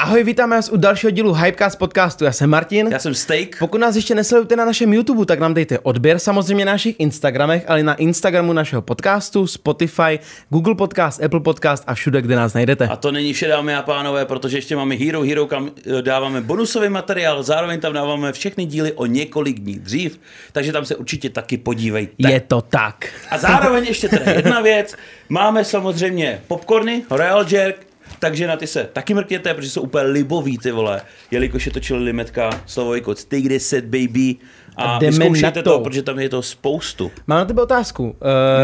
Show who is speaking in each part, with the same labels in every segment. Speaker 1: Ahoj, vítáme vás u dalšího dílu Hypecast podcastu. Já jsem Martin.
Speaker 2: Já jsem Steak.
Speaker 1: Pokud nás ještě nesledujete na našem YouTube, tak nám dejte odběr samozřejmě na našich Instagramech, ale i na Instagramu našeho podcastu, Spotify, Google Podcast, Apple Podcast a všude, kde nás najdete.
Speaker 2: A to není vše, dámy a pánové, protože ještě máme Hero Hero, kam eh, dáváme bonusový materiál, zároveň tam dáváme všechny díly o několik dní dřív, takže tam se určitě taky podívejte.
Speaker 1: Je to tak.
Speaker 2: A zároveň ještě teda jedna věc, máme samozřejmě popcorny, Royal Jerk, takže na ty se taky mrkněte, protože jsou úplně libový ty vole, jelikož je to čili limetka, slovojko, ty kde set baby a
Speaker 1: Jdeme
Speaker 2: vyzkoušejte
Speaker 1: na to.
Speaker 2: to, protože tam je to spoustu.
Speaker 1: Mám na tebe otázku.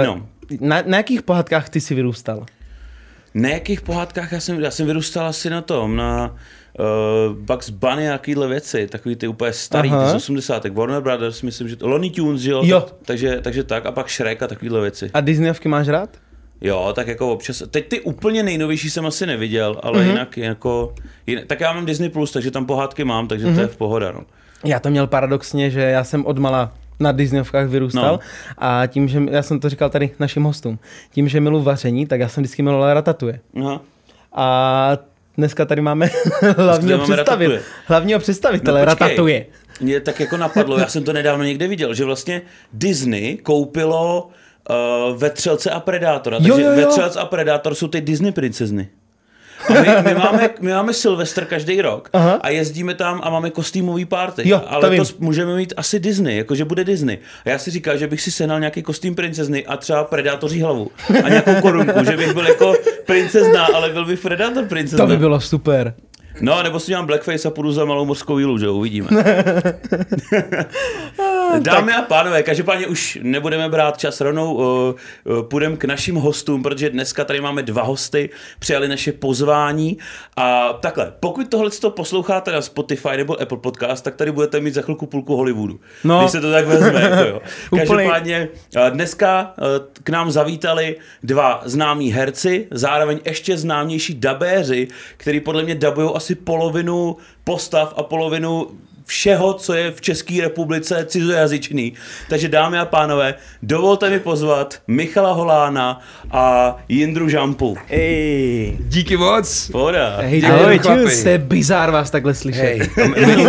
Speaker 1: Eh,
Speaker 2: No.
Speaker 1: na, na jakých pohádkách ty jsi vyrůstal?
Speaker 2: Na jakých pohádkách já jsem, já jsem vyrůstal asi na tom, na uh, Bugs Bunny a takovýhle věci, takový ty úplně starý,
Speaker 1: Aha.
Speaker 2: ty z 80. Warner Brothers, myslím, že to, Lonely Tunes, že jo?
Speaker 1: Jo.
Speaker 2: Tak- Takže, takže tak, a pak Shrek a takovýhle věci.
Speaker 1: A Disneyovky máš rád?
Speaker 2: Jo, tak jako občas, teď ty úplně nejnovější jsem asi neviděl, ale
Speaker 1: Mhm.
Speaker 2: mm-hmm. jinak jako, jinak, tak já mám Disney+, Plus, takže tam pohádky mám, takže
Speaker 1: Mhm.
Speaker 2: mm-hmm. to je v pohoda, no.
Speaker 1: Já to měl paradoxně, že já jsem odmala na Disneyovkách vyrůstal no.
Speaker 2: No.
Speaker 1: a tím, že já jsem to říkal tady našim hostům, tím, že milu vaření, tak já jsem vždycky miloval ratatuje.
Speaker 2: Aha.
Speaker 1: A dneska tady máme hlavního,
Speaker 2: máme
Speaker 1: představit,
Speaker 2: Ratatouille.
Speaker 1: hlavního představitele no,
Speaker 2: počkej.
Speaker 1: Ratatuje.
Speaker 2: Mě tak jako napadlo, já jsem to nedávno někde viděl, že vlastně Disney koupilo uh, Vetřelce a Predátora.
Speaker 1: Jo,
Speaker 2: Takže
Speaker 1: jo, jo.
Speaker 2: Vetřelec a Predátor jsou ty Disney princezny. A my, my, máme, my máme Silvestr každý rok
Speaker 1: Aha.
Speaker 2: Aha. a jezdíme tam a máme kostýmový party.
Speaker 1: Jo, to
Speaker 2: ale
Speaker 1: vím.
Speaker 2: to s- můžeme mít asi Disney, jakože bude Disney. A já si říkal, že bych si sehnal nějaký kostým princezny a třeba predátoří hlavu a nějakou korunku, že bych byl jako princezna, ale byl bych predátor princezna.
Speaker 1: To by bylo super.
Speaker 2: No, nebo si dělám blackface a půjdu za malou mořskou jílu, že jo, uvidíme. Dámy a pánové, každopádně už nebudeme brát čas rovnou, uh, uh, půjdeme k našim hostům, protože dneska tady máme dva hosty, přijali naše pozvání a takhle, pokud tohle to posloucháte na Spotify nebo Apple Podcast, tak tady budete mít za chvilku půlku Hollywoodu,
Speaker 1: No.
Speaker 2: no. když se to tak vezme. Jako jo.
Speaker 1: Úplně.
Speaker 2: Každopádně eh, dneska eh, k nám zavítali dva známí herci, zároveň ještě známější dabéři, který podle mě dabují asi polovinu postav a polovinu všeho, co je v České republice cizojazyčný. Takže dámy a pánové, dovolte mi pozvat Michala Holána a Jindru Žampu.
Speaker 1: Ej.
Speaker 3: Díky moc.
Speaker 2: Pohoda.
Speaker 1: Hej,
Speaker 3: Ahoj,
Speaker 1: ahoj,
Speaker 3: chlapi.
Speaker 1: to je bizár vás takhle slyšet.
Speaker 3: Hej, my,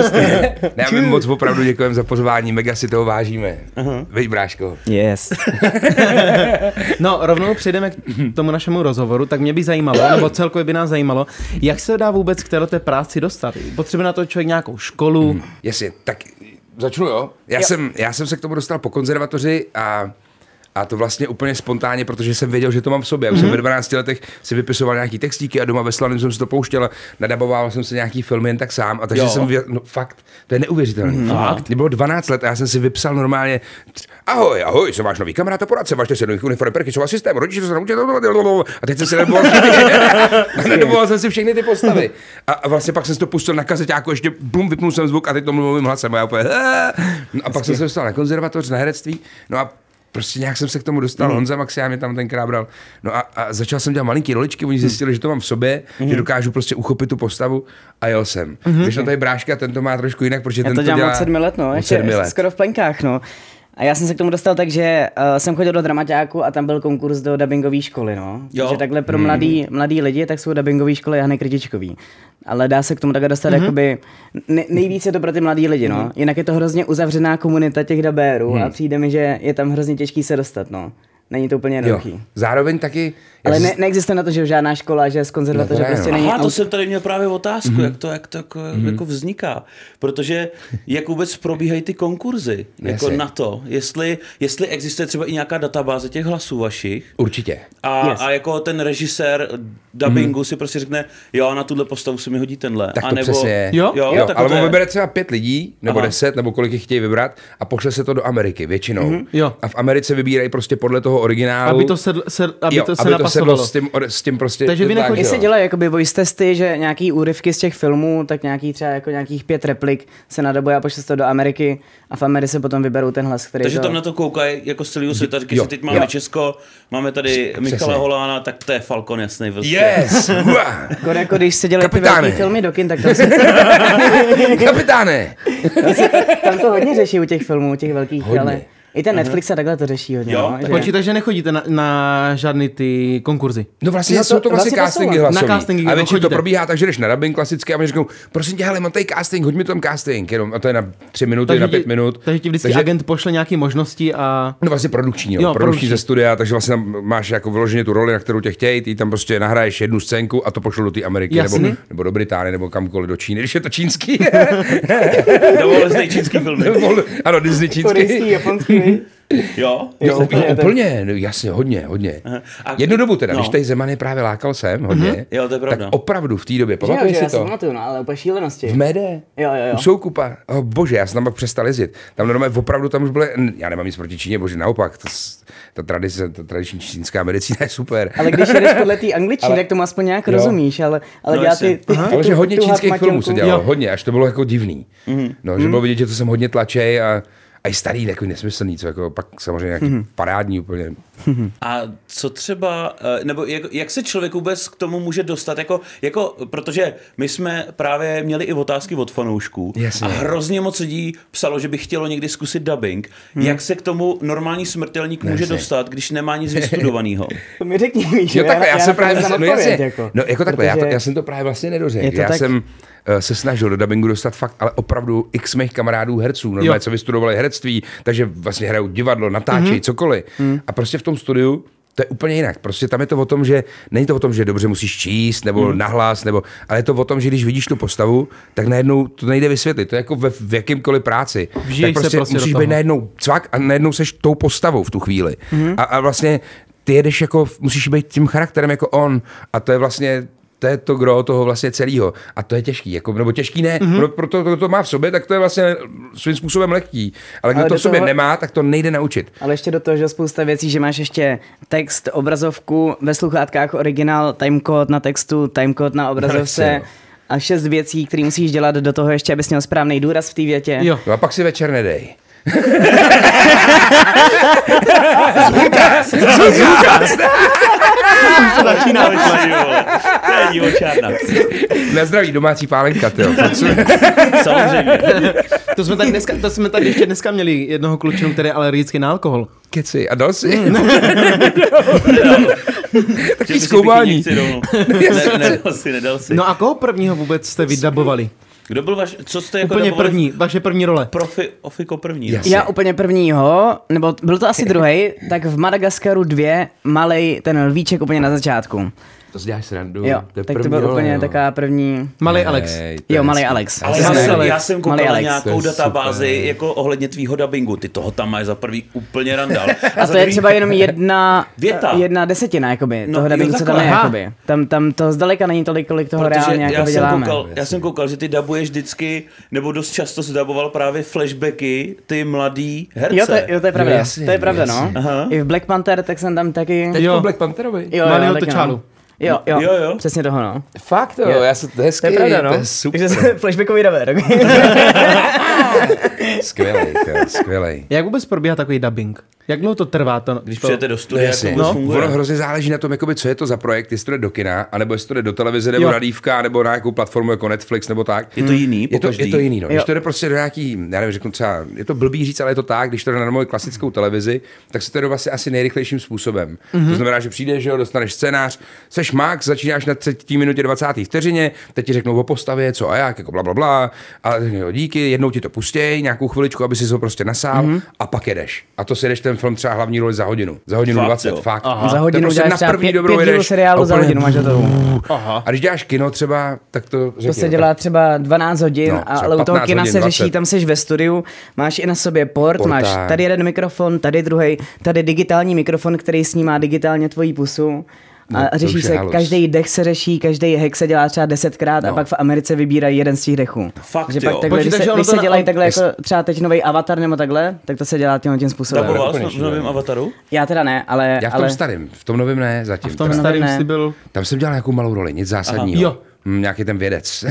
Speaker 3: ne, my moc opravdu děkujeme za pozvání, mega si toho vážíme. Uh-huh. Vej, bráško.
Speaker 1: Yes. no, rovnou přejdeme k tomu našemu rozhovoru, tak mě by zajímalo, nebo celkově by nás zajímalo, jak se dá vůbec k této práci dostat. Potřebuje na to člověk nějakou školu,
Speaker 3: Jasně, tak začnu jo. Já, jsem, já jsem se k tomu dostal po konzervatoři a, a to vlastně úplně spontánně, protože jsem věděl, že to mám v sobě. Já už jsem ve 12 letech si vypisoval nějaký textíky a doma ve Slaném jsem si to pouštěl, a nadaboval jsem si nějaký film jen tak sám. A takže
Speaker 2: Jo.
Speaker 3: jsem, vě- no fakt, to je neuvěřitelný. Fakt? Mě bylo 12 let a já jsem si vypsal normálně, tř- ahoj, ahoj, jsem váš nový kamarád a poradce, vážte se nových uniform, perky jsou asistem, rodiče se naučili, a teď jsem si nedovolal, nedovolal jsem si všechny ty postavy. A, a vlastně pak jsem si to pustil na kazeťáku, ještě bum, vypnul jsem zvuk a teď to mluvím hlasem a já úplně, "Eh." no a pak jsem se dostal na konzervatoř, na herectví, no a Prostě nějak jsem se k tomu dostal, mm. Honza Maxiá mě tam tenkrát bral. No a, a začal jsem dělat malinký roličky, oni zjistili, že to mám v sobě, mm. že dokážu prostě uchopit tu postavu a jel jsem. Mm. Když na tady bráška, ten to má trošku jinak, protože
Speaker 4: Já
Speaker 3: ten
Speaker 4: to dělám
Speaker 3: dělá
Speaker 4: od sedmi let, no,
Speaker 3: Od
Speaker 4: ještě,
Speaker 3: sedmi
Speaker 4: ještě
Speaker 3: let.
Speaker 4: skoro v plenkách, no. A já jsem se k tomu dostal tak, že uh, jsem chodil do dramaťáku a tam byl konkurs do dubbingové školy, no.
Speaker 2: Jo.
Speaker 4: Takže takhle
Speaker 3: Hmm.
Speaker 4: pro mladý, mladý lidi, tak jsou dubbingové školy Hany Krtičkový. Ale dá se k tomu takhle
Speaker 3: Mhm.
Speaker 4: dostat, mm-hmm. jakoby, ne, nejvíc je to pro ty mladý lidi, no. Jinak je to hrozně uzavřená komunita těch dabérů
Speaker 3: Mhm.
Speaker 4: a přijde mi, že je tam hrozně těžký se dostat, no. Není to úplně
Speaker 3: Jo.
Speaker 4: jednoduchý.
Speaker 3: Zároveň taky... já
Speaker 4: Ale
Speaker 3: jsem-
Speaker 4: ne, neexistuje na to, že žádná škola, že z konzervatoře
Speaker 3: No to ne,
Speaker 4: prostě
Speaker 3: no.
Speaker 4: není
Speaker 2: Aha, to
Speaker 4: aut-
Speaker 2: jsem tady měl právě otázku,
Speaker 3: Mhm.
Speaker 2: mm-hmm. jak to, jak to jako, mm-hmm. jako vzniká. Protože jak vůbec probíhají ty konkurzy jako
Speaker 3: Jasně.
Speaker 2: na to, jestli, jestli existuje třeba i nějaká databáze těch hlasů vašich
Speaker 3: Určitě.
Speaker 2: a, yes.
Speaker 4: Yes.
Speaker 2: a jako ten režisér dubbingu mm-hmm. si prostě řekne, jo, na tuhle postavu si mi hodí tenhle.
Speaker 3: Mhm. Tak to
Speaker 2: a nebo,
Speaker 3: přesně je.
Speaker 1: Jo?
Speaker 2: jo,
Speaker 3: jo,
Speaker 2: tak
Speaker 3: ale
Speaker 2: to
Speaker 3: on
Speaker 2: je.
Speaker 3: vybere třeba pět lidí, nebo
Speaker 2: Aha.
Speaker 3: Aha. deset, nebo kolik jich chtějí vybrat a pošle se to do Ameriky většinou. Mm-hmm.
Speaker 1: Jo.
Speaker 3: A v Americe vybírají prostě podle toho originálu.
Speaker 1: aby to se, se, aby
Speaker 3: jo,
Speaker 1: to se
Speaker 3: aby to sedlo
Speaker 1: napasovalo.
Speaker 3: s tím, or- s tím prostě.
Speaker 1: Takže vy
Speaker 3: tak,
Speaker 1: nechodíte-
Speaker 3: jo.
Speaker 4: Mně se dělají jakoby voice testy, že nějaký úryvky z těch filmů, tak nějaký třeba jako nějakých pět replik se nadabuje a pošle se to do Ameriky a v Americe potom vyberou ten hlas, který
Speaker 2: Takže
Speaker 4: to...
Speaker 2: tam na to koukají jako z celého světa, říkají,
Speaker 3: Jo.
Speaker 2: že teď máme
Speaker 3: Jo.
Speaker 2: Česko, máme tady Michala Holána, tak to je Falcon, jasný. Prostě.
Speaker 3: Yes! Hua!
Speaker 4: Jako, jako když se dělají ty
Speaker 3: Kapitáne.
Speaker 4: velký filmy do kin, tak tam, se,
Speaker 3: Kapitáne!
Speaker 4: tam to hodně řeší u těch filmů, u těch velkých,
Speaker 3: Hodně.
Speaker 4: ale I ten Netflix a takhle to řeší hodně.
Speaker 2: Mhm. Jo,
Speaker 4: no,
Speaker 2: tak
Speaker 4: že-
Speaker 1: Počítaj, že nechodíte na, na žádný ty konkurzy.
Speaker 3: No vlastně
Speaker 4: No
Speaker 3: no
Speaker 4: to-
Speaker 3: to, jsou to vlastně,
Speaker 4: vlastně to jsou,
Speaker 3: castingy
Speaker 4: na
Speaker 3: hlasový.
Speaker 1: castingy,
Speaker 3: a
Speaker 1: kam
Speaker 3: většinou to
Speaker 1: chodíte.
Speaker 3: probíhá tak, že jdeš na dubbing klasicky a oni řeknou, prosím tě, hele, mám tady casting, hoď mi tam casting, jenom, a to je na tři minuty, na pět
Speaker 1: ti,
Speaker 3: minut.
Speaker 1: Takže ti vždycky
Speaker 3: Takže-
Speaker 1: agent pošle nějaké možnosti a...
Speaker 3: No vlastně produkční, jo,
Speaker 1: Jo,
Speaker 3: jo
Speaker 1: produkční.
Speaker 3: produkční ze studia, takže vlastně tam máš jako vyloženě tu roli, na kterou tě chtějí, ty tam prostě nahraješ jednu scénku a to pošlo do té Ameriky, nebo,
Speaker 1: Jasný.
Speaker 3: nebo, do Británie, nebo kamkoliv do Číny, když je to čínský.
Speaker 2: Dovolil jsi čínský filmy.
Speaker 3: ano, Disney čínský.
Speaker 4: Korejský, japonský, viď?
Speaker 2: Jo?
Speaker 3: Jo,
Speaker 4: Jestli
Speaker 3: úplně,
Speaker 4: to je ten-
Speaker 3: úplně, no, jasně, hodně, hodně.
Speaker 2: A-
Speaker 3: Jednu dobu teda,
Speaker 2: no. Mhm.
Speaker 3: když tady Zeman je právě lákal sem hodně,
Speaker 2: Jo, to je
Speaker 3: tak
Speaker 2: pravda.
Speaker 3: opravdu v té době,
Speaker 4: Že jo,
Speaker 3: pamatuješ
Speaker 4: že
Speaker 3: si
Speaker 4: já si
Speaker 3: to?
Speaker 4: pamatuju, no, ale úplně šílenosti.
Speaker 3: V Mede.
Speaker 4: Jo, jo, jo.
Speaker 3: U Soukupa. Oh, bože, já jsem tam pak přestal jezdit. Tam normálně opravdu tam už byly, já nemám nic proti Číně, bože, naopak, ta, ta, tradice, ta tradiční čínská medicína je super.
Speaker 4: Ale když jdeš podle té angličtiny, tak tomu aspoň nějak
Speaker 3: Jo.
Speaker 4: rozumíš, ale, ale
Speaker 2: No
Speaker 4: dělá
Speaker 2: jasně.
Speaker 4: ty, ty,
Speaker 3: Aha.
Speaker 4: ty
Speaker 3: Ale že
Speaker 4: tu-
Speaker 3: hodně
Speaker 4: tu
Speaker 3: čínských filmů se
Speaker 4: hatmatilku.
Speaker 3: dělalo, hodně, až to bylo jako divný.
Speaker 2: Mhm.
Speaker 3: No, že bylo
Speaker 4: Mhm.
Speaker 3: vidět, že to sem hodně tlačej a, a i starý, takový nesmyslný, co jako pak samozřejmě nějaký
Speaker 2: Mhm.
Speaker 3: parádní úplně.
Speaker 2: A co třeba, eh, nebo jak, jak se člověk vůbec k tomu může dostat, jako, jako, protože my jsme právě měli i otázky od fanoušků
Speaker 3: Jasně.
Speaker 2: a hrozně moc lidí psalo, že by chtělo někdy zkusit dubbing. Hmm. Jak se k tomu normální smrtelník může
Speaker 3: Jasně.
Speaker 2: dostat, když nemá nic vystudovaného?
Speaker 4: To mi řekni, víš,
Speaker 3: Jo, takhle, já, jsem
Speaker 4: na to
Speaker 3: právě,
Speaker 4: neznám
Speaker 3: no,
Speaker 4: odpověď,
Speaker 3: jasně,
Speaker 4: jako.
Speaker 3: no, jako takhle, já, to,
Speaker 4: Protože-
Speaker 3: já jsem to právě vlastně nedořekl.
Speaker 4: Je to
Speaker 3: Já
Speaker 4: tak-
Speaker 3: jsem eh, se snažil do dubbingu dostat fakt, ale opravdu x mých kamarádů herců, normálně, co vystudovali herectví, takže vlastně hrajou divadlo,
Speaker 4: Mhm.
Speaker 3: natáčejí, cokoliv. A prostě v tom studiu to je úplně jinak. Prostě tam je to o tom, že není to o tom, že dobře musíš číst nebo
Speaker 4: Mhm.
Speaker 3: hmm. nahlas, nebo, ale je to o tom, že když vidíš tu postavu, tak najednou to nejde vysvětlit. To je jako ve, v jakýmkoliv práci.
Speaker 1: Vžiješ
Speaker 3: tak
Speaker 1: se
Speaker 3: prostě,
Speaker 1: prostě do
Speaker 3: musíš
Speaker 1: toho.
Speaker 3: být najednou cvak a najednou seš tou postavou v tu chvíli.
Speaker 4: Mhm.
Speaker 3: Hmm. A, a vlastně ty jedeš jako, musíš být tím charakterem jako on a to je vlastně to je to gro toho vlastně celého. A to je těžký, jako, nebo těžký ne,
Speaker 4: Mhm.
Speaker 3: mm-hmm. pro, proto to, to má v sobě, tak to je vlastně svým způsobem lehký. Ale kdo
Speaker 4: Ale
Speaker 3: ale to
Speaker 4: do
Speaker 3: v sobě toho...
Speaker 4: toho-
Speaker 3: nemá, tak to nejde naučit.
Speaker 4: Ale ještě do toho, že spousta věcí, že máš ještě text, obrazovku, ve sluchátkách originál, timecode na textu, timecode na obrazovce
Speaker 3: jasně,
Speaker 4: a šest věcí, které musíš dělat do toho ještě, abys měl správný důraz v té větě.
Speaker 1: Jo.
Speaker 3: No a pak si večer nedej.
Speaker 2: To začíná vytlačit, vole. To je divočárna.
Speaker 3: Na zdraví domácí pálenka, ty jo.
Speaker 2: Samozřejmě.
Speaker 1: To jsme tady, dneska, to jsme tady ještě dneska měli jednoho klučinu, který je alergický na alkohol.
Speaker 3: Keci. A dal si.
Speaker 4: Mm.
Speaker 2: Že by
Speaker 3: Taky
Speaker 2: si
Speaker 3: zkoumání.
Speaker 2: pěkně domů. Ne, nedal si, nedal si.
Speaker 1: No a koho prvního vůbec jste vydabovali?
Speaker 2: Kdo byl vaš, co jste jako
Speaker 1: Úplně
Speaker 2: dabovali?
Speaker 1: první, vaše první role.
Speaker 2: Profi, ofiko první. no.
Speaker 3: Jasně.
Speaker 4: Já úplně prvního, nebo t- byl to asi druhý, tak v Madagaskaru 2 malej ten lvíček úplně na začátku.
Speaker 3: To si děláš srandu.
Speaker 4: Jo, tak to byl úplně taková první...
Speaker 1: Malý Alex.
Speaker 4: Jo, malý Alex.
Speaker 2: Ale já
Speaker 1: Jasně.
Speaker 2: jsem,
Speaker 1: Alex.
Speaker 2: já jsem
Speaker 4: Malý
Speaker 2: koukal na
Speaker 4: Alex.
Speaker 2: nějakou
Speaker 3: To je
Speaker 2: databázi
Speaker 3: super.
Speaker 2: jako ohledně tvýho dubbingu. Ty toho tam máš za prvý úplně randal.
Speaker 4: A
Speaker 2: za
Speaker 4: to je
Speaker 2: druhý-
Speaker 4: třeba jenom jedna, eh,
Speaker 2: Věta.
Speaker 4: jedna desetina, jakoby,
Speaker 2: No,
Speaker 4: toho
Speaker 2: jo,
Speaker 4: dubbingu, co tam
Speaker 2: takhle,
Speaker 4: je,
Speaker 1: aha.
Speaker 4: jakoby. Tam, tam to zdaleka není tolik, kolik toho
Speaker 2: Protože
Speaker 4: reálně
Speaker 2: já
Speaker 4: jakoby
Speaker 2: jsem,
Speaker 4: děláme.
Speaker 2: koukal, já jsem koukal, že ty dabuješ vždycky, nebo dost často si daboval právě flashbacky ty mladý herce.
Speaker 4: Jo, to, je- jo, to je pravda.
Speaker 3: Jo, jasně,
Speaker 4: to je pravda, no.
Speaker 3: jasně.
Speaker 2: Aha.
Speaker 4: I v Black Panther, tak jsem tam taky...
Speaker 3: Teď
Speaker 1: Jo.
Speaker 3: po Black Pantherovi.
Speaker 4: Jo, jo,
Speaker 1: Malýho
Speaker 4: taky no.
Speaker 1: T'Challu.
Speaker 4: Jo, jo,
Speaker 2: Jo, jo.
Speaker 4: přesně toho, no.
Speaker 3: Fakt, jo,
Speaker 4: Jo.
Speaker 3: já se to
Speaker 4: To
Speaker 3: hezky,
Speaker 4: je pravda, no.
Speaker 3: to je super.
Speaker 4: Takže jsem flashbackový daver.
Speaker 3: Skvělej, to je skvělej.
Speaker 1: Jak vůbec probíhá takový dubbing? Jak dlouho to trvá? To,
Speaker 2: Když
Speaker 1: to...
Speaker 2: přijete do studia, jak to jako vůbec
Speaker 3: no,
Speaker 2: funguje.
Speaker 3: ono hrozně záleží na tom, jakoby, co je to za projekt, jestli to jde do kina, anebo jestli to jde do televize, nebo
Speaker 1: Jo.
Speaker 3: jo. na dívka, nebo na nějakou platformu jako Netflix, nebo tak. Hmm.
Speaker 2: Je to jiný po
Speaker 3: Je to, je
Speaker 2: každý.
Speaker 3: to jiný, no. Když
Speaker 4: Jo.
Speaker 3: to jde prostě do nějaký, já nevím, řeknu třeba, je to blbý říct, ale je to tak, když to jde na normální klasickou televizi, tak se to jde vlastně asi nejrychlejším způsobem.
Speaker 4: Mhm.
Speaker 3: Mm-hmm. To znamená, že přijdeš, že jo, dostaneš scénář, seš max, začínáš na 3. minutě 20. vteřině, teď ti řeknou o postavě, co a jak, jako bla, bla, bla, a řeknou, jo, díky, jednou ti to pustěj, nějakou chviličku, aby si ho prostě nasál
Speaker 4: Mhm.
Speaker 3: mm-hmm. a pak jedeš. A to si jedeš ten film třeba hlavní roli za hodinu. Za hodinu
Speaker 2: Fakt,
Speaker 3: fakt, 20,
Speaker 2: jo.
Speaker 3: jo. fakt.
Speaker 2: Aha.
Speaker 4: Za
Speaker 3: To
Speaker 4: hodinu
Speaker 3: prostě
Speaker 4: děláš
Speaker 3: na
Speaker 4: třeba
Speaker 3: první
Speaker 4: pět,
Speaker 3: dobrou
Speaker 4: pět dílů
Speaker 3: jedeš
Speaker 4: seriálu
Speaker 3: a
Speaker 4: za
Speaker 3: úplně
Speaker 4: hodinu, máš za to.
Speaker 3: A když děláš kino třeba, tak to
Speaker 4: To
Speaker 3: řekni,
Speaker 4: se
Speaker 3: no,
Speaker 4: dělá třeba 12 hodin,
Speaker 3: No,
Speaker 4: a-
Speaker 3: třeba
Speaker 4: ale u toho
Speaker 3: 15
Speaker 4: kina
Speaker 3: hodin,
Speaker 4: se
Speaker 3: 20.
Speaker 4: řeší, tam jsi ve studiu, máš i na sobě port,
Speaker 3: Porták.
Speaker 4: máš tady jeden mikrofon, tady druhý, tady digitální mikrofon, který snímá digitálně tvoji pusu. A
Speaker 3: No, to
Speaker 4: řeší
Speaker 3: už je
Speaker 4: se,
Speaker 3: halus.
Speaker 4: každý dech se řeší, každý hack se dělá třeba desetkrát a
Speaker 3: No.
Speaker 4: pak v Americe vybírají jeden z těch dechů.
Speaker 2: Fakt,
Speaker 4: že pak
Speaker 2: jo.
Speaker 4: takhle, když
Speaker 1: Počítaj,
Speaker 4: se,
Speaker 1: že ono
Speaker 4: když
Speaker 1: to
Speaker 4: se
Speaker 1: na-
Speaker 4: dělají
Speaker 1: on-
Speaker 4: takhle,
Speaker 3: jest-
Speaker 4: jako třeba teď nový avatar nebo takhle, tak to se dělá tímhle tím způsobem.
Speaker 2: Daboval
Speaker 3: Úplně
Speaker 2: jsi v novém
Speaker 3: šílený.
Speaker 2: avataru?
Speaker 4: Já teda ne, ale...
Speaker 3: Já v tom
Speaker 4: ale...
Speaker 3: starém, v tom novém ne, zatím.
Speaker 1: V tom
Speaker 2: No,
Speaker 3: teda.
Speaker 1: starém
Speaker 4: ne.
Speaker 1: si byl...
Speaker 3: Tam jsem dělal nějakou malou roli, nic zásadního.
Speaker 1: Aha. Jo.
Speaker 3: Hm, nějaký ten vědec.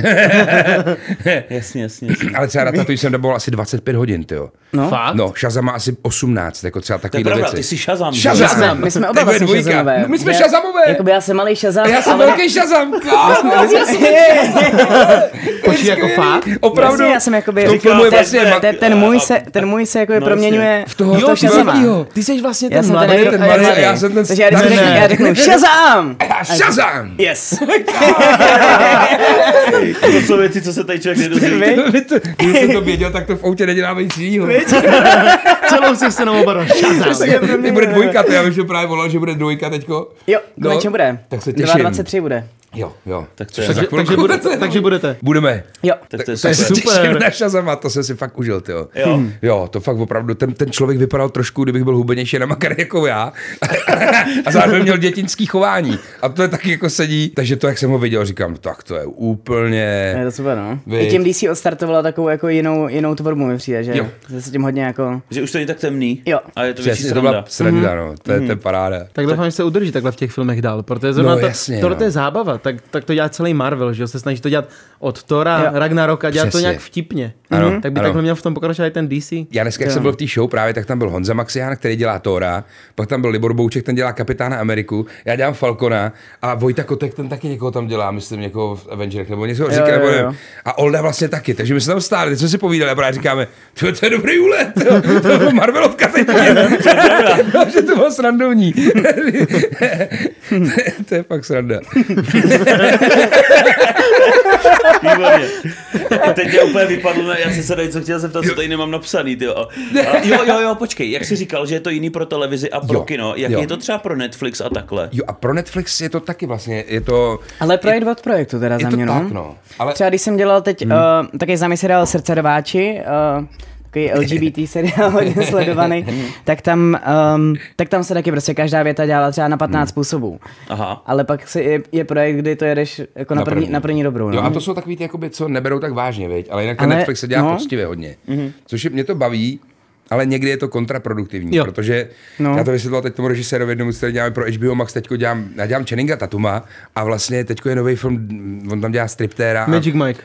Speaker 2: Jasně, jasně. jasně.
Speaker 3: Ale třeba Ratatouille jsem doboval asi 25 hodin, ty jo.
Speaker 4: No.
Speaker 1: Fakt?
Speaker 3: No, Shazam má asi 18, jako třeba
Speaker 2: To je
Speaker 3: takový
Speaker 2: pravda,
Speaker 3: věci.
Speaker 2: ty jsi Shazam.
Speaker 3: Shazam.
Speaker 4: My jsme, my jsme oba
Speaker 3: To je
Speaker 4: vlastně
Speaker 3: dvojka.
Speaker 4: Shazamové.
Speaker 3: No, my jsme
Speaker 4: Já-
Speaker 3: Shazamové.
Speaker 4: Jakoby já jsem malý Shazam,
Speaker 3: A já jsem
Speaker 4: ale-
Speaker 3: velký Shazam.
Speaker 4: My jsme- my jsme-
Speaker 1: očí jako
Speaker 3: skvělý.
Speaker 1: fakt?
Speaker 3: Opravdu.
Speaker 4: Jasně, já jsem jakoby,
Speaker 3: v tom filmu je
Speaker 4: ten,
Speaker 3: vlastně ma-
Speaker 4: ten, ten, můj se, ten můj se jako
Speaker 2: No,
Speaker 4: no, proměňuje
Speaker 3: V toho-
Speaker 4: v toho
Speaker 3: ty
Speaker 4: Shazama.
Speaker 3: velkýho.
Speaker 1: Ty jsi vlastně
Speaker 4: Já
Speaker 1: ten
Speaker 4: jsem ten,
Speaker 1: mladý.
Speaker 4: jako,
Speaker 3: ten
Speaker 4: já
Speaker 3: malý,
Speaker 4: jsem-
Speaker 3: já jsem ten
Speaker 4: Takže já vždycky
Speaker 1: Ne,
Speaker 4: řeknu,
Speaker 1: ne.
Speaker 4: já řeknu Shazam!
Speaker 3: A Shazam!
Speaker 4: Yes!
Speaker 2: To jsou věci, co se tady člověk nedozví.
Speaker 4: Vy?
Speaker 3: Vy to- Kdyby jsem to věděl, tak to v autě neděláme nic jiného.
Speaker 1: Celou si se novou barou.
Speaker 4: Přesně.
Speaker 3: Ty bude dvojka, to já bych to právě volal, že bude dvojka teďko.
Speaker 4: Jo,
Speaker 3: No,
Speaker 4: konečně bude.
Speaker 3: tak se těším.
Speaker 4: 23 bude.
Speaker 3: Jo, jo. Tak
Speaker 2: to je-
Speaker 1: Takže, takže, budete, takže budete.
Speaker 3: Budeme.
Speaker 4: Jo.
Speaker 2: Tak to je
Speaker 3: To je
Speaker 1: super.
Speaker 2: super.
Speaker 3: super. no. Na Shazama, to jsem si fakt užil, ty jo.
Speaker 2: Jo. Hmm.
Speaker 3: jo. to fakt opravdu, ten, ten člověk vypadal trošku, kdybych byl hubenější na makar jako já. a zároveň měl dětinský chování. A to je taky jako sedí. Takže to, jak jsem ho viděl, říkám, tak to je úplně...
Speaker 4: Je to super, no.
Speaker 3: Vy-
Speaker 4: I tím DC odstartovala takovou jako jinou, jinou tvorbu, mi přijde, že
Speaker 3: Jo.
Speaker 4: že se tím hodně jako...
Speaker 2: Že už to je tak temný.
Speaker 4: Jo.
Speaker 2: A je to větší
Speaker 3: Přesně, to byla
Speaker 2: sranda. Mhm.
Speaker 3: sranda, no. To je, to je paráda.
Speaker 1: Tak doufám, že se udrží takhle v těch filmech dál, protože zrovna
Speaker 3: No,
Speaker 1: no,
Speaker 3: jasně,
Speaker 1: jasně, tohle
Speaker 3: no.
Speaker 1: to je zábava, tak, tak to dělá celý Marvel, že jo, se snaží to dělat od Tora,
Speaker 4: Jo.
Speaker 1: Ragnaroka, dělat
Speaker 3: Přesně.
Speaker 1: to nějak vtipně. Mhm.
Speaker 3: Ano,
Speaker 1: tak by
Speaker 3: ano.
Speaker 1: takhle měl v tom pokračovat i ten DC.
Speaker 3: Já dneska, jak jsem byl v té show právě, tak tam byl Honza Maxián, který dělá Tora, pak tam byl Libor Bouček, ten dělá Kapitána Ameriku, já dělám Falcona a Vojta Kotek, ten taky někoho tam dělá, myslím někoho v Avengerech nebo něco říká,
Speaker 4: jo,
Speaker 3: nebo
Speaker 4: jo.
Speaker 3: nevím. A Olda vlastně taky, takže my jsme tam stáli, teď jsme si povídali a právě říkáme, "Tyjo, to je dobrý úlet, to, to je Marvelovka teď, no, že to bylo srandovní. to je fakt sranda.
Speaker 2: Výborně. Teď mě úplně vypadlo, ne, já jsem se tady co chtěl zeptat, co tady nemám napsaný, ty jo. Jo, jo, jo, počkej, jak jsi říkal, že je to jiný pro televizi a pro
Speaker 3: Jo,
Speaker 2: kino, jak
Speaker 3: jo.
Speaker 2: je to třeba pro Netflix a takhle?
Speaker 3: Jo a pro Netflix je to taky vlastně, je to,
Speaker 4: Ale projekt od projektu teda
Speaker 3: je
Speaker 4: za
Speaker 3: to
Speaker 4: mě,
Speaker 3: tak, no. Ale,
Speaker 4: Třeba když jsem dělal teď hmm. uh, taky známý seriál Srdce rváči, uh, takový LGBT seriál hodně sledovaný,
Speaker 3: Hmm.
Speaker 4: tak tam, um, tak tam se taky prostě každá věta dělala třeba na 15
Speaker 3: Hmm.
Speaker 4: způsobů.
Speaker 2: Aha.
Speaker 4: Ale pak si je, je projekt, kdy to jedeš jako na, na, první, na první dobrou. No.
Speaker 3: Jo, a to jsou takový ty, jakoby, co neberou tak vážně, viď? ale jinak ten
Speaker 4: Ale-
Speaker 3: Netflix se dělá
Speaker 4: no.
Speaker 3: poctivě hodně. Což je, mě to baví, ale někdy je to kontraproduktivní, jo.
Speaker 1: Jo.
Speaker 3: protože no.
Speaker 4: No.
Speaker 3: já to vysvětloval teď tomu režisérovi jednomu, který děláme pro HBO Max, teď dělám, já dělám Channinga Tatuma a vlastně teď je nový film, on tam dělá striptéra. a-
Speaker 1: Magic Mike.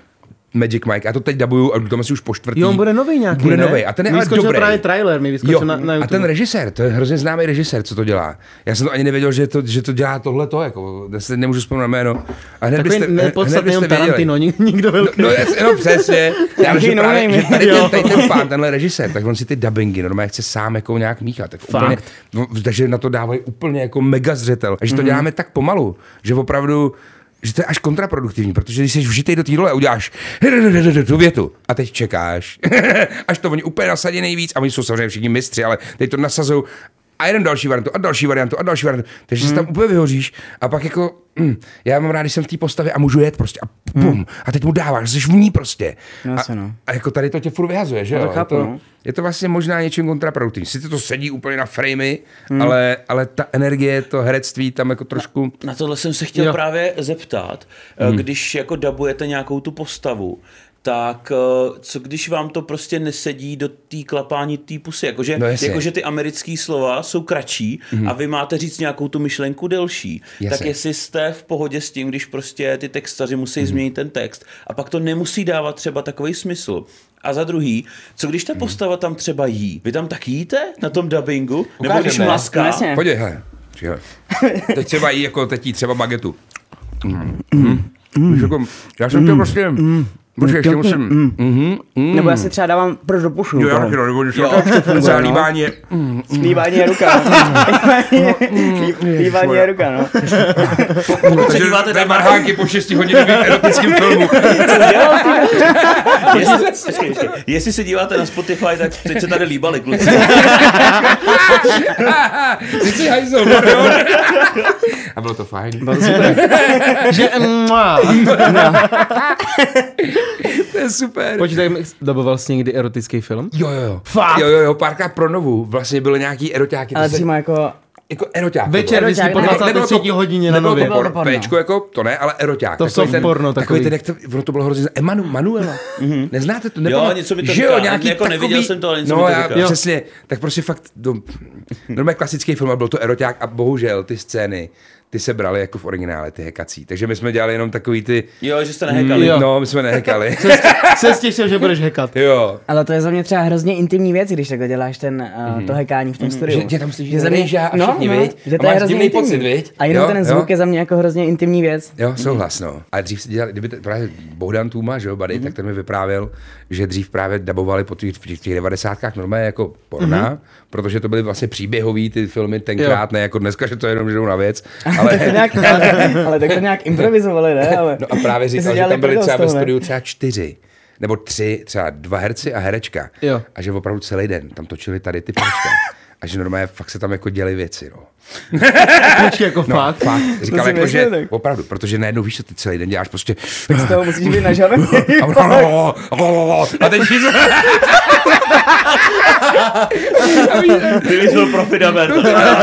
Speaker 3: Magic Mike, a to teď dabuju, a to asi už po čtvrtý.
Speaker 1: Jo, on bude nový nějaký,
Speaker 3: Bude
Speaker 1: ne?
Speaker 3: nový, a ten je
Speaker 1: Mi
Speaker 3: ale
Speaker 1: vyskočil
Speaker 3: dobrý.
Speaker 1: právě trailer, mi vyskočil
Speaker 3: Jo,
Speaker 1: na- na
Speaker 3: a ten
Speaker 1: YouTube.
Speaker 3: režisér, to je hrozně známý režisér, co to dělá. Já jsem to ani nevěděl, že to, že to dělá tohle to, jako, já si nemůžu vzpomenout na jméno. A hned
Speaker 1: Takový
Speaker 3: byste- hned- hned
Speaker 1: nepodstatný jenom
Speaker 3: byste věděli.
Speaker 1: Tarantino, nik- nikdo velký.
Speaker 3: No, jas- no přesně. Já vím, že,
Speaker 4: no
Speaker 3: právě,
Speaker 4: name.
Speaker 3: že tady ten, tady ten pán, tenhle režisér, tak on si ty dubbingy normálně chce sám jako nějak míchat. Tak úplně, no, takže na to dávají úplně jako mega zřetel. A že
Speaker 4: Mhm.
Speaker 3: to děláme tak pomalu, že opravdu že to je až kontraproduktivní, protože když jsi vžitej do té role a uděláš tu větu a teď čekáš, až to oni úplně nasadí nejvíc a oni jsou samozřejmě všichni mistři, ale teď to nasazují a jeden další variantu a další variantu a další variantu, takže se
Speaker 4: Hmm.
Speaker 3: tam úplně vyhoříš a pak jako mm, já mám rád, když jsem v té postavě a můžu jet prostě a bum, a teď mu dáváš, jsi v ní prostě.
Speaker 4: Hmm. No,
Speaker 3: a,
Speaker 4: se no.
Speaker 3: a jako tady to tě furt vyhazuje, že jo?
Speaker 4: to chápu,
Speaker 3: je, to,
Speaker 4: no.
Speaker 3: je to vlastně možná něčím kontraproduktivní. Sice to sedí úplně na framey,
Speaker 4: Hmm.
Speaker 3: ale, ale ta energie, to herectví tam jako trošku...
Speaker 2: Na tohle jsem se chtěl jo.
Speaker 1: Jo.
Speaker 2: právě zeptat, hmm. když jako dabujete nějakou tu postavu, tak eh, co když vám to prostě nesedí do té klapání té pusy? Jakože,
Speaker 3: No
Speaker 2: no
Speaker 3: jasně.
Speaker 2: jakože ty americké slova jsou kratší hmm. a vy máte říct nějakou tu myšlenku delší.
Speaker 3: Jasně.
Speaker 2: Tak jestli jste v pohodě s tím, když prostě ty textaři musí hmm. změnit ten text a pak to nemusí dávat třeba takový smysl. A za druhý, co když ta postava tam třeba jí? Vy tam tak jíte na tom dubbingu? Nebo když
Speaker 3: Ukážeme.
Speaker 2: mlaská?
Speaker 4: No jasně.
Speaker 3: Podívej, hele. Čekaj. Teď třeba jí jako teď jí třeba magetu.
Speaker 4: Hmm.
Speaker 3: Mm. Víš, Jako, já jsem to prostě... Protože ještě musím...
Speaker 4: Hmm.
Speaker 3: Mhm, mhm.
Speaker 4: Nebo já si třeba dávám proč do pušu. jako
Speaker 3: Jo, já taky no, nebo když to- Celá líbání je...
Speaker 4: Líbání je ruka. no. Líbání je-
Speaker 3: Hmm.
Speaker 4: Líbání je ruka, no.
Speaker 3: Takže
Speaker 2: díváte
Speaker 3: to je
Speaker 2: No, na-
Speaker 3: marhánky po 6 hodinovým erotickém filmu.
Speaker 2: Jestli, počkej, počkej. Jestli se díváte na Spotify, tak teď se tady líbali kluci.
Speaker 3: Ty jsi hajzel, pardon. No, A bylo to fajn.
Speaker 1: Že, mm, mua.
Speaker 3: To je super.
Speaker 1: Počítaj, daboval jsi vlastně někdy erotický film?
Speaker 3: Jo, jo, jo.
Speaker 1: Fakt?
Speaker 3: Jo, jo, jo, párkrát pro novu. Vlastně byly nějaký eroťáky. to
Speaker 4: Ale
Speaker 3: se-
Speaker 4: přímo jako...
Speaker 3: Jako eroťák.
Speaker 1: Večer, když jsi po
Speaker 4: Nebo-
Speaker 1: 23 hodině na
Speaker 3: Jako nebylo to
Speaker 1: nově.
Speaker 3: por,
Speaker 4: porno.
Speaker 3: Péčko jako, to ne, ale eroťák.
Speaker 1: To
Speaker 3: Takový
Speaker 1: soft
Speaker 3: ten-
Speaker 1: porno
Speaker 3: takový.
Speaker 1: takový.
Speaker 3: ten, jak to, ono to bylo hrozně, zna- Emanu, Manuela. Neznáte to? Nebylo,
Speaker 2: Mhm. Jo, něco mi to říká, jako neviděl jsem to, ale něco
Speaker 3: no,
Speaker 2: mi to
Speaker 3: já,
Speaker 2: říká.
Speaker 3: jo.
Speaker 1: Jo.
Speaker 3: přesně, tak prostě fakt, no, normálně klasický film, a byl to eroťák a bohužel ty scény, ty se brali jako v originále, ty hekací. Takže my jsme dělali jenom takový ty...
Speaker 2: Jo, že jste nehekali.
Speaker 1: Jo.
Speaker 3: No, my jsme nehekali.
Speaker 1: Se stěšil, že budeš hekat.
Speaker 3: jo.
Speaker 4: Ale to je za mě třeba hrozně intimní věc, když takhle děláš ten, uh, to hekání v tom studiu.
Speaker 3: Mhm. Že tě tam slyší
Speaker 4: Že za
Speaker 3: ten
Speaker 4: mě- No,
Speaker 3: rejža a všichni, viď?
Speaker 4: Že
Speaker 3: A
Speaker 4: to je
Speaker 3: máš
Speaker 4: hrozně
Speaker 3: divný
Speaker 4: intimní.
Speaker 3: pocit, viď?
Speaker 4: A jenom
Speaker 3: Jo,
Speaker 4: ten
Speaker 3: jo.
Speaker 4: zvuk je za mě jako hrozně intimní věc.
Speaker 3: Jo, souhlas, no. Ale dřív se dělali, kdyby t- právě Bohdan Tůma, že jo, Bady, tak ten mi vyprávěl, že dřív právě dabovali po těch, v těch 90. normálně jako porna,
Speaker 4: Mhm.
Speaker 3: protože to byly vlastně příběhové ty filmy tenkrát, ne jako dneska, že to je jenom že jdou na věc, ale...
Speaker 4: To nějak, ale, ale tak to nějak improvizovali, ne? Ale,
Speaker 3: No a právě
Speaker 4: Ty si
Speaker 3: říkal, že
Speaker 4: dělali
Speaker 3: tam byli
Speaker 4: prdel z
Speaker 3: třeba ve
Speaker 4: toho, ne?
Speaker 3: studiu třeba čtyři, nebo tři, třeba dva herci a herečka.
Speaker 1: Jo.
Speaker 3: A že opravdu celý den tam točili tady ty páčka. A že normálně fakt se tam jako děli věci, no.
Speaker 1: Počkej, jako
Speaker 3: No,
Speaker 1: fakt.
Speaker 3: fakt. Říkal
Speaker 4: si
Speaker 3: jako, že
Speaker 4: myslím, tak.
Speaker 3: opravdu, protože najednou víš, že ty celý den děláš prostě...
Speaker 4: Tak z toho musíš být nažavý.
Speaker 3: A, on- a teď víš,
Speaker 2: Ty bys byl profi daber. to teda.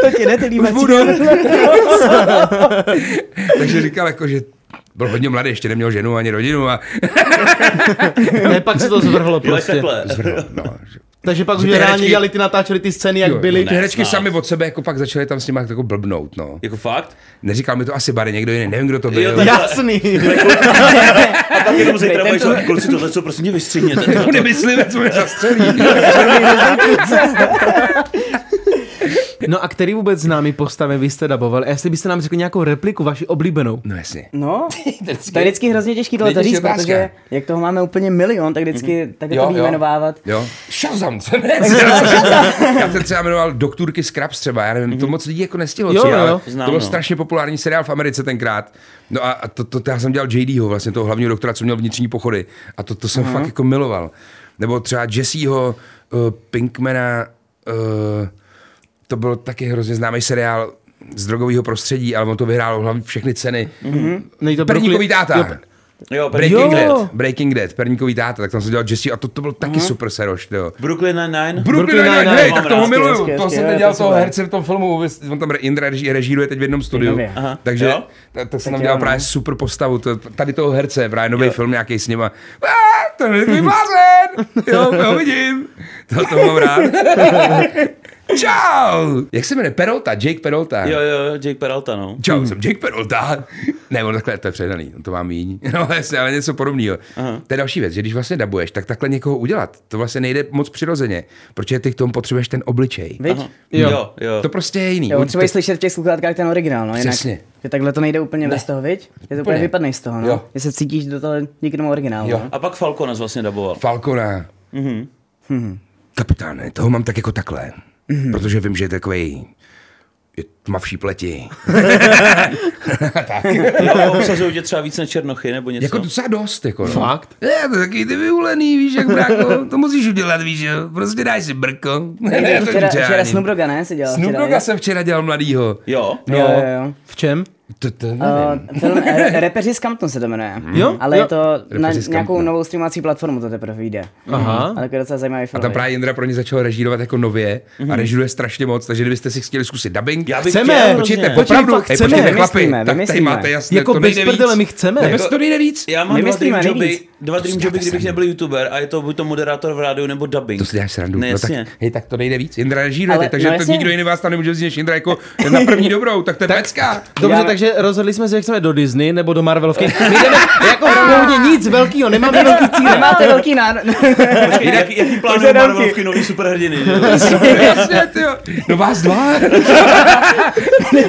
Speaker 4: to ti ne, ty líbačky.
Speaker 3: takže říkal jako, že byl hodně mladý, ještě neměl ženu ani rodinu a
Speaker 1: Ne, pak se to zvrhlo
Speaker 2: Jo,
Speaker 1: prostě.
Speaker 2: takhle.
Speaker 3: zvrhl. No, že...
Speaker 1: Takže pak už
Speaker 3: Že ty
Speaker 1: reálně
Speaker 3: herečky-
Speaker 1: dělali ty, natáčeli ty scény,
Speaker 3: Jo,
Speaker 1: jak byly.
Speaker 3: Ty herečky
Speaker 2: snad.
Speaker 3: sami od sebe jako pak začaly tam s nimi jako blbnout, no.
Speaker 2: Jako fakt?
Speaker 3: Neříkal mi to asi Barry, někdo jiný, nevím, kdo to byl.
Speaker 2: Jo, tak-
Speaker 1: Jasný.
Speaker 2: A pak jenom zítra
Speaker 4: Ten
Speaker 2: budeš
Speaker 4: to-
Speaker 2: říkat, kluci, tohle prostě co prosím tě vystřihněte.
Speaker 3: To nemyslím, co mě zastřelí.
Speaker 1: No a který vůbec známý postavy vy jste daboval? A jestli byste nám řekli nějakou repliku, vaši oblíbenou.
Speaker 3: No jasně.
Speaker 4: No, to je vždycky hrozně těžký tohle to
Speaker 3: Nejtěžší
Speaker 4: říct,
Speaker 3: otázka. Mhm.
Speaker 4: protože jak toho máme úplně milion, tak vždycky takhle to
Speaker 3: Jo, jo.
Speaker 4: vyjmenovávat.
Speaker 3: Jo. Shazam, co ne? Já jsem třeba jmenoval Doktorky Scraps třeba, já nevím, to moc lidí jako nestihlo,
Speaker 1: Jo,
Speaker 3: co,
Speaker 1: jo,
Speaker 3: ale
Speaker 2: znám,
Speaker 3: to byl
Speaker 2: no.
Speaker 3: strašně populární seriál v Americe tenkrát. No a, a to, to, to, já jsem dělal JDho, vlastně toho hlavního doktora, co měl vnitřní pochody. A to, to jsem fakt jako miloval. Nebo třeba Jesseho, uh, Pinkmana, uh, to byl taky hrozně známý seriál z drogového prostředí, ale on to vyhrál hlavně všechny ceny. Mm-hmm.
Speaker 1: Nej to
Speaker 3: Perníkový
Speaker 1: Brooklyn-
Speaker 3: táta.
Speaker 1: Jo,
Speaker 2: Jo,
Speaker 3: Breaking
Speaker 1: Jo.
Speaker 2: Dead.
Speaker 3: Dead, Breaking Dead, Perníkový táta, tak tam jsem dělal Jesse a to, to byl taky super seroš, jo.
Speaker 2: Brooklyn Nine-Nine.
Speaker 3: Mhm. Brooklyn Nine-Nine, hej, tak
Speaker 2: mám
Speaker 3: toho
Speaker 2: rád,
Speaker 3: miluju,
Speaker 4: hezky,
Speaker 3: to
Speaker 4: hezky,
Speaker 3: jsem
Speaker 4: jo,
Speaker 3: teď
Speaker 4: je
Speaker 3: dělal
Speaker 4: to
Speaker 3: toho
Speaker 4: super.
Speaker 3: herce v tom filmu, vy- on tam Indra reží- režíruje teď v jednom studiu,
Speaker 4: Nově.
Speaker 2: Aha,
Speaker 3: takže
Speaker 2: jo?
Speaker 3: ta- tak jsem
Speaker 4: Tak
Speaker 3: tam
Speaker 4: jo,
Speaker 3: dělal
Speaker 4: no.
Speaker 3: právě super postavu, to, tady toho herce, právě nový film nějaký s nima, "Ah, to je takový blázen, jo, já ho vidím, to, to mám rád. Čau! Jak se jmenuje? Perolta, Jake Perolta.
Speaker 2: Jo, jo, jo, Jake Peralta, no.
Speaker 3: Čau, hmm. jsem Jake Peralta. Ne, on takhle, to je předaný, on to má míň. No jasně, ale něco podobného.
Speaker 2: Aha.
Speaker 3: To je další věc, že když vlastně dabuješ, tak takhle někoho udělat, to vlastně nejde moc přirozeně, protože ty k tomu potřebuješ ten obličej.
Speaker 4: Viď?
Speaker 2: Aha.
Speaker 1: Jo.
Speaker 2: Jo, jo.
Speaker 3: To prostě je jiný.
Speaker 4: Jo,
Speaker 3: On
Speaker 4: třeba i slyšet v těch sluchátkách ten originál, no jinak.
Speaker 3: Přesně.
Speaker 4: Že takhle to nejde úplně bez toho, viď? Že to úplně
Speaker 3: Úplně.
Speaker 4: vypadneš z toho,
Speaker 3: Jo.
Speaker 4: no. Že se cítíš do toho díky tomu originálu.
Speaker 3: Jo.
Speaker 4: no.
Speaker 2: A pak Falco nás vlastně daboval.
Speaker 3: Falcona. Mm-hmm. Kapitáne, toho mám tak jako takhle. Mm-hmm. Protože vím, že je takový je tmavší pleti.
Speaker 2: Jo, obsazují tě třeba víc na Černochy nebo něco.
Speaker 3: Jako docela dost, jako no.
Speaker 1: Fakt?
Speaker 3: Je, to je takový ty vyulený, víš, jak bráko, to musíš udělat, víš, jo. Prostě dáš si brko.
Speaker 4: Nejde,
Speaker 3: To
Speaker 4: Včera,
Speaker 3: já
Speaker 4: včera
Speaker 3: nevím.
Speaker 4: Snoop Dogga, ne? Si dělal
Speaker 3: Snoop
Speaker 4: včera,
Speaker 3: Dogga
Speaker 4: viď?
Speaker 3: jsem včera dělal mladýho.
Speaker 2: Jo.
Speaker 3: No,
Speaker 4: Jo, jo, jo.
Speaker 1: V čem?
Speaker 3: to, to nevím.
Speaker 4: Uh, film eh, Repeři z Camptonu se to jmenuje.
Speaker 1: Jo,
Speaker 4: Ale
Speaker 1: jo.
Speaker 4: je to na
Speaker 3: Repeři z
Speaker 4: nějakou
Speaker 3: Camptonu.
Speaker 4: novou streamovací platformu to teprve vyjde.
Speaker 1: Aha.
Speaker 4: Ale to je docela zajímavý
Speaker 3: a
Speaker 4: film.
Speaker 3: tam právě Jindra pro ně začal režírovat jako nově a režíruje strašně moc, takže kdybyste si chtěli zkusit dubbing,
Speaker 2: Já bych
Speaker 1: Chceme,
Speaker 2: chtěl hrozně.
Speaker 3: Počkejte,
Speaker 1: Počkej,
Speaker 3: opravdu,
Speaker 1: fakt
Speaker 3: hej,
Speaker 1: chceme.
Speaker 3: počkejte, chlapi,
Speaker 4: Vymyslíme,
Speaker 3: tak tady
Speaker 4: vymyslíme.
Speaker 3: máte jasně,
Speaker 1: Jako
Speaker 3: to
Speaker 1: bez
Speaker 3: nejde
Speaker 1: prdele,
Speaker 3: víc.
Speaker 1: my chceme.
Speaker 3: Ne, bez to nejde víc.
Speaker 2: Já mám dva
Speaker 4: Nemyslíme,
Speaker 2: dream joby,
Speaker 4: nejvíc.
Speaker 2: dva dream joby,
Speaker 3: dáte
Speaker 2: kdybych
Speaker 3: srandu.
Speaker 2: nebyl youtuber a je to buď to moderátor v rádiu nebo dubbing.
Speaker 3: To si děláš srandu.
Speaker 2: Ne,
Speaker 3: no tak,
Speaker 2: jasně.
Speaker 3: hej, tak to nejde víc. Jindra režíruje,
Speaker 4: Ale-
Speaker 3: teď, takže
Speaker 4: no
Speaker 3: to
Speaker 4: jasně.
Speaker 3: nikdo jiný vás tam nemůže vzít než Jindra jako na první dobrou, tak to je pecka.
Speaker 1: Dobře,
Speaker 4: Děláme-
Speaker 1: takže rozhodli jsme se, že chceme do Disney nebo do Marvelovky. My jdeme jako původně nic velkého, nemáme velký cíle.
Speaker 4: Nemáte velký národ.
Speaker 2: Počkej, jaký, jaký plán
Speaker 4: Požadavky.
Speaker 2: Marvelovky nový superhrdiny? že jo?
Speaker 3: Jasně, tyjo. No vás dva.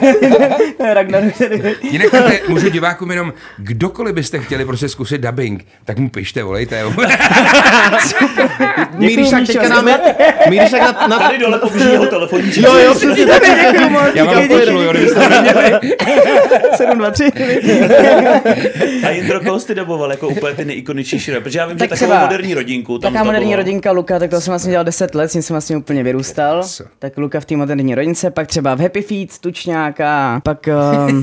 Speaker 4: Ragnar. tady-
Speaker 3: Jinak tady můžu divákům jenom, kdokoliv byste chtěli prostě zkusit dubbing, tak mu pište, volejte. jo.
Speaker 1: My když tak
Speaker 4: Míšo,
Speaker 1: teďka dáme, my když tak na, na
Speaker 2: Tady dole pobíží jeho telefonní číslo.
Speaker 1: Jo, jo, přesně tak.
Speaker 3: Já vám pojedu, jo, kdybyste to neměli.
Speaker 4: 7, 2, 3.
Speaker 2: A Jindro, koho jste daboval jako úplně ty nejikoničnější rap? Protože já vím, že
Speaker 4: Tak
Speaker 2: takovou
Speaker 4: třeba-
Speaker 2: moderní rodinku tam
Speaker 4: Taká moderní
Speaker 2: daboval.
Speaker 4: rodinka Luka, tak to jsem vlastně dělal 10 let, s ním jsem vlastně úplně vyrůstal.
Speaker 3: Co?
Speaker 4: Tak Luka v té moderní rodince, pak třeba v Happy Feet, Tučňáka, pak um,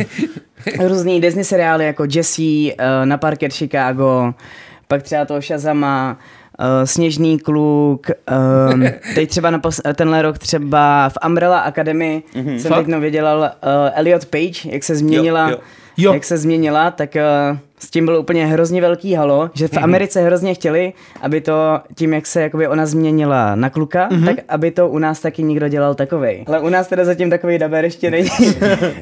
Speaker 4: různý Disney seriály jako Jesse, uh, Na parket Chicago, pak třeba toho Shazama, Uh, sněžný kluk, um, teď třeba na pos- tenhle rok třeba v Umbrella Academy mm-hmm. jsem
Speaker 1: Fakt?
Speaker 4: teď nově dělal uh, Elliot Page, jak se změnila
Speaker 2: Mhm. jo.
Speaker 1: Jo.
Speaker 4: jak se změnila, tak uh, s tím bylo úplně hrozně velký halo, že v Americe hrozně chtěli, aby to tím, jak se jakoby ona změnila na kluka, mm-hmm. tak aby to u nás taky někdo dělal takovej. Ale u nás teda zatím takový daber ještě není,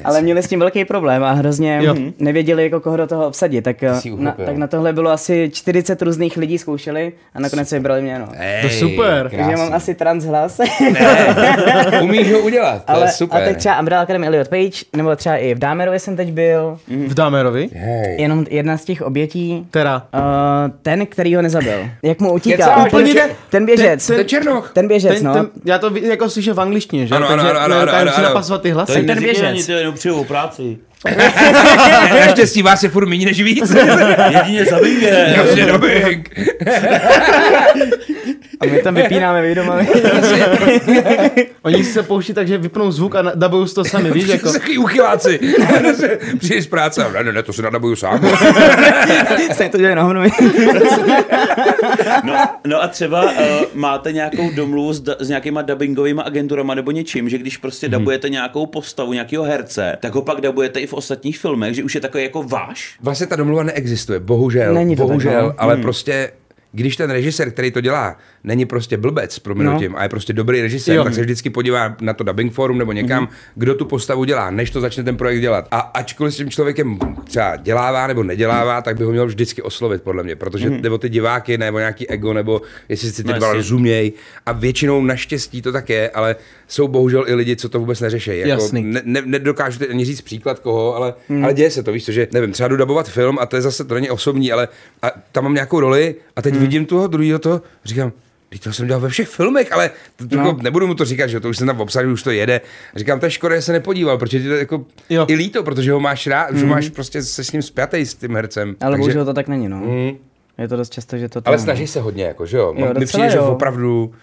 Speaker 4: ale měli s tím velký problém a hrozně
Speaker 1: Jo.
Speaker 4: jo. nevěděli, jako koho do toho obsadit. Tak, eh,
Speaker 3: si
Speaker 4: na,
Speaker 3: uchopil.
Speaker 4: tak na tohle bylo asi 40 různých lidí zkoušeli a nakonec vybrali mě. No.
Speaker 1: To super.
Speaker 4: Takže já mám asi trans hlas.
Speaker 3: Umíš ho udělat, to
Speaker 4: Ale,
Speaker 3: je super.
Speaker 4: A teď třeba Umbrella Academy Elliot Page, nebo třeba i v Dámerově jsem teď byl,
Speaker 1: V Damerovi?
Speaker 3: Hej.
Speaker 4: jenom jedna z těch obětí.
Speaker 1: Teda.
Speaker 4: Uh, ten, který ho nezabil. Jak mu utíká?
Speaker 3: Kecáš,
Speaker 1: Úplně
Speaker 4: ten,
Speaker 1: ne.
Speaker 4: ten běžec.
Speaker 1: Ten-
Speaker 3: Ten Černoch.
Speaker 4: Ten běžec,
Speaker 1: Ten,
Speaker 4: no.
Speaker 1: ten, já to vi- jako slyším v angličtině, že?
Speaker 3: Ano, ano,
Speaker 1: Takže
Speaker 3: ano, ano,
Speaker 1: ne- tady
Speaker 3: ano,
Speaker 1: musí
Speaker 3: ano.
Speaker 1: napasovat ty hlasy.
Speaker 2: To jim
Speaker 4: ten
Speaker 2: neříkej
Speaker 4: běžec.
Speaker 2: Ani, to jenom přijou práci.
Speaker 3: Naštěstí vás je furt méně než víc.
Speaker 2: Jedině zabije.
Speaker 3: Jasně, dobink.
Speaker 4: A my tam vypínáme vědomami.
Speaker 1: Oni se pouští tak, že vypnou zvuk a na- dabují to sami, víš, jako.
Speaker 3: Takový uchyláci. Přijdeš z práce a ne, ne, ne, to se nadabuju sám.
Speaker 4: Stejně to dělají na hovnovi.
Speaker 2: No, no a třeba uh, máte nějakou domluvu s, da- s nějakýma dubbingovými agenturama nebo něčím, že když prostě dabujete nějakou postavu, nějakého herce, tak ho pak dabujete i v ostatních filmech, že už je takový jako váš.
Speaker 3: Vlastně ta domluva neexistuje, bohužel.
Speaker 4: Není to tak,
Speaker 3: bohužel,
Speaker 4: no.
Speaker 3: ale
Speaker 2: Hmm.
Speaker 3: prostě když ten režisér, který to dělá, není prostě blbec, prominutím, no. a je prostě dobrý režisér,
Speaker 1: Jo.
Speaker 3: jo. tak se vždycky podívá na to dubbing forum nebo
Speaker 4: Mhm.
Speaker 3: někam, mm-hmm. kdo tu postavu dělá, než to začne ten projekt dělat. A ačkoliv s tím člověkem třeba dělává nebo nedělává, tak by ho měl vždycky oslovit, podle mě, protože mm-hmm. nebo ty diváky, nebo nějaký ego, nebo jestli si ty
Speaker 2: Mhm. No
Speaker 3: dva
Speaker 2: jasně.
Speaker 3: rozumějí. A většinou naštěstí to tak je, ale jsou bohužel i lidi, co to vůbec neřeší. Jako
Speaker 1: Jasný.
Speaker 3: ne, ne, nedokážu teď ani říct příklad koho, ale, hmm. ale děje se to, víš co, že nevím, třeba jdu dabovat film a to je zase, to není osobní, ale a tam mám nějakou roli a teď hmm. vidím toho druhého to, říkám, Teď to jsem dělal ve všech filmech, ale to, to, no. nebudu mu to říkat, že jo, to už jsem tam obsadil, už to jede. A říkám, to je škoda, že se nepodíval, protože ti to jako
Speaker 1: Jo.
Speaker 3: jo. i líto, protože ho máš rád, že máš prostě se s ním spjatej s tím hercem.
Speaker 4: Ale
Speaker 3: Takže-
Speaker 4: bohužel to tak není, no. Je to dost často, že to tam...
Speaker 3: Mm. ale snaží se hodně, jako, že jo.
Speaker 4: Jo,
Speaker 3: jo Mi
Speaker 4: docela
Speaker 3: přijde, že
Speaker 4: jo.
Speaker 3: opravdu,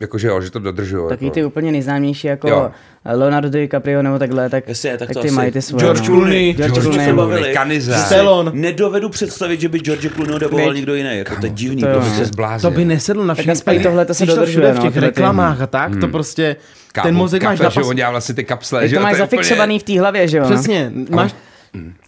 Speaker 3: jako, že jo, že to dodržují.
Speaker 4: Takový
Speaker 3: jako.
Speaker 4: ty úplně nejznámější, jako
Speaker 3: Jo.
Speaker 4: Leonardo DiCaprio nebo takhle, tak,
Speaker 2: Jestli je, tak to
Speaker 4: ty
Speaker 2: asi-
Speaker 4: mají ty svoje.
Speaker 1: George
Speaker 4: no.
Speaker 1: Clooney.
Speaker 4: George
Speaker 3: George
Speaker 4: Clooney.
Speaker 2: Clooney.
Speaker 4: no.
Speaker 2: bavili.
Speaker 3: Kaniza.
Speaker 2: Že si
Speaker 1: Stallone.
Speaker 2: Nedovedu představit, že by George Clooney daboval
Speaker 4: Veď.
Speaker 2: někdo jiný, jako to je divný.
Speaker 4: To jo.
Speaker 2: prostě.
Speaker 3: se zbláznil.
Speaker 1: To by nesedlo na všechny.
Speaker 4: aspoň tohle to se
Speaker 1: Víš
Speaker 4: dodržuje,
Speaker 1: všude v
Speaker 4: no,
Speaker 1: těch
Speaker 4: tyhle ty-
Speaker 1: reklamách a tak, to prostě,
Speaker 3: Kámo,
Speaker 1: ten mozek máš
Speaker 3: kafe, že
Speaker 1: napas...
Speaker 3: on dělá vlastně ty kapsle,
Speaker 4: Tak
Speaker 3: že
Speaker 4: to
Speaker 3: jo,
Speaker 4: máš
Speaker 3: je úplně- Mm.
Speaker 4: zafixovaný v té hlavě, že jo?
Speaker 1: Přesně, máš...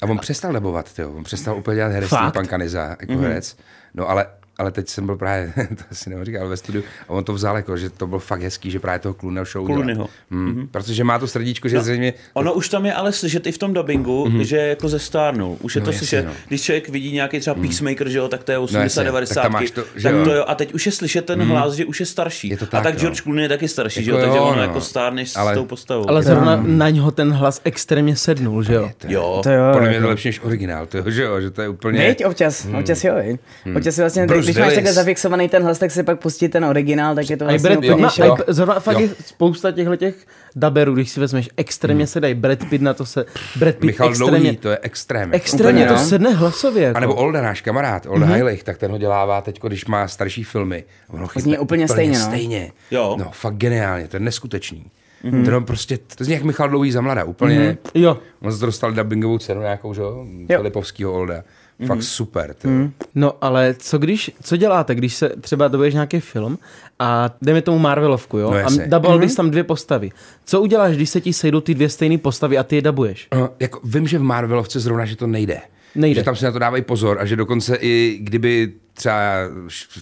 Speaker 3: A on přestal dabovat, tyjo. on přestal úplně dělat herectví
Speaker 1: Fakt?
Speaker 3: pan Kaniza, jako mm-hmm. herec. No ale, ale teď jsem byl právě, to asi nemohu říkat, ale ve studiu, a on to vzal jako, že to byl fakt hezký, že právě toho Kluneho show udělal.
Speaker 2: Clooneyho.
Speaker 3: Mm. Mm-hmm. Protože má to srdíčko, že no. zřejmě
Speaker 2: Ono už tam je ale slyšet i v tom dubbingu, mm-hmm. že jako ze stárnou. Už je no, to
Speaker 3: jasně,
Speaker 2: slyšet, no.
Speaker 3: Mhm. no. Mhm.
Speaker 2: když člověk vidí nějaký třeba Peacemaker, že jo, tak to je 80,
Speaker 3: jasně,
Speaker 2: 90.
Speaker 3: tak tam máš to,
Speaker 2: tak
Speaker 3: že jo. Mhm.
Speaker 2: to jo. A teď už je slyšet ten mm-hmm. hlas, že už je starší.
Speaker 3: Je to
Speaker 2: a
Speaker 3: tak,
Speaker 2: tak
Speaker 3: no.
Speaker 2: George Clooney je taky starší, že jo,
Speaker 3: Jako
Speaker 2: takže
Speaker 3: jo,
Speaker 2: ono
Speaker 3: no.
Speaker 2: jako stárneš ale,
Speaker 3: Ale-
Speaker 2: s tou postavou.
Speaker 1: Ale zrovna na něho ten hlas extrémně sednul, že jo?
Speaker 2: jo.
Speaker 4: To jo.
Speaker 3: podle mě je to lepší než originál, tyjo, že jo, že to je úplně...
Speaker 4: Eh,
Speaker 3: Hmm.
Speaker 4: Veď, občas, občas jo, veď. Občas si vlastně,
Speaker 3: Bruce
Speaker 4: když
Speaker 3: Willis.
Speaker 4: máš takhle zafixovaný ten hlas, tak si pak pustí ten originál, tak je to
Speaker 1: A i
Speaker 4: vlastně
Speaker 1: Brad Pitt,
Speaker 4: úplně
Speaker 1: na,
Speaker 4: šok.
Speaker 1: a i- zrovna fakt
Speaker 3: Jo.
Speaker 1: je spousta těchto těch daberů, když si vezmeš, extrémně se dají Brad Pitt na to se, Brad Pitt
Speaker 3: Michal Dlouhý,
Speaker 1: extrémně,
Speaker 3: to je extrém. jako.
Speaker 1: extrémně
Speaker 4: Úplně,
Speaker 1: to
Speaker 4: no.
Speaker 1: sedne hlasově.
Speaker 3: A nebo
Speaker 1: Jako.
Speaker 3: Olda, náš kamarád, Olda mm-hmm.
Speaker 4: Mhm.
Speaker 3: Heilich, tak ten ho dělává teď, když má starší filmy. On ho chytne
Speaker 4: Zní úplně stejně, no.
Speaker 3: stejně.
Speaker 2: Jo.
Speaker 3: No, fakt geniálně, to je neskutečný.
Speaker 4: Mhm.
Speaker 3: Mm-hmm. Ten on prostě, to zní jak Michal Dlouhý za mladá, úplně. Mm-hmm.
Speaker 1: Jo,
Speaker 3: On se dostal dubbingovou cenu nějakou, že jo? Filipovskýho Olda. Mm-hmm.
Speaker 4: Mhm.
Speaker 3: Fakt super, ty. Mm-hmm.
Speaker 1: no ale co když, co děláte, když se třeba dobiješ nějaký film a dejme tomu Marvelovku, jo?
Speaker 3: No
Speaker 1: a
Speaker 3: jasně.
Speaker 1: daboval bys tam dvě postavy. Co uděláš, když se ti sejdou ty dvě stejné postavy a ty je dabuješ?
Speaker 3: Uh, jako, vím, že v Marvelovce zrovna, že to nejde.
Speaker 1: Nejde.
Speaker 3: Že tam si na to dávají pozor a že dokonce i kdyby třeba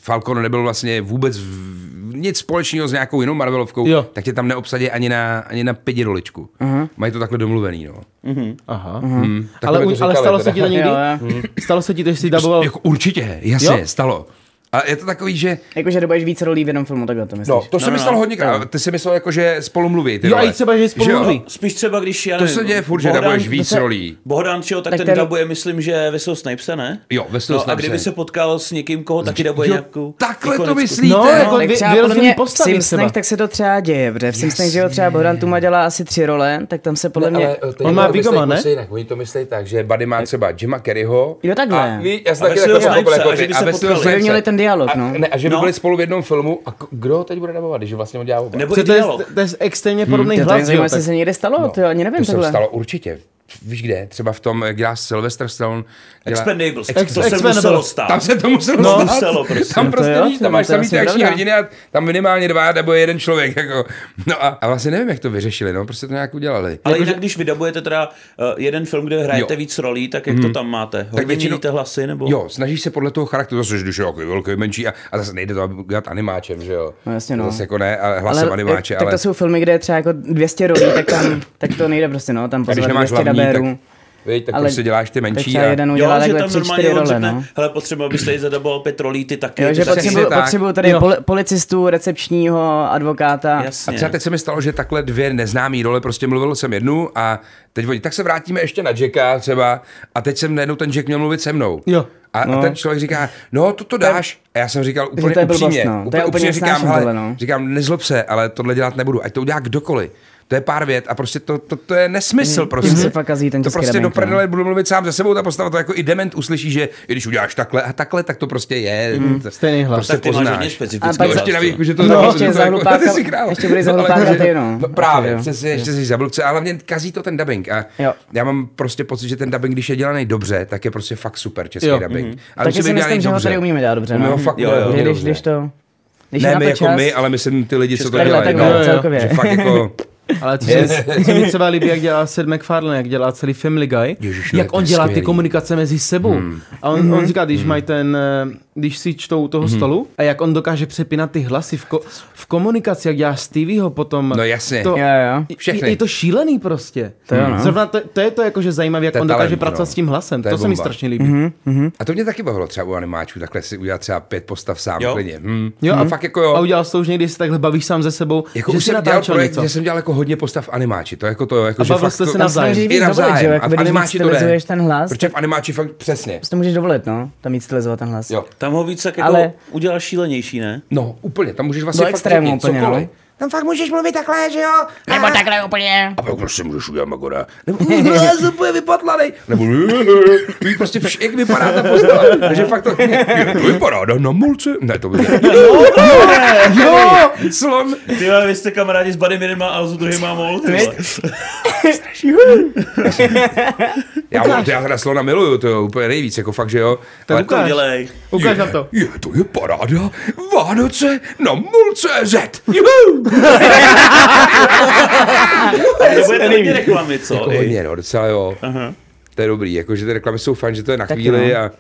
Speaker 3: Falcon nebyl vlastně vůbec v, nic společného s nějakou jinou Marvelovkou,
Speaker 1: Jo. Mhm.
Speaker 3: tak tě tam neobsadí ani na, ani na pidi roličku. Uh-huh. Mají to takhle domluvený, no.
Speaker 1: Aha.
Speaker 3: Takhle
Speaker 1: Ale,
Speaker 3: mi Mhm.
Speaker 1: u-
Speaker 3: to
Speaker 1: ale
Speaker 3: říkali
Speaker 1: stalo
Speaker 3: teda.
Speaker 1: se ti to někdy?
Speaker 4: Jo, jo.
Speaker 1: Stalo se ti to, že jsi
Speaker 3: Daboval...
Speaker 1: daboval...
Speaker 3: Jako určitě, jasně,
Speaker 1: Jo?
Speaker 3: jo? stalo. A je to takový, že...
Speaker 4: Jakože dobuješ víc rolí v jednom filmu, takhle to myslíš.
Speaker 3: No, to se mi stalo hodně. A Ty si myslel, jako, že spolu mluví. Ty
Speaker 1: Jo,
Speaker 3: vole.
Speaker 1: a i třeba, že spolu
Speaker 3: jo?
Speaker 1: mluví.
Speaker 2: Spíš třeba, když já
Speaker 3: To
Speaker 2: nevím,
Speaker 3: se děje furt, že
Speaker 2: Bohdan-
Speaker 3: dabuješ víc
Speaker 4: se-
Speaker 3: rolí.
Speaker 2: Bohdan, či jo, tak, tak ten,
Speaker 4: ten-
Speaker 2: dabuje, myslím, že Veselou Snipese, ne?
Speaker 3: Jo, Veselou
Speaker 2: no, A
Speaker 3: Snipese.
Speaker 2: kdyby se potkal s někým, koho taky dabuje nějakou...
Speaker 3: takhle to
Speaker 2: ikonickou-
Speaker 3: myslí. Víte,
Speaker 1: no,
Speaker 3: no,
Speaker 1: jako
Speaker 4: tak
Speaker 1: vy,
Speaker 4: třeba podle
Speaker 1: vyrozený
Speaker 4: mě v
Speaker 1: postavy třeba.
Speaker 4: Simpsonech tak se to třeba děje, protože v Simpsonech, že jo, třeba Bohdan Tuma dělá asi tři role, tak tam se podle mě...
Speaker 3: Ale, eh, tady
Speaker 1: On má
Speaker 3: to myslej
Speaker 1: Vigoma, ne?
Speaker 3: kusy Jinak. Oni to myslí tak, že Buddy má třeba Jima Kerryho.
Speaker 4: Jo, takhle.
Speaker 3: A, ví, já jsem
Speaker 2: A
Speaker 3: taky
Speaker 2: Wesleyho
Speaker 3: takhle pochopil,
Speaker 2: Snipesa,
Speaker 3: jako
Speaker 2: a že
Speaker 3: ty.
Speaker 2: by se
Speaker 3: Wesleyho
Speaker 2: potkali.
Speaker 4: Že by měli
Speaker 3: Snipesa.
Speaker 4: ten dialog,
Speaker 3: A-
Speaker 4: no.
Speaker 3: Ne, a že by
Speaker 2: No.
Speaker 3: byli spolu v jednom filmu. A k- kdo ho teď bude dabovat, když vlastně ho dělá oba?
Speaker 2: Nebo
Speaker 1: Co
Speaker 2: i
Speaker 1: to je,
Speaker 2: dialog.
Speaker 3: Mhm.
Speaker 1: to je extrémně podobný
Speaker 4: Ty, to je
Speaker 1: hlas, jo,
Speaker 4: zajímavé,
Speaker 1: tak...
Speaker 4: jestli se někde stalo, to jo, No, ani nevím
Speaker 3: no, to se
Speaker 4: tohle.
Speaker 3: stalo určitě. víš kde, třeba v tom, jak dělá Sylvester Stallone. Dělá...
Speaker 2: Expendables,
Speaker 1: Ex-
Speaker 2: to se
Speaker 1: Expendables.
Speaker 2: muselo stát.
Speaker 3: Tam se to muselo
Speaker 2: No,
Speaker 3: stát.
Speaker 2: muselo prostě.
Speaker 3: Tam
Speaker 1: No to
Speaker 3: prostě
Speaker 1: jo,
Speaker 3: víš,
Speaker 1: to-
Speaker 3: tam máš
Speaker 1: to je
Speaker 3: samý ty
Speaker 1: asi
Speaker 3: akční
Speaker 1: pravda.
Speaker 3: hrdiny a tam minimálně dva nebo jeden člověk. Jako. No a, a vlastně nevím, jak to vyřešili, no, prostě to nějak udělali.
Speaker 2: Ale jinak, když vydabujete teda eh, jeden film, kde hrajete
Speaker 3: Jo. Mhm.
Speaker 2: víc rolí, tak jak to tam máte? Hodně
Speaker 3: většinou-
Speaker 2: měníte hlasy nebo?
Speaker 3: Jo, snažíš se podle toho charakteru, zase, když je jako velký, menší a, a zase nejde to aby udělat animáčem, že jo?
Speaker 4: No jasně, no.
Speaker 3: Zase jako ne, a hlasem ale, animáče,
Speaker 4: tak to
Speaker 3: ale...
Speaker 4: jsou filmy, kde je třeba jako 200 rolí, tak, tam, tak to nejde prostě, no, tam
Speaker 3: A když
Speaker 4: pozvat
Speaker 3: nemáš
Speaker 4: 200
Speaker 3: hlavní,
Speaker 4: dabérů.
Speaker 3: tak, víš, tak
Speaker 4: Ale-
Speaker 3: prostě děláš ty
Speaker 4: tak
Speaker 3: menší
Speaker 4: třeba
Speaker 3: a...
Speaker 4: jeden
Speaker 2: Jo,
Speaker 4: udělá
Speaker 2: že
Speaker 4: No, takhle
Speaker 2: tam
Speaker 4: tři,
Speaker 2: normálně
Speaker 4: čtyři
Speaker 2: on
Speaker 4: role,
Speaker 2: řekne,
Speaker 4: no.
Speaker 2: hele, potřeba byste jí zadaboval pět rolí, ty taky.
Speaker 4: Jo,
Speaker 2: ty
Speaker 4: že
Speaker 2: taky."
Speaker 4: potřebuju,
Speaker 3: tak.
Speaker 4: potřebuju tady
Speaker 1: Jo.
Speaker 4: poli, policistu, recepčního, advokáta.
Speaker 2: Jasně.
Speaker 3: A třeba teď se mi stalo, že takhle dvě neznámý role, prostě mluvil jsem jednu a teď oni, tak se vrátíme ještě na Jacka třeba a teď jsem najednou ten Jack měl mluvit se mnou.
Speaker 1: Jo.
Speaker 3: A, no. a ten člověk říká, no to to dáš. A já jsem říkal úplně
Speaker 4: to je blbost,
Speaker 3: upřímně,
Speaker 4: no. To je
Speaker 3: úplně,
Speaker 4: úplně
Speaker 3: upřímně říkám,
Speaker 4: nesnáším
Speaker 3: hele,
Speaker 4: tohle, no."
Speaker 3: říkám, nezlob se, ale tohle dělat nebudu, ať to udělá kdokoliv. To je pár vět a prostě to, to, to je nesmysl prostě.
Speaker 4: Mhm. se fakt kazí ten
Speaker 3: to
Speaker 4: český
Speaker 3: prostě do
Speaker 4: dubbing, no.
Speaker 3: prdele budu mluvit sám ze sebou, ta postava to jako i dement uslyší, že i když uděláš takhle a takhle, tak to prostě je.
Speaker 4: Mhm.
Speaker 3: Mm.
Speaker 1: Stejný hlas.
Speaker 3: Prostě
Speaker 2: Tak ty máš hodně
Speaker 3: poznáš.
Speaker 4: A
Speaker 2: specifický
Speaker 3: No,
Speaker 4: pak
Speaker 2: hlas,
Speaker 3: ještě
Speaker 2: jo.
Speaker 3: navíc, že to
Speaker 4: No,
Speaker 3: no,
Speaker 4: ještě za hlupáka- ještě budeš za hlupáka ty, no.
Speaker 3: Právě,
Speaker 4: Jo.
Speaker 3: přesně, ještě jsi za blbce, a hlavně kazí to ten dubbing. A
Speaker 4: Jo.
Speaker 3: já mám prostě pocit, že ten dubbing, když je dělaný dobře, tak je prostě fakt super český
Speaker 1: Jo.
Speaker 3: dubbing. A
Speaker 4: Taky
Speaker 3: musí
Speaker 4: si
Speaker 3: být dělaný
Speaker 4: myslím, že ho
Speaker 3: dobře.
Speaker 4: tady umíme dělat dobře,
Speaker 3: Umíme ho
Speaker 4: no.
Speaker 3: fakt
Speaker 2: Jo, jo.
Speaker 3: hodně
Speaker 4: Když,
Speaker 3: dobře.
Speaker 4: když to... Když je
Speaker 3: Ne
Speaker 4: na to
Speaker 3: my jako
Speaker 4: čas,
Speaker 3: my, ale myslím ty lidi, co to
Speaker 4: Takhle,
Speaker 3: dělají.
Speaker 4: takhle,
Speaker 3: no.
Speaker 4: celkově.
Speaker 3: Že fakt jako...
Speaker 1: Ale co, yes. co mi třeba líbí, jak dělá Seth MacFarlane, jak dělá celý Family Guy,
Speaker 3: Ježiš,
Speaker 1: Ježiš,
Speaker 3: no,
Speaker 1: jak
Speaker 3: to je
Speaker 1: on dělá ty
Speaker 3: skvělý. Hmm.
Speaker 1: komunikace mezi sebou. Hmm. A on, on říká, když mají ten, eh, když si čtou toho hmm. stolu a jak on dokáže přepínat ty hlasy v, ko, v komunikaci, jak dělá Stevieho potom.
Speaker 3: No jasně.
Speaker 1: To,
Speaker 4: Jo, jo.
Speaker 1: i-
Speaker 3: Všechny.
Speaker 1: Je, je to šílený prostě. To,
Speaker 4: jo, no.
Speaker 1: Zrovna to, to je to jakože zajímavé, jak
Speaker 3: To je
Speaker 1: on dokáže
Speaker 3: talent,
Speaker 1: pracovat
Speaker 3: no.
Speaker 1: s tím hlasem. To,
Speaker 3: To je
Speaker 1: to se mi
Speaker 3: bomba.
Speaker 1: strašně líbí. Mm-hmm.
Speaker 4: Hm?
Speaker 3: A to mě taky bavilo třeba u animáčů, takhle si udělat třeba pět postav sám
Speaker 2: Jo.
Speaker 3: klidně. Hm.
Speaker 1: Jo,
Speaker 3: a fakt jako jo.
Speaker 1: A udělal jsi to už někdy, když se takhle bavíš sám ze sebou,
Speaker 3: Jako
Speaker 1: že
Speaker 3: už
Speaker 1: jsi
Speaker 3: jsem dělal
Speaker 1: natáčel
Speaker 3: projekt,
Speaker 1: něco.
Speaker 3: že jsem dělal jako hodně postav animáči, to jako to, jo, jako
Speaker 1: A
Speaker 3: že
Speaker 1: bavil
Speaker 3: fakt
Speaker 1: jste
Speaker 3: to-
Speaker 1: se
Speaker 4: Tam si
Speaker 1: navzájem.
Speaker 4: můžeš
Speaker 3: I
Speaker 4: víc dovolit, že
Speaker 3: navzájem.
Speaker 4: jo,
Speaker 3: A
Speaker 4: jako
Speaker 3: v animáči to jde.
Speaker 4: ten hlas,
Speaker 3: Protože v
Speaker 4: tak
Speaker 3: animáči fakt přesně.
Speaker 4: si to můžeš dovolit, no, tam víc stylizovat ten hlas.
Speaker 3: Jo.
Speaker 2: Tam ho víc tak jako
Speaker 4: Ale-
Speaker 2: udělal šílenější, ne?
Speaker 3: No, úplně, tam můžeš vlastně
Speaker 4: Do
Speaker 3: fakt
Speaker 4: extrému
Speaker 3: řeknit
Speaker 4: úplně, no.
Speaker 3: cokoliv. Tam fakt můžeš mluvit takhle, že jo?
Speaker 5: Nebo takhle úplně.
Speaker 3: A pak prostě můžeš udělat Magora. Nebo No, já jsem úplně vypatlanej. Nebo víš prostě vš, jak vypadá ta postava. Takže fakt to, to vypadá na, na mulce. Ne, to by
Speaker 4: No,
Speaker 3: Jo, slon.
Speaker 2: Ty vole, vy jste kamarádi s Badimirem a Alzu druhým a Mol, ty vole.
Speaker 3: Já, mu- já teda slona miluju, to je úplně nejvíc, jako fakt, že jo.
Speaker 1: To
Speaker 3: Ale-
Speaker 1: Lukáš.
Speaker 2: To dělej.
Speaker 1: Ukáž na to.
Speaker 3: Je, to je paráda. Vánoce na mulce.cz.
Speaker 2: Nebo je to hodně reklamy, co?
Speaker 3: Jako
Speaker 2: I?
Speaker 3: hodně, no, docela jo.
Speaker 2: Aha.
Speaker 3: To je dobrý, jakože ty reklamy jsou fajn, že to je na
Speaker 4: Taky
Speaker 3: chvíli
Speaker 4: no.
Speaker 3: a,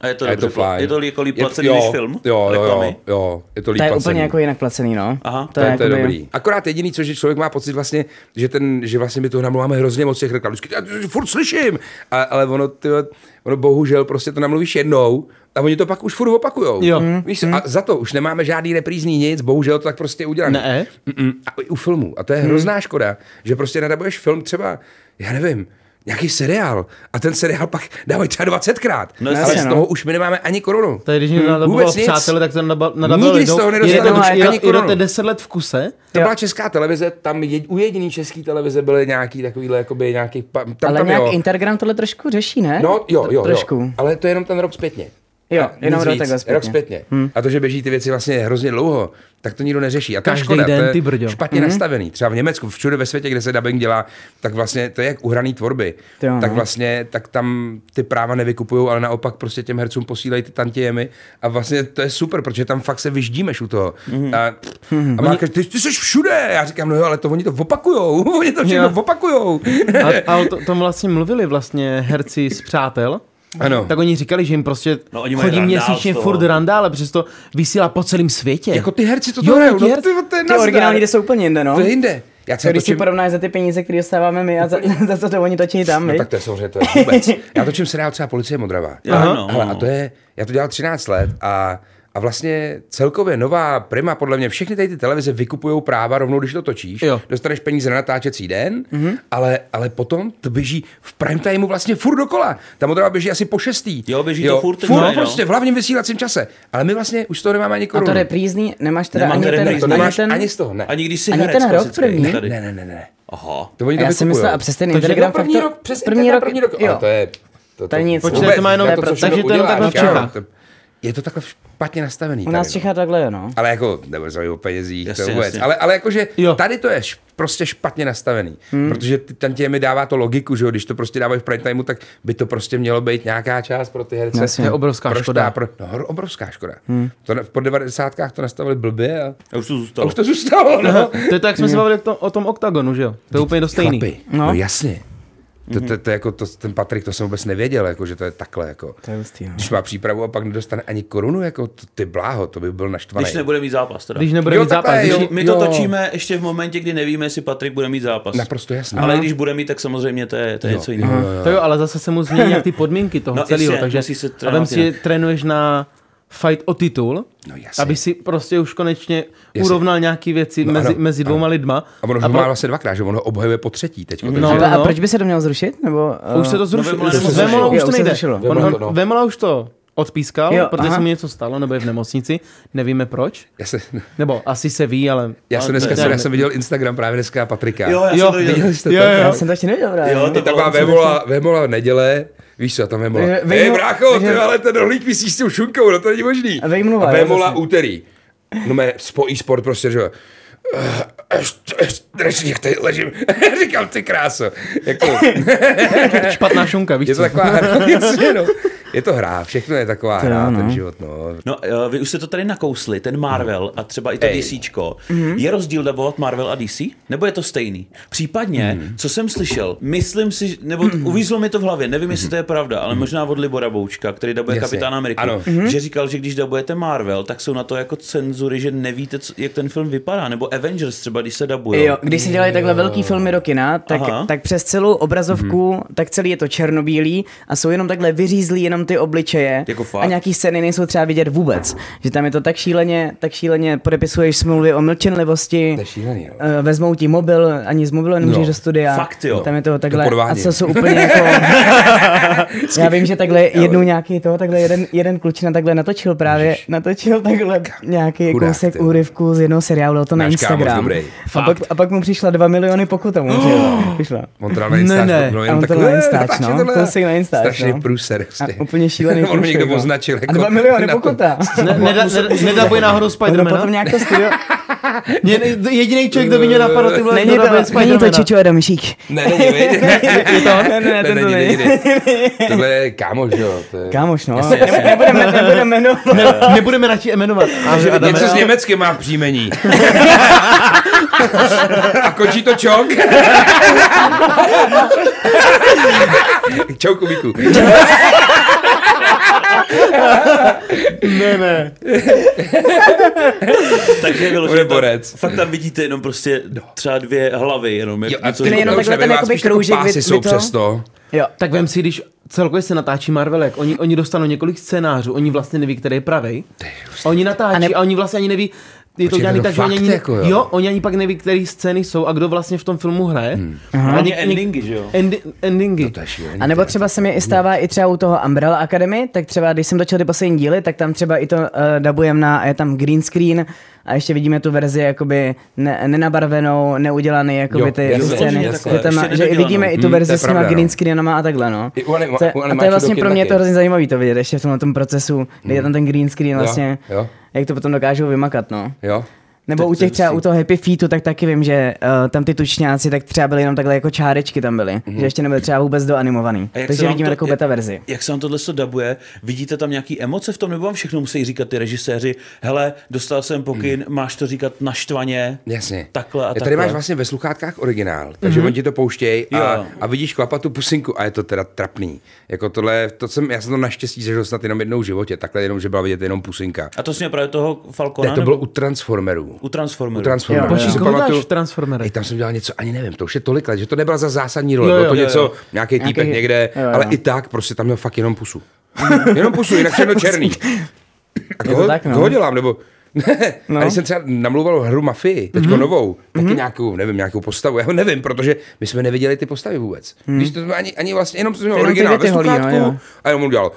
Speaker 2: A je to,
Speaker 3: a je to
Speaker 2: dobře,
Speaker 3: fajn.
Speaker 2: je to jako líp
Speaker 3: Je-
Speaker 2: placený
Speaker 3: jo,
Speaker 2: než film?
Speaker 3: Jo, jo,
Speaker 2: Reklamy?
Speaker 3: jo, jo, je to líp
Speaker 4: To je
Speaker 3: placený.
Speaker 4: úplně jako jinak placený, no.
Speaker 2: Aha.
Speaker 4: to,
Speaker 3: To
Speaker 4: je,
Speaker 3: je, to je
Speaker 4: jakoby-
Speaker 3: dobrý. Akorát jediný, co, že člověk má pocit vlastně, že, ten, že vlastně my to namluváme hrozně moc těch reklam. Vždycky, já to furt slyším, a, ale ono, tyjo, ono bohužel prostě to namluvíš jednou a oni to pak už furt opakujou.
Speaker 1: Jo.
Speaker 3: Mm. Víš,
Speaker 4: Mhm.
Speaker 3: a za to už nemáme žádný reprízní nic, bohužel to tak prostě uděláme.
Speaker 1: Ne.
Speaker 3: A i u filmů. A to je
Speaker 4: Mhm.
Speaker 3: hrozná škoda, že prostě nadabuješ film třeba, já nevím, nějaký seriál a ten seriál pak dávají třeba 20krát.
Speaker 2: No
Speaker 3: ale
Speaker 4: jasně,
Speaker 3: z
Speaker 4: no.
Speaker 3: toho už my nemáme ani korunu.
Speaker 1: To je, když někdo nadaboval
Speaker 3: Hmm. Vůbec nic.
Speaker 1: přátelé, tak to nadaba- nadabal
Speaker 3: Nikdy z toho nedostanu ani korunu.
Speaker 1: Jedete 10 let v kuse.
Speaker 3: To
Speaker 4: Jo.
Speaker 3: byla česká televize, tam je, u jediný český televize byly nějaký takovýhle, jakoby nějaký, pa- tam,
Speaker 4: Ale
Speaker 3: tam
Speaker 4: nějak
Speaker 3: jo.
Speaker 4: Instagram tohle trošku řeší, ne?
Speaker 3: No jo, jo, jo,
Speaker 4: Eh? Trošku.
Speaker 3: ale to je jenom ten rok zpětně.
Speaker 4: Jo,
Speaker 3: A nic
Speaker 4: jenom rok
Speaker 3: víc,
Speaker 4: takhle zpětně.
Speaker 3: Rok zpětně. Hmm. A to, že běží ty věci vlastně hrozně dlouho, tak to nikdo neřeší. A to je
Speaker 1: Každý
Speaker 3: škoda, to
Speaker 1: den,
Speaker 3: je
Speaker 1: ty brďo.
Speaker 3: špatně
Speaker 4: Mhm.
Speaker 3: nastavený. Třeba v Německu, všude ve světě, kde se dubbing dělá, tak vlastně to je jak uhraný tvorby.
Speaker 4: To jo,
Speaker 3: tak
Speaker 4: no.
Speaker 3: vlastně tak tam ty práva nevykupují, ale naopak prostě těm hercům posílají ty tantiemy. A vlastně to je super, protože tam fakt se vyždímeš u toho.
Speaker 4: Mhm.
Speaker 3: A, a má, každý, ty, ty jsi všude. Já říkám, no jo, ale to oni to opakujou. oni to všechno
Speaker 1: Jo.
Speaker 3: opakujou.
Speaker 1: A, a o to, tom vlastně mluvili vlastně herci z přátel.
Speaker 3: Ano.
Speaker 1: Tak oni říkali, že jim prostě
Speaker 2: No,
Speaker 1: no,
Speaker 2: oni mají
Speaker 1: chodí
Speaker 2: randál
Speaker 1: měsíčně
Speaker 2: z toho.
Speaker 1: furt randál, ale přesto vysílá po celém světě.
Speaker 3: Jako ty herci to
Speaker 1: Jo,
Speaker 3: hrajou,
Speaker 1: ty
Speaker 3: no,
Speaker 1: herci-
Speaker 3: ty, to je
Speaker 4: Ty
Speaker 3: nazdar.
Speaker 4: originální jde jsou úplně jinde, no.
Speaker 3: To je jinde. Já
Speaker 4: To,
Speaker 3: třeba
Speaker 4: když si
Speaker 3: točím,
Speaker 4: porovnáš za ty peníze, které dostáváme my a za, za to, to oni točí tam,
Speaker 3: no,
Speaker 4: viď?
Speaker 3: tak to je samozřejmě to je vůbec. Já točím seriál třeba Policie Modravá.
Speaker 2: Jo,
Speaker 3: Aha.
Speaker 2: no.
Speaker 3: Hele, a to je, já to dělal 13 let a a vlastně celkově nová prima, podle mě, všechny tady ty televize vykupují práva rovnou, když to točíš.
Speaker 1: Jo.
Speaker 3: Dostaneš peníze na natáčecí den,
Speaker 4: Mhm.
Speaker 3: mm-hmm. ale, ale potom to běží v prime timeu vlastně furt dokola. Ta modrá běží asi po šestý.
Speaker 2: Jo, běží to furt ten
Speaker 3: furt
Speaker 2: kraj,
Speaker 3: no,
Speaker 2: no.
Speaker 3: prostě v hlavním vysílacím čase. Ale my vlastně už to nemáme ani
Speaker 4: A
Speaker 3: korunu.
Speaker 4: to reprízní, nemáš teda
Speaker 2: Nemáte
Speaker 4: ani ten,
Speaker 2: reprízní.
Speaker 3: to nemáš
Speaker 4: ani ten,
Speaker 3: ani z toho, ne.
Speaker 2: Ani když si
Speaker 4: Ani
Speaker 2: herec
Speaker 4: ten rok
Speaker 2: klasický
Speaker 4: první?
Speaker 3: ne,
Speaker 2: tady.
Speaker 3: ne, ne, ne, ne.
Speaker 2: Aha.
Speaker 3: To oni to
Speaker 4: Já si
Speaker 3: vykupujou.
Speaker 4: myslím, a přes ten
Speaker 3: Takže
Speaker 4: Instagram
Speaker 3: jenom první
Speaker 4: fakt to-
Speaker 3: rok, přes
Speaker 4: první
Speaker 3: Instagram
Speaker 4: rok-
Speaker 3: první rok.
Speaker 4: jo.
Speaker 3: Ale to je... To,
Speaker 4: To je nic.
Speaker 1: Počkej, to má jenom-
Speaker 3: co
Speaker 1: takže to je
Speaker 3: všechno
Speaker 1: jenom takhle
Speaker 3: uděláš,
Speaker 1: v Čechách.
Speaker 3: jo, to- je to takhle špatně nastavený.
Speaker 4: U nás v
Speaker 3: tady, no.
Speaker 4: Čechách takhle je, no.
Speaker 3: Ale jako, nebo se o penězích,
Speaker 2: Jasně,
Speaker 3: to vůbec.
Speaker 2: jasně.
Speaker 3: Ale, ale jakože
Speaker 1: Jo.
Speaker 3: jo. tady to je š- prostě špatně nastavený. Hmm. Protože ty- ten tě mi dává to logiku, že jo, když to prostě dávají v prime timeu, tak by to prostě mělo být nějaká část pro ty herce.
Speaker 1: Jasně. To je obrovská
Speaker 3: Proč
Speaker 1: škoda.
Speaker 3: dá Pro, no, hor- obrovská škoda. Hmm. To na- po 90. to nastavili blbě a,
Speaker 2: A už to
Speaker 3: a
Speaker 2: zůstalo.
Speaker 3: už to zůstalo. No.
Speaker 1: To je to, jak jsme se bavili o tom, o tom oktagonu, že jo? To je úplně dost stejný.
Speaker 3: Chlapi,
Speaker 4: No.
Speaker 3: no. no jasně. To, to, to, jako to, ten Patrik, to jsem vůbec nevěděl, jako, že to je takhle. Jako.
Speaker 4: To je hustý, no.
Speaker 3: Když má přípravu a pak nedostane ani korunu, jako to, ty bláho, to by byl naštvaný.
Speaker 2: Když nebude mít zápas teda.
Speaker 1: Když nebude
Speaker 3: Jo,
Speaker 1: mít zápas,
Speaker 3: takhle,
Speaker 1: když
Speaker 3: jo.
Speaker 2: My to točíme ještě v momentě, kdy nevíme, jestli Patrik bude mít zápas.
Speaker 3: Naprosto jasné.
Speaker 2: Ale když bude mít, tak samozřejmě to je, to je něco jiného.
Speaker 1: To jo, ale zase se mu změní nějak ty podmínky toho
Speaker 2: No,
Speaker 1: celého,
Speaker 2: jasně,
Speaker 1: takže
Speaker 2: musí se
Speaker 1: a
Speaker 2: trénovat
Speaker 1: vem si, že
Speaker 2: jinak.
Speaker 1: trénuješ na fight o titul,
Speaker 3: No jasně.
Speaker 1: aby si prostě už konečně
Speaker 3: Jasně.
Speaker 1: urovnal nějaký věci
Speaker 3: No,
Speaker 1: mezi,
Speaker 3: ano,
Speaker 1: mezi dvouma lidma.
Speaker 3: A on ho
Speaker 1: pro-
Speaker 3: má vlastně dvakrát, že on ho obhajuje po třetí teď. No,
Speaker 1: ale-
Speaker 3: takže...
Speaker 4: A
Speaker 1: no.
Speaker 4: proč by se to mělo zrušit? Nebo, eh,
Speaker 1: už se to zrušilo.
Speaker 2: Vemola nebo
Speaker 1: Vemola
Speaker 4: zrušilo.
Speaker 1: už
Speaker 4: Jo,
Speaker 1: to
Speaker 4: už se
Speaker 1: nejde.
Speaker 4: zrušilo.
Speaker 1: On,
Speaker 3: Vemola to,
Speaker 1: on,
Speaker 3: no.
Speaker 1: Vemola už to odpískal,
Speaker 4: Jo,
Speaker 1: protože
Speaker 4: aha.
Speaker 1: se mu něco stalo, nebo je v nemocnici, nevíme proč.
Speaker 3: Já, se,
Speaker 1: Nebo asi se ví, ale...
Speaker 3: já, jsem dneska,
Speaker 1: to je-
Speaker 3: já jsem viděl Instagram právě dneska Patrika.
Speaker 2: Jo, já
Speaker 1: Jo,
Speaker 2: jsem to viděl.
Speaker 3: Viděli jste to?
Speaker 1: Jo, jo.
Speaker 4: Já jsem to ještě nevěděl, právě. no.
Speaker 2: Jo, to
Speaker 3: Tak má
Speaker 2: bylo-
Speaker 3: Vemola, Vemola neděle, víš co, tam Vemola.
Speaker 4: Takže
Speaker 3: Hej,
Speaker 4: Vemola-
Speaker 3: brácho, ty
Speaker 4: takže-
Speaker 3: ale ten rohlík vysíš s tou šunkou, no to není možný.
Speaker 4: A Vejmluva,
Speaker 3: A
Speaker 4: jo,
Speaker 3: Vemola
Speaker 4: zase.
Speaker 3: úterý. No mé, spo e-sport prostě, že jo. Eh, eš- eš- eš- Jak tady ležím, říkám ty kráso. Jako,
Speaker 1: Špatná šunka, víš
Speaker 3: je to
Speaker 1: co?
Speaker 3: taková hra, jasně, no. Je to hra, všechno je taková hra,
Speaker 4: jo, no.
Speaker 3: ten život, no.
Speaker 2: No, eh, vy už jste to tady nakousli, ten Marvel a třeba i to DC. Je rozdíl dabovat Marvel a DC? Nebo je to stejný? Případně,
Speaker 3: Mhm.
Speaker 2: co jsem slyšel, myslím si, že- nebo t- uvízlo mi to v hlavě, nevím, jestli to je pravda, ale možná od Libora Boučka, který dabuje
Speaker 3: Mhm. Jasně.
Speaker 2: Kapitána Ameriku,
Speaker 3: Ano.
Speaker 2: že říkal, že když dabujete Marvel, tak jsou na to jako cenzury, že nevíte, co, jak ten film vypadá, nebo Avengers třeba, když se dabuje.
Speaker 4: Jo, když se dělají takhle velký filmy do kina, tak,
Speaker 2: Aha.
Speaker 4: tak přes celou obrazovku, hmm. tak celý je to černobílý a jsou jenom takhle vyřízlí jenom ty obličeje
Speaker 2: Jako fakt?
Speaker 4: a nějaký scény nejsou třeba vidět vůbec. Že tam je to tak šíleně, tak šíleně podepisuješ smlouvy o mlčenlivosti,
Speaker 3: To je šílený, no.
Speaker 4: eh, vezmou ti mobil, ani z mobilu nemůžeš
Speaker 3: No.
Speaker 4: do studia.
Speaker 2: Fakt jo.
Speaker 4: Tam je to takhle. a
Speaker 3: podvádí.
Speaker 4: co jsou úplně jako... Já vím, že takhle jednou nějaký to, takhle jeden, jeden klučina takhle natočil právě, natočil takhle nějaký
Speaker 3: Chudák,
Speaker 4: kousek
Speaker 3: ty.
Speaker 4: úryvku z jednoho seriálu, dal to na
Speaker 3: Náš
Speaker 4: Instagram.
Speaker 3: kámoš dobrý.
Speaker 4: A pak, a pak mu přišla 2 miliony pokuta. Mu oh! přišla.
Speaker 3: On to dal na Instač,
Speaker 1: Ne, ne.
Speaker 3: no
Speaker 4: A
Speaker 3: jenom
Speaker 4: on to
Speaker 3: takhle,
Speaker 4: na Instač,
Speaker 3: natáčí
Speaker 4: no,
Speaker 3: tohle.
Speaker 4: kousek na Instač,
Speaker 3: Strašný
Speaker 4: no.
Speaker 3: průser. prostě.
Speaker 4: A úplně šílený
Speaker 3: On ho
Speaker 4: průšvih,
Speaker 3: někdo
Speaker 4: no.
Speaker 3: označil. jako
Speaker 4: A 2 miliony
Speaker 3: na to.
Speaker 4: pokuta.
Speaker 1: Ne, neda, neda, nedabuje náhodou
Speaker 4: Ono potom
Speaker 1: Spidermana?
Speaker 4: nějak to studio...
Speaker 1: Mě- Jediný človek, kdo by mě napadl, ty vole,
Speaker 4: Není
Speaker 1: kdo dabuje
Speaker 4: to, není to
Speaker 1: Spidermana.
Speaker 4: Čičo Adamšík.
Speaker 3: Ne, není, viď?
Speaker 4: Je to? Ne, ne, ten to
Speaker 3: není,
Speaker 4: není.
Speaker 3: není, není. Tohle je kámoš, že jo. to je-
Speaker 4: Kámoš, no. Nebudeme- Nebudeme nebudeme jmenovat.
Speaker 1: Ne, nebudeme radši jmenovat. Ahoj, Adame.
Speaker 3: Něco s německým má v příjmení. A končí to čok. Čau, Kubíku.
Speaker 1: Ne, ne.
Speaker 2: Takže bylo,
Speaker 3: Bude
Speaker 2: že tam,
Speaker 3: borec.
Speaker 2: fakt tam vidíte jenom prostě třeba dvě hlavy, jenom jak
Speaker 3: No. Jo, a
Speaker 2: něco
Speaker 3: ty
Speaker 4: Ne, jenom
Speaker 3: už
Speaker 4: takhle ten
Speaker 3: nevím, a
Speaker 4: jakoby
Speaker 3: spíš jako
Speaker 4: kroužek,
Speaker 3: pásy
Speaker 4: vy-
Speaker 3: jsou
Speaker 4: vy to-
Speaker 3: přesto.
Speaker 4: Jo.
Speaker 1: Tak vem si, když celkově se natáčí Marvelek, oni, oni dostanou několik scénářů, oni vlastně neví, který je pravý. Oni natáčí a,
Speaker 4: A ne-
Speaker 1: oni vlastně ani neví, je to
Speaker 3: Počkej,
Speaker 1: udělaný
Speaker 3: to
Speaker 1: tak, že oni,
Speaker 3: fakt
Speaker 1: ani,
Speaker 3: jako, jo.
Speaker 1: jo, oni ani pak neví, které scény jsou a kdo vlastně v tom filmu hraje. Hmm. A
Speaker 2: Hlavně endingy, že jo?
Speaker 1: Endi, endingy. No
Speaker 3: To je šílený.
Speaker 4: A nebo třeba se mi i stává i třeba u toho Umbrella Academy, tak třeba když jsem točil ty poslední díly, tak tam třeba i to uh, dabujem na, a je tam green screen a ještě vidíme tu verzi jakoby ne, nenabarvenou, neudělaný jakoby
Speaker 3: Jo,
Speaker 4: ty
Speaker 3: jasně,
Speaker 4: scény.
Speaker 2: jasně,
Speaker 4: že,
Speaker 2: takhle,
Speaker 4: tam,
Speaker 2: ještě
Speaker 4: že i
Speaker 2: nedodělanou.
Speaker 4: vidíme i tu
Speaker 3: Hm, to
Speaker 4: verzi
Speaker 3: je
Speaker 4: s těma
Speaker 3: pravda, no.
Speaker 4: green screenama a takhle, no.
Speaker 3: I u anim-
Speaker 4: To je-
Speaker 3: u
Speaker 4: a to
Speaker 3: animáčů
Speaker 4: je vlastně
Speaker 3: do
Speaker 4: pro
Speaker 3: kin
Speaker 4: mě
Speaker 3: taky. Hmm.
Speaker 4: to hrozně zajímavý to vidět, ještě v tomhle tom procesu, kde je tam ten green screen vlastně,
Speaker 3: jo.
Speaker 4: jak to potom dokážou vymakat, no.
Speaker 3: Jo.
Speaker 4: Nebo u těch
Speaker 3: prostě-
Speaker 4: třeba u toho Happy Feetu, tak taky vím, že uh, tam ty tučňáci tak třeba byly jenom takhle jako čárečky tam byly,
Speaker 3: Mhm.
Speaker 4: mm-hmm. že ještě nebyly třeba vůbec doanimovaný.
Speaker 2: A jak se
Speaker 4: Takže
Speaker 2: vám
Speaker 4: vidíme
Speaker 2: to-
Speaker 4: takovou
Speaker 2: jak-
Speaker 4: beta verzi.
Speaker 2: Jak se vám tohle to dabuje? Vidíte tam nějaký emoce v tom, nebo vám všechno musí říkat ty režiséři? Hele, dostal jsem pokyn, máš to říkat naštvaně.
Speaker 3: Hmm. Jasně.
Speaker 2: Takhle a
Speaker 3: Tady
Speaker 2: takhle.
Speaker 3: máš vlastně ve sluchátkách originál,
Speaker 4: Mhm.
Speaker 3: takže mm-hmm. oni ti to pouštějí
Speaker 2: Jo.
Speaker 3: a, a, vidíš klapat tu pusinku a je to teda trapný. Jako tohle, to jsem, já jsem to naštěstí zažil snad jenom jednou v životě, takhle jenom, že byla vidět jenom pusinka.
Speaker 2: A to směl právě toho Falcona?
Speaker 3: Ne, to
Speaker 2: nebo
Speaker 3: bylo u Transformerů.
Speaker 2: u Transformerů.
Speaker 3: U Transformerů.
Speaker 4: Jo,
Speaker 3: Já
Speaker 1: Počkej,
Speaker 3: si
Speaker 1: koho dáš
Speaker 3: pamatuju-
Speaker 1: v Transformerech?
Speaker 3: Ej, tam jsem dělal něco, ani nevím, to už je tolik let, že to nebyla za zásadní role,
Speaker 1: Jo,
Speaker 3: bylo
Speaker 1: jo,
Speaker 3: to
Speaker 1: jo,
Speaker 3: něco,
Speaker 2: jo.
Speaker 3: nějaký týpek
Speaker 4: Nějaký-
Speaker 3: někde,
Speaker 4: jo, jo.
Speaker 3: ale i tak prostě tam měl fakt jenom pusu. jenom pusu, jinak všechno černý. A koho,
Speaker 4: tak, no.
Speaker 3: koho dělám, nebo...
Speaker 4: No.
Speaker 3: no. A když jsem třeba namluval hru Mafii, teďko mm-hmm. novou, taky mm-hmm. nějakou, nevím, nějakou postavu, já ho nevím, protože my jsme neviděli ty postavy vůbec. Mm. Když to jsme ani, ani vlastně, jenom jsem měl
Speaker 4: Jenom ty
Speaker 3: originál ve
Speaker 4: věty holí, no,
Speaker 3: sluchátku
Speaker 4: jo.
Speaker 3: a jenom on udělal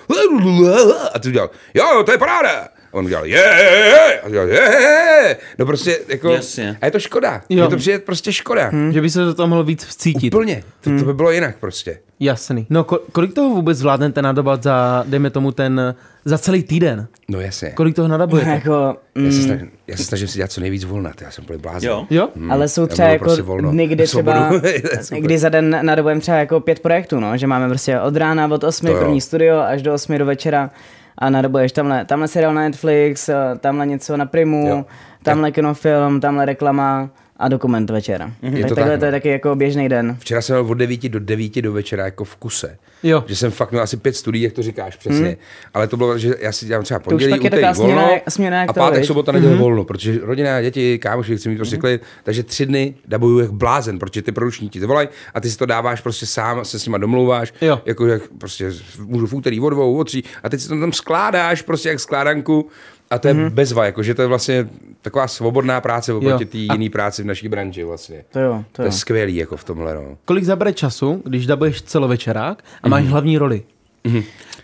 Speaker 3: a ty udělal, jo, jo, to je paráda. on udělal je, je, je, a dělal je, je, je. No prostě jako,
Speaker 2: Jasně.
Speaker 3: a je to škoda.
Speaker 1: Jo. Hmm.
Speaker 3: Je to přijde prostě škoda.
Speaker 1: Že by se do toho mohl víc vcítit.
Speaker 3: Úplně. To, to by bylo jinak prostě.
Speaker 1: Jasný. No ko- kolik toho vůbec zvládnete nadobat za, dejme tomu ten, za celý týden?
Speaker 3: No jasně.
Speaker 1: Kolik toho nadabujete?
Speaker 4: Jako,
Speaker 3: Já se,
Speaker 4: mm,
Speaker 3: snažím, já se snažím si dělat co nejvíc volna, já jsem byl blázen.
Speaker 2: Jo.
Speaker 1: Jo?
Speaker 4: ale jsou
Speaker 3: Já
Speaker 4: třeba
Speaker 3: budu
Speaker 4: jako
Speaker 3: prostě volno.
Speaker 4: volno. dny, kdy třeba,
Speaker 3: Svobodu. To je super.
Speaker 4: kdy za den nadobujeme třeba jako pět projektů, no? že máme prostě od rána od 8
Speaker 3: To jo.
Speaker 4: první studio až do 8 do večera a nadobuješ tamhle, tamhle seriál na Netflix, eh, tamhle něco na Primu,
Speaker 3: Jo.
Speaker 4: jo. tamhle kinofilm, tamhle reklama a dokument večera.
Speaker 3: Je
Speaker 4: Mm-hmm. Tak
Speaker 3: to
Speaker 4: takhle
Speaker 3: tak,
Speaker 4: to je
Speaker 3: no.
Speaker 4: taky jako běžný den.
Speaker 3: Včera jsem měl od 9 do 9 do večera jako v kuse.
Speaker 1: Jo.
Speaker 3: Že jsem fakt měl asi pět studií, jak to říkáš přesně. Hmm. Ale to bylo, že já si dělám třeba pondělí,
Speaker 4: Mhm. pak je
Speaker 3: úterý
Speaker 4: taková
Speaker 3: volno
Speaker 4: směna- směna jak
Speaker 3: a
Speaker 4: to, Mhm.
Speaker 3: pátek,
Speaker 4: viď?
Speaker 3: sobota, neděle hmm. volno, protože rodina, děti, kámoši, chci mít prostě klid. Takže tři dny dabuju jak blázen, protože ty produční ti zavolají a ty si to dáváš prostě sám, se s nima domlouváš,
Speaker 1: Jo.
Speaker 3: jako jak prostě můžu v úterý o dvou, o tří a teď si to tam skládáš prostě jak skládanku a to je
Speaker 4: Mhm.
Speaker 3: hmm. bezva, jako, že to je vlastně taková svobodná práce oproti
Speaker 1: Jo.
Speaker 3: té jiné práci v naší branži vlastně.
Speaker 4: To jo, to
Speaker 3: To je
Speaker 4: jo.
Speaker 3: skvělý jako v tomhle, no.
Speaker 1: Kolik zabere času, když dabuješ celovečerák a máš hlavní roli?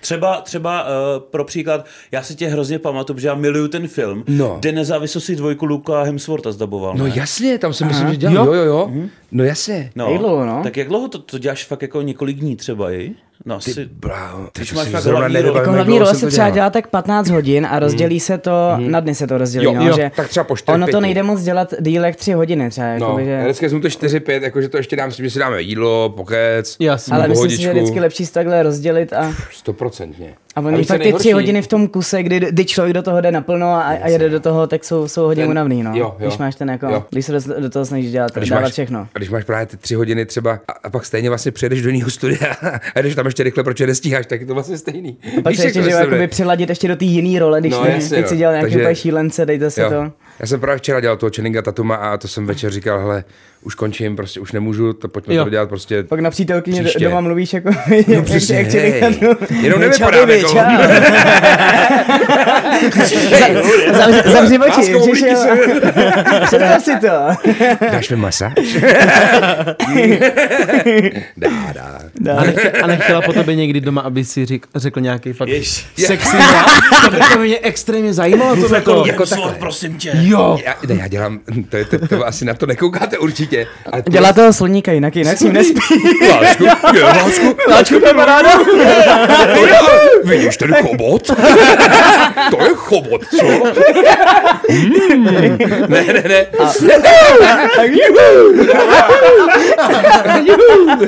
Speaker 2: Třeba, třeba uh, pro příklad, já si tě hrozně pamatuju, protože já miluju ten film,
Speaker 3: No.
Speaker 2: kde nezávislosti dvojku Luka Hemswortha zdaboval.
Speaker 3: No
Speaker 2: ne?
Speaker 3: jasně, tam jsem myslím, že dělal.
Speaker 1: Jo.
Speaker 3: Jo, jo, jo. jo. No jasně.
Speaker 2: No,
Speaker 4: Jak dlouho, Mhm. no?
Speaker 2: Tak jak dlouho to, to děláš fakt jako několik dní třeba i? No asi... Ty...
Speaker 3: Bláho, ty
Speaker 2: máš fakt hlavní roli.
Speaker 4: Jako hlavní role se třeba dělá tak 15 hodin a rozdělí se to, na dny se to rozdělí,
Speaker 3: Hmm. Jo,
Speaker 4: no,
Speaker 3: jo,
Speaker 4: že
Speaker 3: tak třeba po čtyři,
Speaker 4: ono to
Speaker 3: pěti.
Speaker 4: nejde moc dělat díl jak 3 hodiny třeba,
Speaker 3: No,
Speaker 4: jakoby,
Speaker 3: já
Speaker 4: že...
Speaker 3: vždycky jsme to 4-5, jakože to ještě dám s tím, že si dáme jídlo, pokec,
Speaker 1: Jasně.
Speaker 4: Ale myslím si,
Speaker 3: pohodičku.
Speaker 4: že je vždycky lepší se takhle rozdělit a,
Speaker 3: Stoprocentně.
Speaker 4: a
Speaker 3: víš,
Speaker 4: oni
Speaker 3: co je
Speaker 4: fakt ty tři
Speaker 3: nejhorší?
Speaker 4: hodiny v tom kuse, kdy, kdy člověk do toho jde naplno a, a jede do toho, tak jsou, jsou hodně
Speaker 3: Ten-
Speaker 4: unavný, no.
Speaker 3: jo, jo.
Speaker 4: Když máš ten jako,
Speaker 3: Jo.
Speaker 4: když se do, do toho snažíš dělat,
Speaker 3: A když
Speaker 4: dávat
Speaker 3: máš,
Speaker 4: všechno.
Speaker 3: A když máš právě ty tři hodiny třeba a, a pak stejně vlastně přejdeš do jiného studia a jdeš tam ještě rychle, protože nestíháš, tak je to vlastně stejný.
Speaker 4: A pak
Speaker 3: Víš,
Speaker 4: se
Speaker 3: jak
Speaker 4: ještě,
Speaker 3: to
Speaker 4: že jo,
Speaker 3: vlastně
Speaker 4: jakoby
Speaker 3: bude?
Speaker 4: přiladit ještě do té jiný role, když,
Speaker 3: No,
Speaker 4: no, ne,
Speaker 3: jasně,
Speaker 4: když
Speaker 3: no.
Speaker 4: si dělal nějaké
Speaker 3: Takže-
Speaker 4: Takže... šílence, dejte si
Speaker 3: Jo.
Speaker 4: to.
Speaker 3: Já jsem právě včera dělal toho Channinga Tatuma a to jsem večer říkal, hele, už končím, prostě už nemůžu, to pojďme
Speaker 1: Jo.
Speaker 3: to dělat prostě
Speaker 4: Pak na přítelkyni
Speaker 3: Příště.
Speaker 4: d- doma mluvíš jako... No
Speaker 3: přesně, hej. Jenom nevypadám jako-
Speaker 4: Zavři oči,
Speaker 3: Láskou,
Speaker 4: Ježíš,
Speaker 3: uvidíte
Speaker 4: jo. Představ si to.
Speaker 3: Dáš mi masáž? dá, dá.
Speaker 1: A, nechtě, a nechtěla po tobě někdy doma, aby si řek, řekl nějaký fakt
Speaker 2: Jež.
Speaker 1: sexy to, to mě extrémně zajímalo to jako.
Speaker 2: Jako
Speaker 3: takhle.
Speaker 2: prosím tě.
Speaker 1: Jo.
Speaker 3: Já, ne, já dělám, to, je, to, to asi na to nekoukáte určitě. Ale
Speaker 4: Dělá toho sloníka, jinak jinak s ním nespí.
Speaker 3: Lásku, je, lásku,
Speaker 4: Láčku kamaráda.
Speaker 3: to je, vidíš ten chobot? to je chobot, co? Mm. Ne, ne, ne. Juhu. Juhu.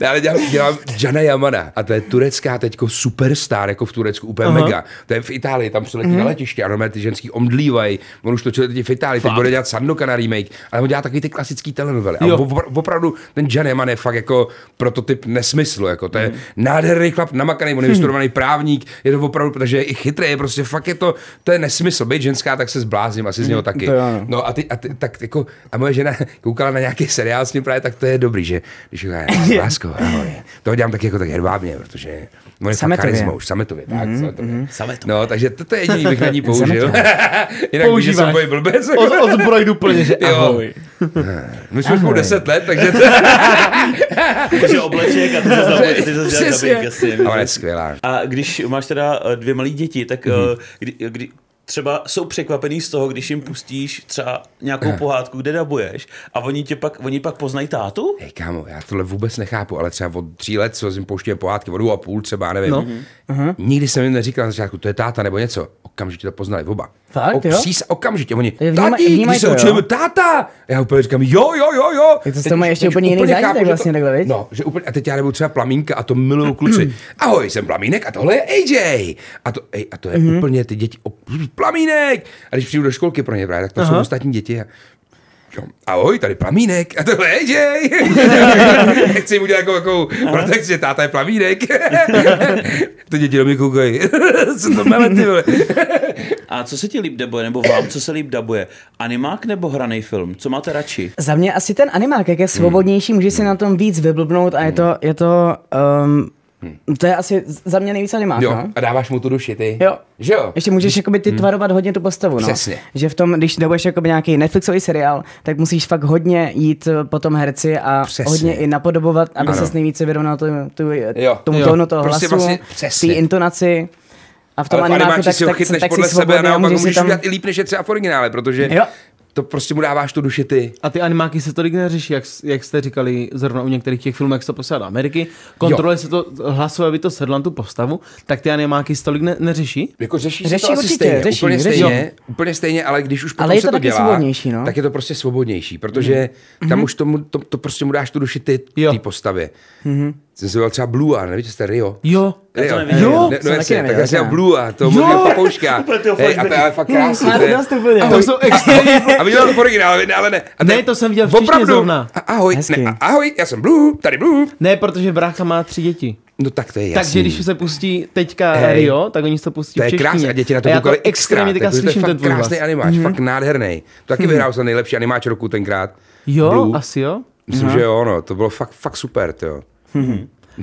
Speaker 3: Ne, ale dělám, dělám Jana Yamana a to je turecká teďko superstar, jako v Turecku, úplně Aha. mega. To je v Itálii, tam přiletí mm. na letiště a normálně ty ženský omdlívají. On už točil teď v Itálii, teď bude dělat Sandokana remake, ale on dělá takový ty klasický telenovely. A
Speaker 1: Jo.
Speaker 3: opra- opravdu ten Jan Yaman je fakt jako prototyp nesmyslu. Jako. To je mm. nádherný chlap, namakaný, on je vystudovaný právník, je to opravdu, takže je i chytrý, je prostě fakt je to, to je nesmysl. Být ženská, tak se zblázním asi z něho taky.
Speaker 4: To ano.
Speaker 3: No a ty, a ty tak jako, a moje žena koukala na nějaký seriál s ním právě, tak to je dobrý, že když říká, lásko, ahoj. To dělám taky jako tak hedvábně, protože on je fakt
Speaker 4: Sametově.
Speaker 3: charisma už, sametově, tak,
Speaker 1: Mhm,
Speaker 3: mm-hmm. sametově.
Speaker 2: Sametově.
Speaker 3: No, takže to, to je jediný, bych na ní použil. Jinak víš, že
Speaker 1: Používáš.
Speaker 3: jsem boj blbec. jako.
Speaker 1: Odzbrojdu plně, že
Speaker 3: Jo.
Speaker 1: ahoj.
Speaker 3: My jsme spolu 10 let, takže to
Speaker 2: Takže obleček a ty se zapojíš, ty se děláš
Speaker 3: Přesně.
Speaker 2: dubbing, jasně.
Speaker 3: Ale je skvělá.
Speaker 2: A když máš teda eh, dvě malé děti, tak eh, kdy, kdy, třeba jsou překvapený z toho, když jim pustíš třeba nějakou pohádku, kde dabuješ a oni tě pak, oni pak poznají tátu?
Speaker 3: Hej, kámo, já tohle vůbec nechápu, ale třeba od tří let, co jim pouštěl pohádky, od dvou a půl třeba, já nevím.
Speaker 1: No.
Speaker 4: Mhm.
Speaker 3: No. Nikdy jsem jim neříkal na začátku, to je táta nebo něco. Okamžitě to poznali oba.
Speaker 4: Fakt,
Speaker 3: o,
Speaker 4: jo?
Speaker 3: Přís, okamžitě, oni,
Speaker 4: Takže vnímaj-
Speaker 3: tati,
Speaker 4: vnímaj
Speaker 3: když se
Speaker 4: to,
Speaker 3: učíme,
Speaker 4: jo?
Speaker 3: táta. Já úplně říkám, jo, jo, jo, jo.
Speaker 4: Tak to s
Speaker 3: Teď
Speaker 4: tom mají
Speaker 3: už-
Speaker 4: ještě
Speaker 3: teď
Speaker 4: úplně jiný zážitek
Speaker 3: chápu, že to-
Speaker 4: vlastně takhle, viď?
Speaker 3: No, že úplně, a teď já nebudu třeba plamínka a to miluju kluci. Ahoj, jsem plamínek a tohle je AJ. A to, ej, a to je
Speaker 4: Mhm.
Speaker 3: mm-hmm. úplně ty děti, op, plamínek. A když přijdu do školky pro ně právě, tak to jsou ostatní děti. A, Jo, Ahoj, tady plamínek. A tohle je AJ. Chci mu dělat jako, jako protekci, táta je plamínek. to děti do mě koukají. Co to mele, ty vole?
Speaker 2: A co se ti líp dabuje, nebo vám, co se líp dabuje? Animák nebo hraný film? Co máte radši?
Speaker 4: Za mě asi ten animák, jak je svobodnější, může si na tom víc vyblbnout a je to, je to um, To je asi z- za mě nejvíc animák,
Speaker 3: Hm. Jo,
Speaker 4: no?
Speaker 3: a dáváš mu tu duši, ty.
Speaker 4: Jo.
Speaker 3: Že jo? Hmm.
Speaker 4: Ještě můžeš jakoby ty tvarovat hodně tu postavu, no.
Speaker 3: Přesně.
Speaker 4: Že v tom, když dobuješ jakoby nějaký Netflixový seriál, tak musíš fakt hodně jít eh, po tom herci a
Speaker 3: Přesně.
Speaker 4: hodně i napodobovat, aby
Speaker 3: Ano.
Speaker 4: ses nejvíce vyrovnal tu, tu,
Speaker 3: Jo.
Speaker 4: tomu
Speaker 1: Jo.
Speaker 4: tónu toho
Speaker 3: Prostě
Speaker 4: hlasu,
Speaker 3: vlastně- přesně.
Speaker 4: té intonaci. A v tom
Speaker 3: Ale v
Speaker 4: animáku
Speaker 3: animáči
Speaker 4: tak,
Speaker 3: si ho
Speaker 4: tak,
Speaker 3: chytneš
Speaker 4: tak, tak
Speaker 3: podle
Speaker 4: si
Speaker 3: sebe a
Speaker 4: svobodný a
Speaker 3: naopak
Speaker 4: můžeš si
Speaker 3: můžeš
Speaker 4: tam...
Speaker 3: udělat i líp, než je třeba v originále, protože
Speaker 4: Jo.
Speaker 3: to prostě mu dáváš tu duši ty.
Speaker 1: A ty animáky se tolik neřeší, jak, jak jste říkali zrovna u některých těch filmů, jak se to posílá do Ameriky. Kontroluje se to hlasově, aby to sedlo na tu postavu, tak ty animáky se tolik ne, neřeší.
Speaker 3: Jako řeší,
Speaker 4: Řeší
Speaker 3: se to asi
Speaker 4: určitě,
Speaker 3: stejně,
Speaker 4: řeší,
Speaker 3: úplně,
Speaker 4: řeší.
Speaker 3: Stejně, úplně stejně, ale když už potom
Speaker 4: Ale je
Speaker 3: se
Speaker 4: to
Speaker 3: to
Speaker 4: taky
Speaker 3: dělá,
Speaker 4: svobodnější, no. Mhm.
Speaker 3: tak je to prostě svobodnější, protože tam už tomu, to, to, prostě mu dáš tu duši ty,
Speaker 1: Jo.
Speaker 3: té postavě. Jsem se byl třeba Blue a nevíte, jste Rio.
Speaker 1: Jo.
Speaker 2: Já to
Speaker 3: Jo,
Speaker 2: neviděl.
Speaker 1: Jo,
Speaker 3: ne,
Speaker 4: Mhm. jsem
Speaker 3: no
Speaker 4: taky
Speaker 3: jasně, tak
Speaker 4: neviděl,
Speaker 3: já jsem
Speaker 4: ne.
Speaker 3: Blue a to
Speaker 1: Jo.
Speaker 3: byl papouška.
Speaker 2: Úplně toho
Speaker 3: Hej, a to
Speaker 2: flashbacku.
Speaker 3: je fakt krásný.
Speaker 4: Ale
Speaker 3: to je-
Speaker 4: dost úplně.
Speaker 1: A
Speaker 4: A
Speaker 1: to jsou extrémní.
Speaker 3: a viděl to v originále, ne, ale ne. A
Speaker 1: Ne,
Speaker 3: je-
Speaker 1: to jsem viděl v češtině zrovna.
Speaker 3: A- Ahoj,
Speaker 4: Hezky.
Speaker 3: ne, a- ahoj, já jsem Blue, tady Blue.
Speaker 1: Ne, protože brácha má tři děti.
Speaker 3: No tak to je jasný.
Speaker 1: Takže když se pustí teďka
Speaker 3: Hej.
Speaker 1: Rio, tak oni se to pustí
Speaker 3: to
Speaker 1: v
Speaker 3: je
Speaker 1: češtině.
Speaker 3: krásné, a děti na to
Speaker 1: já
Speaker 3: koukali
Speaker 1: extrémně
Speaker 3: xkrát,
Speaker 1: teďka
Speaker 3: takže to je
Speaker 1: slyším ten
Speaker 3: fakt
Speaker 1: tvůj hlas. Mhm.
Speaker 3: krásný animáč, fakt nádherný. To taky vyhrál za nejlepší animáč roku tenkrát.
Speaker 1: Jo, Mhm.
Speaker 3: Blue.
Speaker 1: asi jo.
Speaker 3: Myslím, že jo, no, to bylo fakt, fakt super, jo.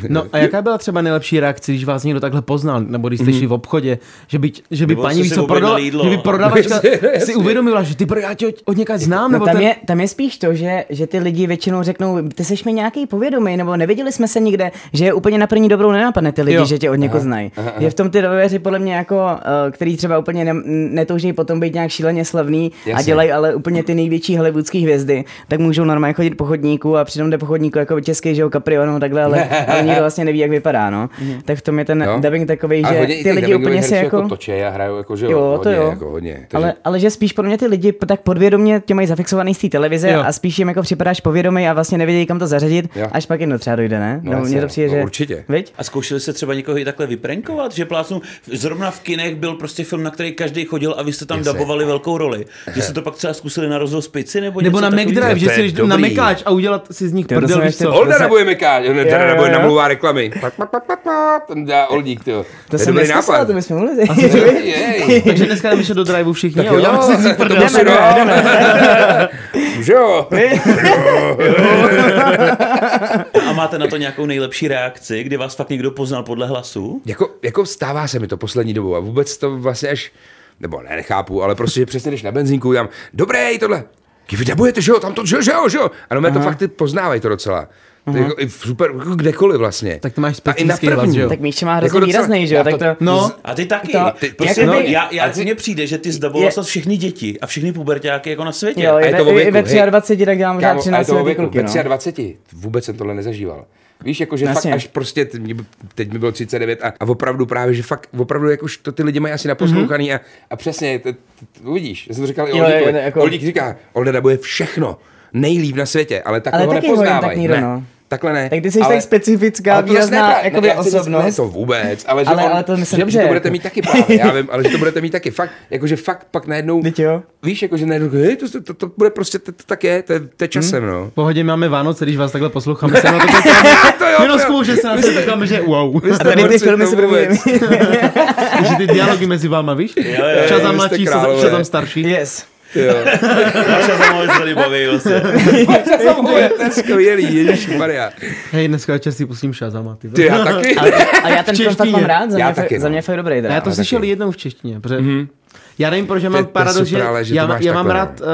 Speaker 1: No a jaká byla třeba nejlepší reakce, když vás někdo takhle poznal, nebo když
Speaker 3: Mhm.
Speaker 1: jste šli v obchodě, že by, že by
Speaker 2: Nebo
Speaker 1: paní
Speaker 2: jste
Speaker 1: víš
Speaker 2: si
Speaker 1: co
Speaker 2: objednali
Speaker 1: prodala,
Speaker 2: jídlo.
Speaker 1: že by prodavačka
Speaker 3: Jasně, jasně. Jako
Speaker 1: si uvědomila, že ty bro, já tě od, od někaď znám,
Speaker 4: No
Speaker 1: nebo
Speaker 4: tam,
Speaker 1: ten...
Speaker 4: je, tam je spíš to, že, že ty lidi většinou řeknou, ty seš mi nějaký povědomý, nebo neviděli jsme se nikde, že je úplně na první dobrou nenapadne ty lidi,
Speaker 1: Jo.
Speaker 4: jo. že tě od někoho znají. Je v tom ty dobeři podle mě jako, eh, který třeba úplně ne, netouží potom být nějak šíleně slavný a
Speaker 3: Jasně.
Speaker 4: dělají ale úplně ty největší hollywoodské hvězdy, tak můžou normálně chodit po chodníku a přitom jde po chodníku jako český, že jo, Caprio nebo takhle, ale, ale nikdo vlastně neví, jak vypadá, no. Tak v tom je ten
Speaker 3: Jo.
Speaker 4: dubbing takový,
Speaker 3: A
Speaker 4: že
Speaker 3: No. hodně i
Speaker 4: ty
Speaker 3: těch
Speaker 4: lidi
Speaker 3: dubbingových
Speaker 4: úplně si
Speaker 3: herců
Speaker 4: jako...
Speaker 3: točej a hrajou jako, že jo,
Speaker 4: Jo, to
Speaker 3: hodně,
Speaker 4: jo.
Speaker 3: jako hodně. Takže
Speaker 4: Ale, ale že spíš pro mě ty lidi p- tak podvědomě tě mají zafixovaný z té televize
Speaker 1: Jo.
Speaker 4: jo. a spíš jim jako připadáš povědomý a vlastně nevědějí, kam to zařadit,
Speaker 3: Jo.
Speaker 4: jo. až pak jim to třeba dojde, ne?
Speaker 3: No
Speaker 4: No,
Speaker 3: jasně,
Speaker 4: mně to přijde,
Speaker 3: no
Speaker 4: že...
Speaker 3: určitě.
Speaker 4: Viď?
Speaker 2: A zkoušeli se třeba někoho i takhle vyprenkovat, že plácnu, zrovna v kinech byl prostě film, na který každý chodil a vy jste tam
Speaker 3: Jasně.
Speaker 2: dabovali velkou roli. Že jste to pak třeba zkusili na rozhoz pici nebo,
Speaker 1: Nebo
Speaker 2: něco
Speaker 1: na
Speaker 2: takového?
Speaker 1: McDrive, že
Speaker 3: To je
Speaker 1: si jdeš na
Speaker 3: dobrý.
Speaker 1: Mekáč a udělat si z nich
Speaker 4: to
Speaker 1: prdel,
Speaker 4: jsem
Speaker 1: víš
Speaker 4: ještě-
Speaker 1: co?
Speaker 3: Olda nebo je mekáč, ne,
Speaker 4: Jo,
Speaker 3: teda
Speaker 4: jo,
Speaker 3: nebo je
Speaker 4: jo.
Speaker 3: namluvá reklamy. Pa, pa, pa, pa, pa, Ten dá Oldík, jo.
Speaker 4: To
Speaker 3: je
Speaker 4: jsem
Speaker 3: dobrý
Speaker 4: neslyšel,
Speaker 3: nápad.
Speaker 4: to bychom mohli.
Speaker 3: Jej.
Speaker 1: Takže dneska jdeme ještě do driveu všichni a
Speaker 3: Jo,
Speaker 1: uděláme si z nich
Speaker 3: to
Speaker 1: prdel.
Speaker 3: musí- no. Že jo.
Speaker 2: A máte na to nějakou nejlepší reakci, kdy vás fakt někdo poznal podle hlasu?
Speaker 3: Jako, jako stává se mi to poslední dobou a vůbec to vlastně až, nebo ne, nechápu, ale prostě že přesně když na benzínku tam, dobré, tohle, Kdy vy dabujete, že jo, tam to, že jo, že jo, že jo. Ano, mě to fakt ty poznávají to docela. To je Jako, i super, jako kdekoliv vlastně.
Speaker 1: Tak ty máš
Speaker 3: A i na
Speaker 1: specifický hlas,
Speaker 3: první.
Speaker 1: že jo?
Speaker 4: Tak Míša má
Speaker 3: Jako
Speaker 4: hrozně
Speaker 3: docela-
Speaker 4: výrazný, že jo?
Speaker 3: já
Speaker 4: Tak to...
Speaker 1: No,
Speaker 2: A ty taky.
Speaker 4: To-
Speaker 2: ty,
Speaker 4: Ty-
Speaker 2: prostě,
Speaker 4: jak
Speaker 2: no,
Speaker 4: by-
Speaker 2: já, já, mně přijde, že ty zdaboval
Speaker 4: je-
Speaker 2: snad všechny děti a všechny pubertáky jako na světě.
Speaker 4: Jo,
Speaker 3: a
Speaker 4: je
Speaker 3: je to o
Speaker 4: ve, i
Speaker 3: věku,
Speaker 4: ve
Speaker 3: hej.
Speaker 4: 23, tak dělám možná
Speaker 3: Kámo, ale
Speaker 4: 13
Speaker 3: to
Speaker 4: letý
Speaker 3: věku,
Speaker 4: kluky,
Speaker 3: ve
Speaker 4: no.
Speaker 3: 23, vůbec jsem tohle nezažíval. Víš, jakože fakt
Speaker 4: Jasně.
Speaker 3: až prostě, t- mě- teď mi bylo 39 a, a opravdu právě, že fakt, opravdu jak už to ty lidi mají asi naposlouchaný a, a přesně, t, t, uvidíš, já jsem to říkal i
Speaker 4: Mhm. Jo, jo,
Speaker 3: Oldíkovi.
Speaker 4: ne, jako-
Speaker 3: Oldík říká, Olda dabuje všechno, nejlíp na světě, ale takhle
Speaker 4: Ale
Speaker 3: ho
Speaker 4: taky ho jen tak
Speaker 3: nepoznávají.
Speaker 4: nikdo,
Speaker 3: ne,
Speaker 4: no.
Speaker 3: Takhle ne.
Speaker 4: Tak ty jsi tak specifická,
Speaker 3: ale to zase
Speaker 4: výrazná,
Speaker 3: nepra-
Speaker 4: jakoby
Speaker 3: já chci říct,
Speaker 4: osobnost.
Speaker 3: Ne, to vůbec, ale že,
Speaker 4: Ale-
Speaker 3: on,
Speaker 4: ale to myslím
Speaker 3: že, že
Speaker 4: dobře,
Speaker 3: to
Speaker 4: jako.
Speaker 3: budete mít taky právě, já vím, ale že to budete mít taky. Fakt, jakože fakt pak najednou,
Speaker 4: Vždyť jo.
Speaker 3: víš, jakože najednou, hej, to, to, to, to bude prostě, to, to tak je, to, je- to je časem,
Speaker 4: Hmm.
Speaker 3: no.
Speaker 1: V pohodě máme Vánoce, když vás takhle posloucháme. Se na to koukáme.
Speaker 3: to jo,
Speaker 1: Jenom
Speaker 3: to jo.
Speaker 1: zkoušet se na to koukáme, že wow.
Speaker 4: A tady ty
Speaker 3: Borci,
Speaker 4: filmy
Speaker 3: to
Speaker 4: si první...
Speaker 3: no vůbec.
Speaker 1: Že ty dialogy mezi váma, víš?
Speaker 2: jo,
Speaker 1: Čas za
Speaker 3: vy jste
Speaker 1: mladší,
Speaker 3: králové.
Speaker 1: čas za starší.
Speaker 4: Yes.
Speaker 3: Jo.
Speaker 2: Naša zamluva se tady baví, vlastně.
Speaker 3: to je skvělý, ježišmarja.
Speaker 1: Hej, dneska čas si pustím Shazama, ty.
Speaker 3: Ty já taky.
Speaker 4: A já ten film fakt
Speaker 1: češtině.
Speaker 4: mám rád, za
Speaker 3: Já
Speaker 4: mě,
Speaker 3: taky,
Speaker 4: fakt-
Speaker 3: no.
Speaker 4: za mě fakt dobrý.
Speaker 1: A
Speaker 4: teda.
Speaker 1: já to slyšel jednou v češtině, protože já nevím, proč já mám
Speaker 3: to je
Speaker 1: paradox,
Speaker 3: super, ale že to
Speaker 1: já,
Speaker 3: máš
Speaker 1: já mám
Speaker 3: takhle,
Speaker 1: rád uh,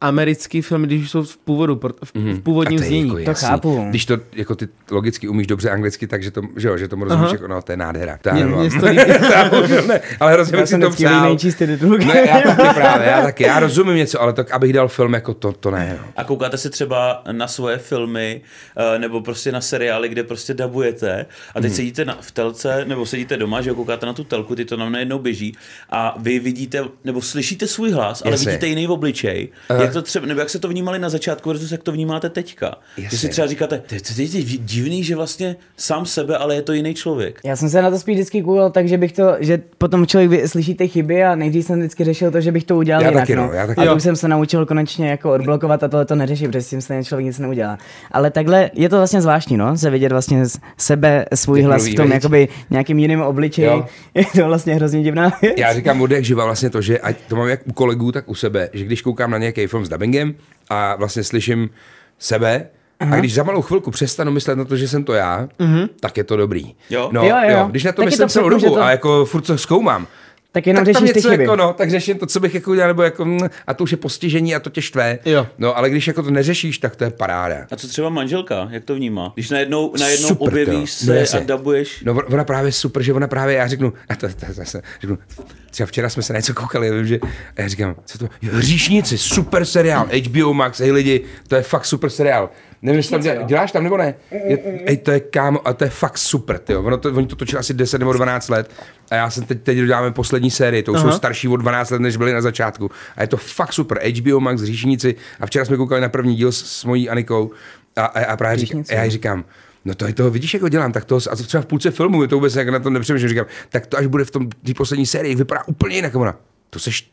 Speaker 1: americký film, když už jsou v původu, pro- v, v původním
Speaker 3: A to je
Speaker 1: znění.
Speaker 3: jako jasný.
Speaker 4: chápu.
Speaker 3: Když to jako ty logicky umíš dobře anglicky, takže to, že jo, že tomu rozumíš,
Speaker 1: Aha.
Speaker 3: jako, no, to je nádhera. To já
Speaker 1: Mě-
Speaker 3: nemám.
Speaker 1: mě to líbí.
Speaker 3: Já bohužel ne, ale hrozně
Speaker 4: Já
Speaker 3: bych si
Speaker 4: jsem
Speaker 3: to
Speaker 4: vždycky línej
Speaker 3: přál.
Speaker 4: číst ty titulky.
Speaker 3: Ne, já taky právě, já taky, já rozumím něco, ale tak, abych dal film jako to, to ne. No.
Speaker 2: A koukáte si třeba na svoje filmy eh, nebo prostě na seriály, kde prostě dabujete a
Speaker 3: Mhm.
Speaker 2: teď sedíte na, v telce nebo sedíte doma, že jo, koukáte na tu telku, ty to nám najednou běží a vy vidíte nebo slyšíte svůj hlas, ale
Speaker 3: Jasně. Eh.
Speaker 2: vidíte jiný obličej. Jak to třeba, nebo jak se to vnímali na začátku versus jak to vnímáte teďka. Že si
Speaker 3: Jasně.
Speaker 2: třeba říkáte, to je to je divný, že vlastně sám sebe, ale je to jiný člověk.
Speaker 4: Já jsem se na to spíš vždycky koukal, takže bych to, že potom člověk vy- slyší ty chyby a nejdřív jsem vždycky řešil to, že bych to udělal
Speaker 3: Já
Speaker 4: jinak.
Speaker 3: taky, no, já taky.
Speaker 4: A to
Speaker 3: Jo.
Speaker 4: už jsem se naučil konečně jako odblokovat a tohle to neřeší, protože s tím stejně člověk nic neudělá. Ale takhle je to vlastně zvláštní, no, se vidět vlastně z- sebe, svůj
Speaker 3: Jak
Speaker 4: hlas v
Speaker 3: mluví,
Speaker 4: tom
Speaker 3: viď?
Speaker 4: jakoby nějakým jiným obličeji.
Speaker 3: Jo.
Speaker 4: Je to vlastně hrozně divná věc.
Speaker 3: Já říkám od jak živa vlastně to, že ať to mám jak u kolegů, tak u sebe, že když koukám na nějaký film s dubbingem a vlastně slyším sebe, Aha. A když za malou chvilku přestanu myslet na to, že jsem to já, mm-hmm. tak je to dobrý.
Speaker 2: Jo.
Speaker 3: No,
Speaker 4: Mhm. Jo, jo, jo.
Speaker 3: Když na to
Speaker 4: Tak je
Speaker 3: myslím
Speaker 4: to
Speaker 3: celou
Speaker 4: vtipný,
Speaker 3: dobu
Speaker 4: že to-
Speaker 3: a jako furt to zkoumám,
Speaker 4: Tak jenom
Speaker 3: tak tam
Speaker 4: řešíš ty
Speaker 3: něco
Speaker 4: chyby.
Speaker 3: jako, no, tak řeším to, co bych jako udělal, nebo jako, mm, a to už je postižení a to tě štve.
Speaker 1: Jo.
Speaker 3: No, ale když jako to neřešíš, tak to je paráda.
Speaker 2: A co třeba manželka, jak to vnímá? Když najednou, najednou
Speaker 3: Super, jo.
Speaker 2: objevíš
Speaker 3: No
Speaker 2: se
Speaker 3: jasně.
Speaker 2: a dabuješ.
Speaker 3: No, ona právě super, že ona právě, já řeknu, a to, to, zase, řeknu, třeba včera jsme se na něco koukali, já vím, že, a já říkám, co to, jo, Hříšnici, super seriál, HBO Max, hej lidi, to je fakt super seriál. Nevím, jestli tam dělá, děláš tam nebo ne? Je, ej, to je kámo, a to je fakt super, ty jo. Ono to, oni to točili asi 10 nebo 12 let a já jsem teď, teď dodáme poslední sérii, to už jsou starší o 12 let, než byli na začátku. A je to fakt super, HBO Max, Hříšnici a včera jsme koukali na první díl s, s mojí Anikou a, a, a právě říkám,
Speaker 4: Hříšnici.
Speaker 3: a já říkám, No to je toho, vidíš, jak ho dělám, tak to, a to třeba v půlce filmu, je to vůbec jak na to nepřemýšlím, říkám, tak to až bude v tom té poslední sérii, vypadá úplně jinak, A ona, to seš,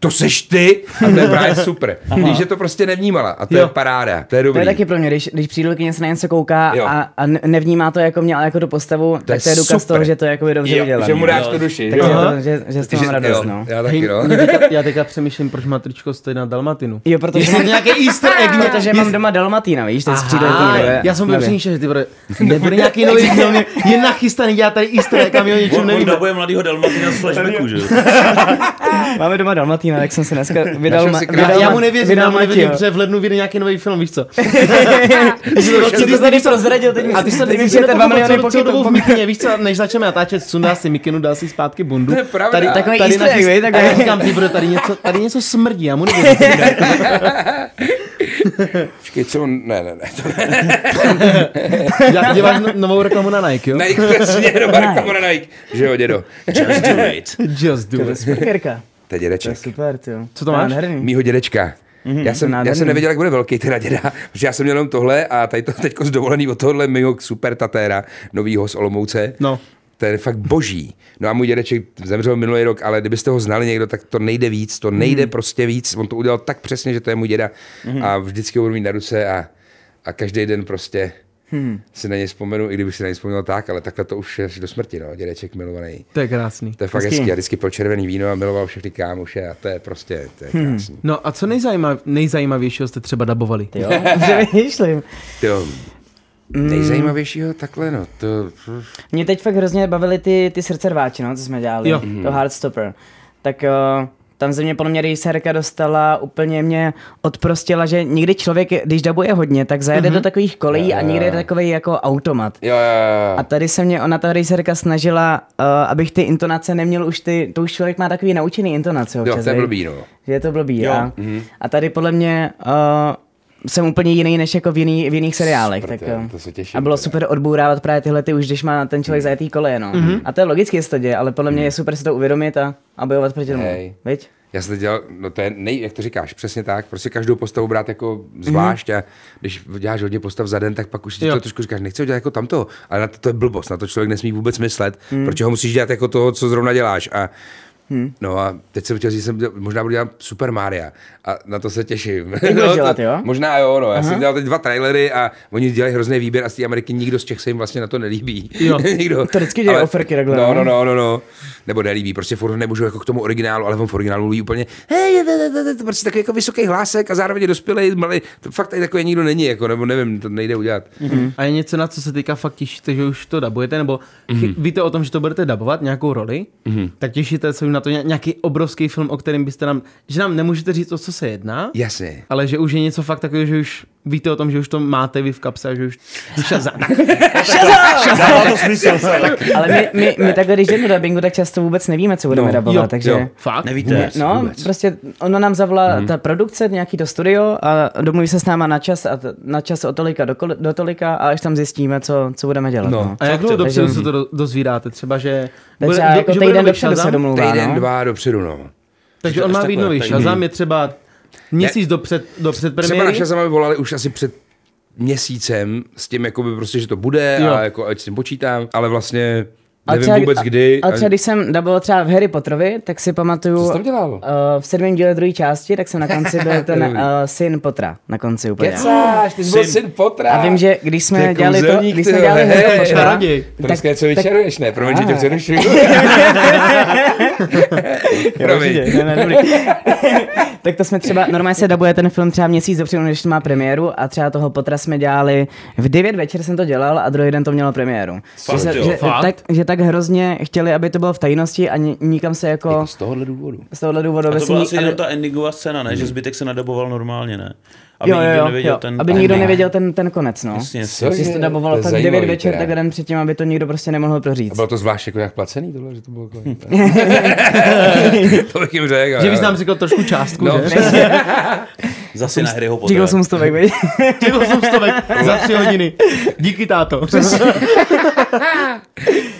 Speaker 3: to seš ty, a to je právě super, víš, že to prostě nevnímala, a to jo. je
Speaker 1: Jo.
Speaker 3: paráda, to je dobrý.
Speaker 4: To je taky pro mě, když, když přijde ke něco na něco kouká
Speaker 3: Jo.
Speaker 4: a, a, ne- nevnímá to jako mě, ale jako do postavu, to tak
Speaker 3: je
Speaker 4: to je důkaz
Speaker 3: super.
Speaker 4: toho, že to je jakoby dobře
Speaker 3: jo,
Speaker 4: udělané.
Speaker 3: že mu dáš
Speaker 2: jo.
Speaker 3: to duši,
Speaker 4: Takže
Speaker 3: jo.
Speaker 4: no. to, že, že z toho mám radost,
Speaker 3: jo,
Speaker 4: no.
Speaker 3: já taky, no.
Speaker 1: Mě teďka, já teďka přemýšlím, proč má tričko stojí na Dalmatinu.
Speaker 4: Jo, protože
Speaker 1: Jestli
Speaker 4: mám,
Speaker 1: to nějaký easter egg, ne?
Speaker 4: protože mám doma Dalmatína, víš, to je
Speaker 1: Jako Aha,
Speaker 4: střídletý.
Speaker 1: já jsem byl přemýšlel, že ty bude, nebude nějaký nový film, je- je nachystaný, dělá tady easter egg a my o něčem
Speaker 2: On, on
Speaker 1: nevíme.
Speaker 2: dabuje mladýho Dalmatina z flashbacku, že jo?
Speaker 4: Máme doma Dalmatína, tak jsem se dneska vydal.
Speaker 3: Našel
Speaker 4: ma-
Speaker 3: si krá-
Speaker 1: Já,
Speaker 4: vydal
Speaker 1: já
Speaker 4: ma-
Speaker 1: mu nevěřím,
Speaker 4: vydal
Speaker 1: já mu
Speaker 4: Matěj.
Speaker 1: nevěřím, protože v lednu vyjde nějaký nový film, víš co?
Speaker 4: Co to tady prozradil, teď mi-
Speaker 1: A ty jsi to
Speaker 4: teď mi
Speaker 1: teď
Speaker 4: přijete dva miliony
Speaker 1: celou, celou
Speaker 4: pokytů.
Speaker 1: dobu v mikině, víš co, než začneme natáčet, sundá si mikinu, dá si zpátky bundu.
Speaker 3: To je pravda.
Speaker 4: Takový easter
Speaker 1: nachys-
Speaker 4: egg, viď,
Speaker 1: A
Speaker 4: takový.
Speaker 1: já říkám, ty bude, tady něco, tady něco smrdí, já mu nevěřím.
Speaker 3: Počkej, co, ne, ne, ne, to ne,
Speaker 1: Dělá- Děláš no- novou reklamu na Nike, jo?
Speaker 3: Nike, přesně, dobrá reklama na Nike, že jo, dědo,
Speaker 2: Just do it.
Speaker 1: Just do it.
Speaker 4: Superka.
Speaker 3: to je dědeček.
Speaker 4: Super, jo.
Speaker 1: Co to máš?
Speaker 3: mýho dědečka. Já jsem, já
Speaker 4: Mhm, nádherný.
Speaker 3: jsem nevěděl, jak bude velký teda děda, protože já jsem měl jenom tohle a tady to teďko zdovolený od tohle mýho super tatéra, novýho z Olomouce.
Speaker 1: No.
Speaker 3: Ten je fakt boží. No a můj dědeček zemřel minulý rok, ale kdybyste ho znali někdo, tak to nejde víc,
Speaker 4: Mhm.
Speaker 3: to nejde prostě víc. On to udělal tak přesně, že to je můj děda
Speaker 4: Mhm.
Speaker 3: a vždycky ho budu mít na ruce a, a každý den prostě
Speaker 4: Hmm.
Speaker 3: si na něj vzpomenu, i kdybych si na něj vzpomněl tak, ale takhle to už je až do smrti, no, dědeček milovaný.
Speaker 1: To je krásný.
Speaker 3: To je fakt
Speaker 4: Hezký.
Speaker 3: hezký. Já vždycky pil červený víno a miloval všechny kámoše a to je prostě, to je
Speaker 4: Hmm.
Speaker 3: krásný.
Speaker 1: No a co nejzajímav, nejzajímavějšího jste třeba dabovali?
Speaker 4: Jo, přemýšlím.
Speaker 3: Jo. Hmm. Nejzajímavějšího takhle, no. To,
Speaker 4: Mě teď fakt hrozně bavily ty, ty srdce rváči, no, co jsme dělali,
Speaker 1: Jo.
Speaker 4: jo. to Hardstopper. Tak uh, tam ze mě podle mě režisérka dostala, úplně mě odprostila, že někdy člověk, když dabuje hodně, tak zajede mm-hmm.
Speaker 1: Mhm.
Speaker 4: do takových kolejí a někdy je takový jako automat.
Speaker 3: jo, jo, jo.
Speaker 4: A tady se mě ona, ta režisérka, snažila, uh, abych ty intonace neměl už ty, to už člověk má takový naučený intonace
Speaker 3: jo,
Speaker 4: občas,
Speaker 3: to je
Speaker 4: viď?
Speaker 3: blbý, Mhm. no.
Speaker 4: Že je to blbý,
Speaker 2: Jo.
Speaker 4: jo. A, a tady podle mě uh, jsem úplně jiný než jako v, jiný, v jiných seriálech.
Speaker 3: Smrt,
Speaker 4: tak,
Speaker 3: jo,
Speaker 4: eh,
Speaker 3: to Mhm. se těším
Speaker 4: a bylo
Speaker 3: teda.
Speaker 4: super odbourávat právě tyhle ty už, když má ten člověk zajetý koleje, no. A to je logicky, jestli to děje, ale podle mě je super si to uvědomit a, a bojovat proti tomu.
Speaker 3: Mhm. Hej.
Speaker 4: Viď?
Speaker 3: Já jsem to dělal, no to je, nej, jak to říkáš, přesně tak, prostě každou postavu brát jako zvlášť
Speaker 4: Mhm.
Speaker 3: a když děláš hodně postav za den, tak pak už ti
Speaker 1: Jo.
Speaker 3: to trošku říkáš, nechci ho dělat jako tamto, ale na to, to je blbost, na to člověk nesmí vůbec myslet,
Speaker 4: Mhm.
Speaker 3: protože ho musíš dělat jako toho, co zrovna děláš a No a teď jsem chtěl říct, že jsem dělal, možná budu dělat Super Maria a na to se těším.
Speaker 4: budeš
Speaker 3: to-
Speaker 4: dělat, jo?
Speaker 3: Možná jo, no. Já jsem dělal teď dva trailery a oni dělají hrozný výběr a z té Ameriky nikdo z Čech se jim vlastně na to nelíbí.
Speaker 1: Jo.
Speaker 3: nikdo.
Speaker 4: To vždycky dělají oferky takhle,
Speaker 3: No, no,
Speaker 4: no.
Speaker 3: no, no, no. Nebo nelíbí, prostě furt nemůžu jako k tomu originálu, ale on v originálu mluví úplně, hej, to- to- to- to- prostě takový jako vysoký hlásek a zároveň je dospělej, malý, to fakt tady takový nikdo není, jako, nebo nevím, to nejde udělat.
Speaker 4: Mhm.
Speaker 1: A je něco, na co se teďka fakt těšíte, že už to dabujete, nebo mm-hmm. víte o tom, že to budete dabovat, nějakou roli, mm-hmm. tak těšíte se už na to ně- nějaký obrovský film, o kterém byste nám, že nám nemůžete říct, o co se jedná,
Speaker 3: Jasně.
Speaker 1: ale že už je něco fakt takového, že už víte o tom, že už to máte vy v kapse a že už Shazam.
Speaker 2: Dává to smysl. tak
Speaker 4: Ale my, my, my takhle, když jdeme do dubbingu, tak často vůbec nevíme, co budeme
Speaker 3: No,
Speaker 4: no, dabovat, takže...
Speaker 3: jo.
Speaker 1: Fakt?
Speaker 2: Nevíte.
Speaker 4: No, prostě ona nám zavolá ta produkce nějaký do studio a domluví se s náma na čas a t- na čas od tolika do, kol- do tolika a až tam zjistíme, co, co budeme dělat. No. no.
Speaker 1: A jak dlouho
Speaker 4: Takže-
Speaker 1: dopředu se to do- dozvídáte? Třeba, že
Speaker 4: Takže
Speaker 1: do-
Speaker 4: já jako
Speaker 1: že
Speaker 4: týden
Speaker 1: nový
Speaker 4: dopředu se
Speaker 1: Shazam?
Speaker 4: domluvá,
Speaker 3: Týden,
Speaker 4: no.
Speaker 3: dva dopředu, no.
Speaker 1: Takže on
Speaker 2: Až
Speaker 1: má
Speaker 2: takhle,
Speaker 1: být nový.
Speaker 2: tak-
Speaker 1: Shazam je třeba měsíc dopřed, do
Speaker 3: Třeba
Speaker 1: předpremiéry.
Speaker 3: naše zama volali už asi před měsícem s tím, jakoby prostě, že to bude
Speaker 1: Jo.
Speaker 3: a jako, ať s tím počítám, ale vlastně
Speaker 4: A
Speaker 3: nevím
Speaker 4: třeba-
Speaker 3: vůbec
Speaker 4: a-
Speaker 3: kdy.
Speaker 4: A třeba když jsem daboval třeba v Harry Potterovi, tak si pamatuju...
Speaker 3: Co jsi tam dělal?
Speaker 4: Uh, v sedmém díle druhé části, tak jsem na konci byl ten uh, syn Potra. Na konci úplně.
Speaker 3: Kecáš, ty jsi byl syn Potra.
Speaker 4: A vím, že když
Speaker 3: Ty je
Speaker 4: jsme dělali to,
Speaker 3: kouzelník,
Speaker 4: když
Speaker 3: ty
Speaker 4: jsme
Speaker 3: jo,
Speaker 4: dělali
Speaker 3: hej,
Speaker 4: Harry
Speaker 1: Ještě
Speaker 4: Pottera,
Speaker 1: raději.
Speaker 3: To dneska něco vyčaruješ, ne? Promiň, že tě
Speaker 4: Ah.
Speaker 3: přerušuju.
Speaker 4: Jo,
Speaker 3: Promiň.
Speaker 4: určitě. Ne, ne, dobrý. tak to jsme třeba, normálně se dabuje ten film třeba měsíc dopředu, než má premiéru a třeba toho potra jsme dělali, v 9 večer jsem to dělal a druhý den to mělo premiéru.
Speaker 2: Fakt,
Speaker 4: že, se,
Speaker 2: jo,
Speaker 4: že,
Speaker 2: fakt?
Speaker 4: tak, že tak hrozně chtěli, aby to bylo v tajnosti a ni, nikam se jako
Speaker 5: Z tohohle důvodu.
Speaker 4: z tohohle důvodu
Speaker 2: A to
Speaker 4: aby se
Speaker 2: byla
Speaker 4: ni-
Speaker 2: asi
Speaker 4: aby-
Speaker 2: jenom ta endingová scéna, ne? Že zbytek se nadaboval normálně, ne? Aby
Speaker 4: jo, jo,
Speaker 2: nikdo
Speaker 4: jo,
Speaker 2: nevěděl
Speaker 4: jo,
Speaker 2: ten...
Speaker 4: aby nikdo nevěděl ten, ten konec, no.
Speaker 2: Jasně, jasně.
Speaker 5: Co
Speaker 4: Když se to dabovalo
Speaker 5: je
Speaker 4: fakt 9
Speaker 5: zajímavý
Speaker 4: večer,
Speaker 5: teda.
Speaker 4: tak den předtím, aby to nikdo prostě nemohl
Speaker 3: A
Speaker 4: proříct.
Speaker 3: bylo to zvlášť jako nějak placený tohle, že to bylo jako... to bych jim řekl. ale-
Speaker 1: Že bys nám řekl trošku částku,
Speaker 3: No,
Speaker 1: že?
Speaker 2: Zase na hry ho
Speaker 4: Říkal jsem stovek, viď?
Speaker 1: Těch 8 stovek za 3 hodiny. Díky, táto.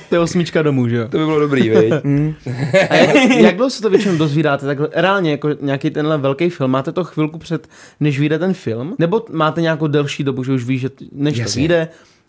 Speaker 1: to je osmička domů, že jo?
Speaker 3: To by bylo dobrý, viď?
Speaker 1: A jak, jak dlouho se to většinou dozvídáte? Tak reálně, jako nějaký tenhle velký film, máte to chvilku před, než vyjde ten film? Nebo máte nějakou delší dobu, že už víš, že t- než to
Speaker 3: Jasně.
Speaker 1: vyjde,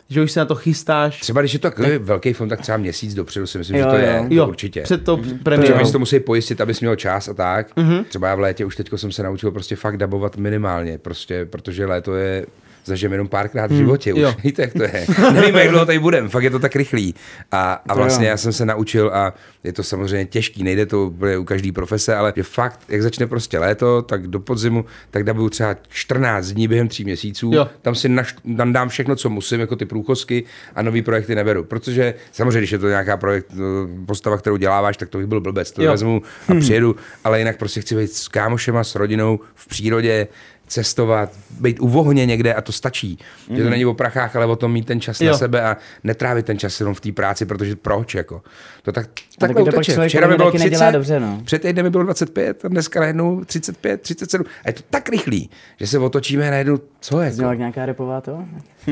Speaker 1: že už se na to chystáš?
Speaker 3: Třeba když je to takový velký film, tak třeba měsíc dopředu si myslím,
Speaker 4: Jo,
Speaker 3: že to
Speaker 4: jo.
Speaker 3: je.
Speaker 1: Jo,
Speaker 3: to určitě.
Speaker 1: před tou
Speaker 3: Protože
Speaker 1: premiérou.
Speaker 3: oni si to musí pojistit, abys měl čas a tak. Třeba já v létě už teď jsem se naučil prostě fakt dabovat minimálně, prostě, protože léto je zažijem jenom párkrát v životě, už
Speaker 1: jo.
Speaker 3: víte, jak to je. Nevím, jak dlouho tady budem, fakt je to tak rychlý. A, a vlastně já jsem se naučil a je to samozřejmě těžký, nejde to úplně u každý profese, ale je fakt, jak začne prostě léto, tak do podzimu, tak dabuju třeba 14 dní během tří měsíců,
Speaker 1: Jo.
Speaker 3: tam si naš, tam dám všechno, co musím, jako ty průchozky a nový projekty neberu. Protože samozřejmě, když je to nějaká projekt, eh, postava, kterou děláváš, tak to bych byl blbec, to
Speaker 1: Jo. Hmm.
Speaker 3: vezmu a přijedu, ale jinak prostě chci být s kámošema, s rodinou, v přírodě, cestovat, být u vohně někde a to stačí. Mm. Že to není o prachách, ale o tom mít ten čas
Speaker 1: Hmm. Jo.
Speaker 3: na sebe a netrávit ten čas jenom v té práci, protože proč jako. To tak, tak
Speaker 4: taky to pak
Speaker 3: uteče.
Speaker 4: člověk
Speaker 3: Včera mi
Speaker 4: podle mě
Speaker 3: bylo
Speaker 4: taky
Speaker 3: 30,
Speaker 4: nedělá dobře, no.
Speaker 3: před týdnem mi bylo 25 a dneska najednou 35, 37. A je to tak rychlý, že se otočíme a najednou, co je?
Speaker 4: Zněla jak nějaká repová to?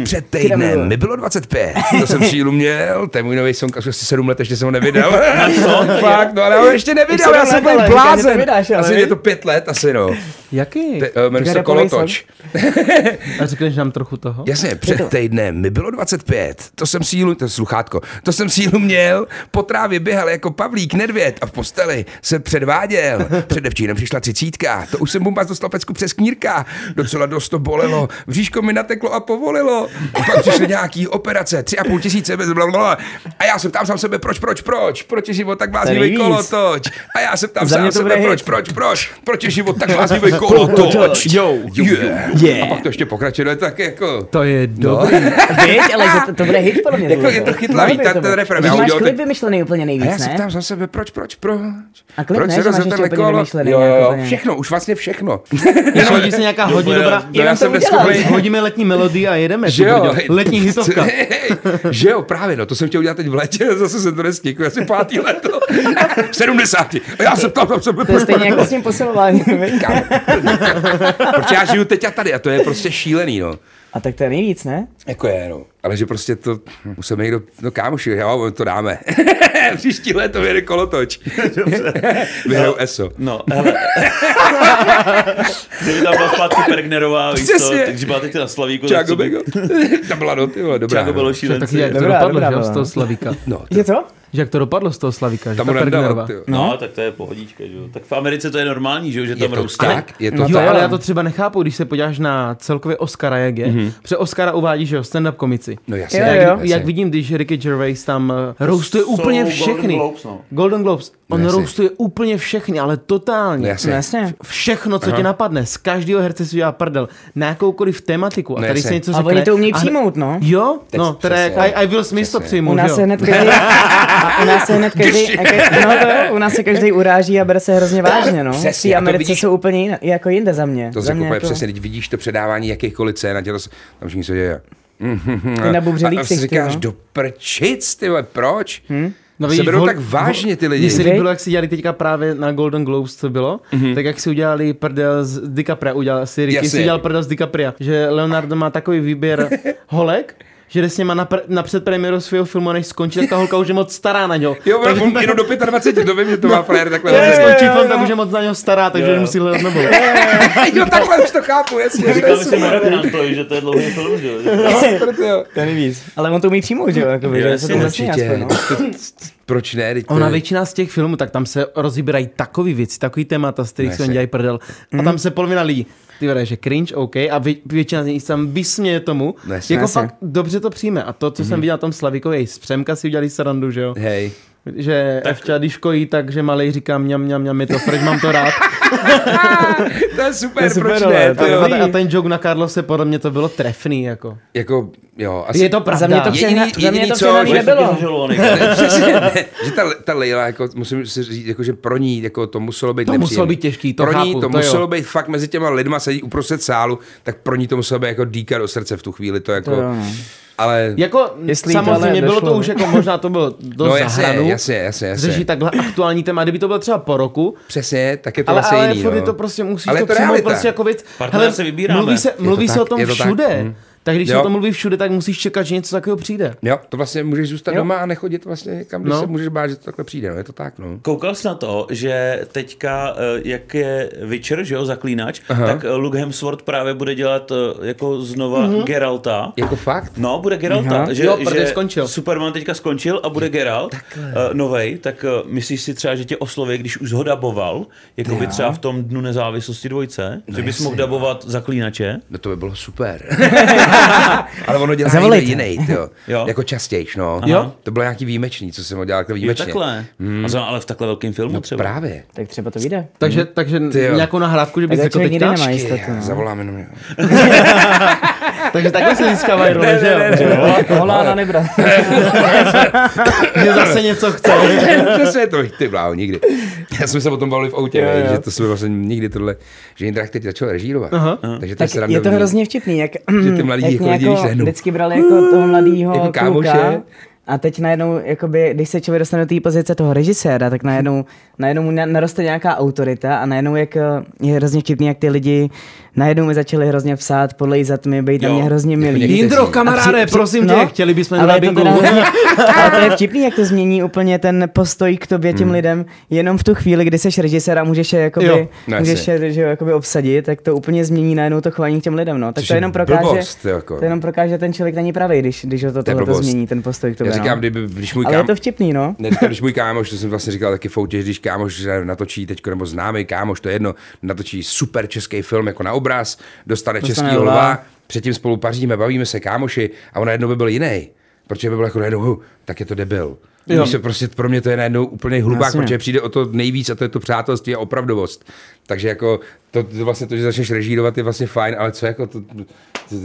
Speaker 3: Před
Speaker 4: Kde
Speaker 3: týdnem
Speaker 4: bylo?
Speaker 3: mi bylo 25, to jsem cílu měl, to je můj nový song, asi asi 7 let, ještě jsem ho nevydal. Fakt, no ale já ho ještě nevydal,
Speaker 4: Sedm
Speaker 3: já jsem
Speaker 4: let,
Speaker 3: byl
Speaker 4: ale říkám, že to
Speaker 3: blázen.
Speaker 4: vydáš, ale
Speaker 3: Asi
Speaker 4: vy-
Speaker 3: je to 5 let, asi no.
Speaker 1: Jaký?
Speaker 3: Te- eh, Jmenuje se
Speaker 4: Kde repovej
Speaker 3: Kolotoč.
Speaker 1: A řekneš nám trochu toho?
Speaker 3: Jasně, před týdnem mi bylo 25, to jsem sílu, to je sluchátko, to jsem sílu měl, po trávě běhal jako Pavlík Nedvěd a v posteli se předváděl. Předevčírem přišla třicítka, to už jsem bomba dostal pecku přes knírka, docela dost to bolelo, vříško mi nateklo a povolilo. Pak přišly nějaký operace, tři a půl tisíce bez blablabla. A já se ptám sám sebe, proč, proč, proč, proč je život tak bláznivý
Speaker 4: Rýs.
Speaker 3: kolotoč. A já se ptám
Speaker 4: Za mě
Speaker 3: sám
Speaker 4: to
Speaker 3: sebe,
Speaker 4: bude
Speaker 3: proč,
Speaker 4: hit.
Speaker 3: proč, proč, proč je život tak bláznivý kolotoč. Jo,
Speaker 4: Yeah.
Speaker 3: A pak to ještě pokračuje, tak jako...
Speaker 1: To je dobrý.
Speaker 4: Víš, ale že to, to bude hit podle mě.
Speaker 3: Jako
Speaker 4: tohle.
Speaker 3: je to chytlavý, ten-
Speaker 4: Mělo by to
Speaker 3: ten
Speaker 4: být.
Speaker 3: refrén,
Speaker 4: Když
Speaker 3: já
Speaker 4: máš
Speaker 3: udělal
Speaker 4: klip
Speaker 3: ty-
Speaker 4: vymyšlený úplně
Speaker 3: A já
Speaker 4: nejvíc,
Speaker 3: se
Speaker 4: ne?
Speaker 3: ptám za sebe, proč, proč, proč?
Speaker 4: A klip
Speaker 3: proč
Speaker 4: ne, že máš ještě úplně nevymyšlený
Speaker 3: Jo, jo,
Speaker 4: nějak
Speaker 3: jo,
Speaker 4: úplně.
Speaker 3: všechno, už vlastně všechno.
Speaker 1: Když hodí se nějaká hodně
Speaker 2: Dobré.
Speaker 1: dobrá...
Speaker 3: No, já jsem
Speaker 4: to
Speaker 3: dneska
Speaker 4: udělal.
Speaker 3: úplně-
Speaker 1: Hodíme letní melodii a jedeme.
Speaker 3: Že
Speaker 1: ty
Speaker 3: jo,
Speaker 1: brďo. Letní hitovka.
Speaker 3: že jo, právě, no, to jsem chtěl udělat teď v létě, zase jsem to nestihl, asi pátý leto, v 70. A já se ptám, tam jsem
Speaker 4: To je stejně jako s tím posilováním. viď?
Speaker 3: Kámo, Protože já žiju teď a tady a to je prostě šílený, no.
Speaker 4: A tak to je nejvíc, ne?
Speaker 3: Jako je, no. Ale že prostě to, už jsem někdo, no kámoši, jo, to dáme. Příští léto vyjede kolotoč. Vyhrou ESO.
Speaker 2: No, hele. Kdyby tam byla zpátky Pergnerová, víš co,
Speaker 3: Přesně.
Speaker 2: takže byla teď na Slavíku. tak
Speaker 3: Čáko
Speaker 2: co by-
Speaker 3: Bego. Ta byla, no, ty vole, dobrá.
Speaker 2: Čáko bylo
Speaker 1: Taky
Speaker 2: šílenci.
Speaker 1: jak to
Speaker 4: Dobrá,
Speaker 1: dopadlo,
Speaker 4: dobrá
Speaker 1: že jo, z
Speaker 4: byla.
Speaker 1: toho Slavíka.
Speaker 3: No,
Speaker 4: Je co?
Speaker 1: Že jak to dopadlo z toho Slavíka, že
Speaker 3: tam
Speaker 1: ta
Speaker 3: mu
Speaker 1: Pergnerová.
Speaker 3: nedal, ty jo.
Speaker 2: No, tak to je pohodička, že jo. Tak v Americe to je normální, že jo, že
Speaker 3: Je
Speaker 2: tam
Speaker 3: to
Speaker 2: roustá.
Speaker 3: tak,
Speaker 4: No
Speaker 3: je to
Speaker 1: jo,
Speaker 3: tak.
Speaker 1: ale já to třeba nechápu, když se podíváš na celkově Oscara, jak je. Mm-hmm. Protože Oscara uvádí, že jo, stand-up komici.
Speaker 3: Mhm. No jasně,
Speaker 4: Jo,
Speaker 1: jak,
Speaker 4: jo.
Speaker 1: jak vidím, když Ricky Gervais tam eh, roustuje
Speaker 2: Jsou
Speaker 1: úplně
Speaker 2: Golden
Speaker 1: všechny.
Speaker 2: Globes, no.
Speaker 1: Golden Globes. On
Speaker 3: No jasně.
Speaker 1: roustuje úplně všechny, ale
Speaker 3: No
Speaker 1: totálně.
Speaker 3: jasně.
Speaker 4: No jasně.
Speaker 1: Všechno, co tě napadne, z každého herce si udělá prdel, na jakoukoliv tematiku. A
Speaker 3: No
Speaker 1: tady
Speaker 3: jasně.
Speaker 1: se něco
Speaker 4: A
Speaker 1: řekne.
Speaker 4: oni to umějí
Speaker 1: a-
Speaker 4: přijmout, no.
Speaker 1: Jo,
Speaker 3: Teď
Speaker 1: no, teda
Speaker 3: přesně.
Speaker 1: jak I, I Will Smith to
Speaker 3: Přesně.
Speaker 1: přijmul,
Speaker 4: U nás
Speaker 1: že
Speaker 4: se
Speaker 1: jo.
Speaker 4: hned každý, a u nás se hned každý, a ke, no to jo, u nás se každý uráží a bere se hrozně vážně, no. V
Speaker 3: Přesně,
Speaker 4: té
Speaker 3: a to
Speaker 4: Americe
Speaker 3: vidíš-
Speaker 4: jsou úplně jiné, jako jinde za mě.
Speaker 3: To
Speaker 4: za
Speaker 3: řekl
Speaker 4: mě
Speaker 3: úplně
Speaker 4: jako,
Speaker 3: přesně, teď vidíš to předávání jakýchkoliv cen a tě to, s- tam všichni se děje.
Speaker 4: Ty nabubřelý
Speaker 3: a, a si
Speaker 4: ksicht,
Speaker 3: říkáš,
Speaker 4: jo.
Speaker 3: do prčic, ty vole, proč? Hmm? No, se
Speaker 1: vidíš,
Speaker 3: berou
Speaker 1: Hm? vol-
Speaker 3: tak vážně ty lidi.
Speaker 1: Mně se
Speaker 4: Vy?
Speaker 1: líbilo, jak si dělali teďka právě na Golden Globes, co bylo, mm-hmm. tak jak si udělali prdel z DiCapria, udělal si Ricky, si
Speaker 3: Mhm. Jasně.
Speaker 1: udělal prdel z DiCapria, že Leonardo má takový výběr holek, že jde s něma na, pr- na předpremiéru svého filmu, než skončí, tak ta holka už je moc stará na něho.
Speaker 3: Jo, on jenom do 25, to vím, že
Speaker 1: No.
Speaker 3: to má frajer
Speaker 1: Jo,
Speaker 3: takhle.
Speaker 1: když
Speaker 3: hodně.
Speaker 1: skončí film, tak už je moc na něho stará, takže už musí hledat novou.
Speaker 3: Jo, takhle už to chápu, jasně. že to je
Speaker 2: Říkal jsem
Speaker 3: super.
Speaker 2: Antoji, že to je dlouhý film, že jo.
Speaker 3: Jo.
Speaker 4: To je nejvíc. Ale on to umí přijmout, že jo, jakoby, že se to
Speaker 2: Jasně,
Speaker 4: zasměje aspoň, no.
Speaker 3: Proč ne? teď to
Speaker 1: Ona
Speaker 3: je-
Speaker 1: většina z těch filmů, tak tam se rozbírají takový věci, takový témata, z kterých
Speaker 3: Ne, Mm.
Speaker 1: se oni
Speaker 3: si.
Speaker 1: dělají prdel. A tam se polovina lidí, ty vede, že cringe, OK, a vě, většina z nich se tam vysměje tomu,
Speaker 3: Ne, Mhm. si.
Speaker 1: jako
Speaker 4: Ne, si.
Speaker 1: fakt dobře to přijme. A to, co jsem viděl na tom Slavikovi, i z Přemka si udělali srandu, že jo?
Speaker 3: Hej.
Speaker 1: že tak... Evča, když kojí, tak že malej říká mňam, mňam, mňam, je to fresh, mám to rád.
Speaker 3: to je super,
Speaker 4: je super,
Speaker 3: proč
Speaker 4: ale
Speaker 3: ne?
Speaker 4: to
Speaker 3: To
Speaker 1: a,
Speaker 3: jo.
Speaker 1: a, a, ten joke na Karlose, podle mě to bylo trefný, jako.
Speaker 3: Jako, jo, asi...
Speaker 1: Je to pravda.
Speaker 4: Za mě to přehna,
Speaker 3: Jediný-
Speaker 4: za mě
Speaker 3: jediný
Speaker 4: to
Speaker 3: co,
Speaker 4: přehnaný
Speaker 3: že-
Speaker 4: nebylo.
Speaker 3: Přesně, ne, že ta, ta Leila, jako, musím si říct, jako, že pro ní jako, to muselo být
Speaker 1: To
Speaker 3: nepříjemný.
Speaker 1: muselo být těžký, to
Speaker 3: Pro ní
Speaker 1: chápu,
Speaker 3: to,
Speaker 1: to
Speaker 3: muselo
Speaker 1: jo.
Speaker 3: být fakt mezi těma lidma sedí uprostřed sálu, tak pro ní to muselo být jako dýka do srdce v tu chvíli. To jako,
Speaker 4: To jo, no.
Speaker 3: ale
Speaker 1: Jako
Speaker 4: Jestli
Speaker 1: Jestli
Speaker 4: jí to ale
Speaker 1: samozřejmě bylo to
Speaker 4: došlo,
Speaker 1: už
Speaker 4: ne?
Speaker 1: jako možná to bylo do
Speaker 3: No, jasně,
Speaker 1: zahranu.
Speaker 3: jasně, jasně, jasně.
Speaker 1: Řešit takhle aktuální téma, kdyby to bylo třeba po roku,
Speaker 3: přesně, tak je to
Speaker 1: ale,
Speaker 3: zase
Speaker 1: ale
Speaker 3: jiný.
Speaker 1: furt je
Speaker 3: no.
Speaker 1: to prostě musíš
Speaker 3: Ale
Speaker 1: to,
Speaker 3: je to
Speaker 1: přijmout
Speaker 3: realita.
Speaker 1: prostě jako věc.
Speaker 2: Partnera si vybíráme.
Speaker 1: mluví se,
Speaker 2: Je
Speaker 3: to
Speaker 1: mluví se o
Speaker 3: tak,
Speaker 1: tom
Speaker 3: je to tak.
Speaker 1: všude.
Speaker 3: Mhm.
Speaker 1: Tak když se
Speaker 3: Jo.
Speaker 1: o tom mluví všude, tak musíš čekat, že něco takového přijde.
Speaker 3: Jo, to vlastně můžeš zůstat
Speaker 1: Jo.
Speaker 3: doma a nechodit vlastně někam, kde
Speaker 1: No.
Speaker 3: se můžeš bát, že to takhle přijde. No, je to tak, no.
Speaker 2: Koukal jsi na to, že teďka, eh, jak je Witcher, že jo, zaklínač, Aha. tak eh, Luke Hemsworth právě bude dělat eh, jako znova mm-hmm. Geralta.
Speaker 3: Jako fakt.
Speaker 2: No, bude Geralta.
Speaker 4: Aha.
Speaker 2: Že,
Speaker 1: Jo, protože
Speaker 2: že
Speaker 1: skončil.
Speaker 2: Superman teďka skončil a bude Geralt uh, novej, tak uh, myslíš si třeba, že tě osloví, když už ho daboval, jako by třeba v tom Dnu nezávislosti dvojce, no že bys
Speaker 3: jasně,
Speaker 2: mohl dabovat zaklínače?
Speaker 3: No to by bylo super. ale ono dělá
Speaker 4: Zavolejte.
Speaker 3: jiný, jiný jo.
Speaker 2: Jo.
Speaker 3: Jako častějš, no.
Speaker 1: Jo.
Speaker 3: To bylo nějaký výjimečný, co jsem ho dělal, jako
Speaker 2: Jo,
Speaker 3: výjimečně.
Speaker 2: takhle. A za- ale v takhle velkém filmu
Speaker 3: No
Speaker 2: třeba.
Speaker 3: právě.
Speaker 4: Tak třeba to vyjde.
Speaker 1: Takže, takže
Speaker 3: jo.
Speaker 1: nějakou nahrávku, že
Speaker 4: Tak
Speaker 1: bys řekl
Speaker 4: člověk nikdy
Speaker 1: teďka.
Speaker 4: nemá
Speaker 3: Počkej,
Speaker 4: jistotu.
Speaker 3: já
Speaker 4: no.
Speaker 3: zavolám jenom.
Speaker 1: Takže takhle se získávají role, že jo?
Speaker 4: Holána nebrat.
Speaker 1: Že zase něco chce.
Speaker 3: to se to, ty bláho, nikdy. Já jsme se o tom bavili v autě,
Speaker 4: Jo,
Speaker 3: ne,
Speaker 4: jo.
Speaker 3: že to jsme vlastně nikdy tohle, že Jindrák teď začal režírovat.
Speaker 1: Aha.
Speaker 3: Takže to
Speaker 4: Tak
Speaker 3: je,
Speaker 4: je to hrozně vtipný, jak,
Speaker 3: Že ty mladí
Speaker 4: jak
Speaker 3: jako
Speaker 4: mě
Speaker 3: lidi, když najednou-
Speaker 4: vždycky brali jako toho mladého
Speaker 3: Jako kámoše.
Speaker 4: kluka. A teď najednou, jakoby, když se člověk dostane do té pozice toho režiséra, tak najednou, najednou mu na- naroste nějaká autorita a najednou jak, eh, je hrozně vtipný, jak ty lidi najednou mi začali hrozně psát, podle za tmy, být na
Speaker 2: Jo.
Speaker 4: mě hrozně milí.
Speaker 3: jako někdy
Speaker 1: Jindro, kamaráde, prosím
Speaker 3: no?
Speaker 1: tě, chtěli bychom
Speaker 4: No, ale
Speaker 1: na
Speaker 4: je to
Speaker 1: bingu.
Speaker 4: teda Ale to je vtipný, jak to změní úplně ten postoj k tobě, těm lidem, jenom v tu chvíli, kdy jsi režisér a můžeš je, jakoby,
Speaker 1: Hmm. Jo,
Speaker 3: no
Speaker 4: můžeš
Speaker 3: jasně.
Speaker 4: je že, jo, jakoby obsadit, tak to úplně změní najednou to chování k těm lidem. No. Tak
Speaker 3: Což
Speaker 4: to
Speaker 3: je
Speaker 4: jenom, prokáže,
Speaker 3: blbost, jako.
Speaker 4: to jenom prokáže, že ten člověk není pravý, když, když ho to,
Speaker 3: To je
Speaker 4: tohle to
Speaker 3: blbost.
Speaker 4: změní, ten postoj k tobě.
Speaker 3: Já říkám,
Speaker 4: no.
Speaker 3: kdyby, když můj
Speaker 4: Ale
Speaker 3: kam,
Speaker 4: je to vtipný, no.
Speaker 3: Ne, říkám, když můj kámoš, to jsem vlastně říkal taky foutě, že když kámoš natočí teď, nebo známý kámoš, to je jedno, natočí super český film jako na obraz, dostane,
Speaker 4: Dostane
Speaker 3: český
Speaker 4: lva.
Speaker 3: lva, předtím spolu paříme, bavíme se kámoši a on najednou by byl jiný. Protože by byl jako najednou, hu, tak je to debil.
Speaker 1: Jo.
Speaker 3: Víš, to prostě pro mě to je najednou úplný hlubák,
Speaker 4: Jasně.
Speaker 3: protože přijde o to nejvíc a to je to přátelství a opravdovost. Takže jako to, to vlastně to, že začneš režírovat, je vlastně fajn, ale co jako to... to, to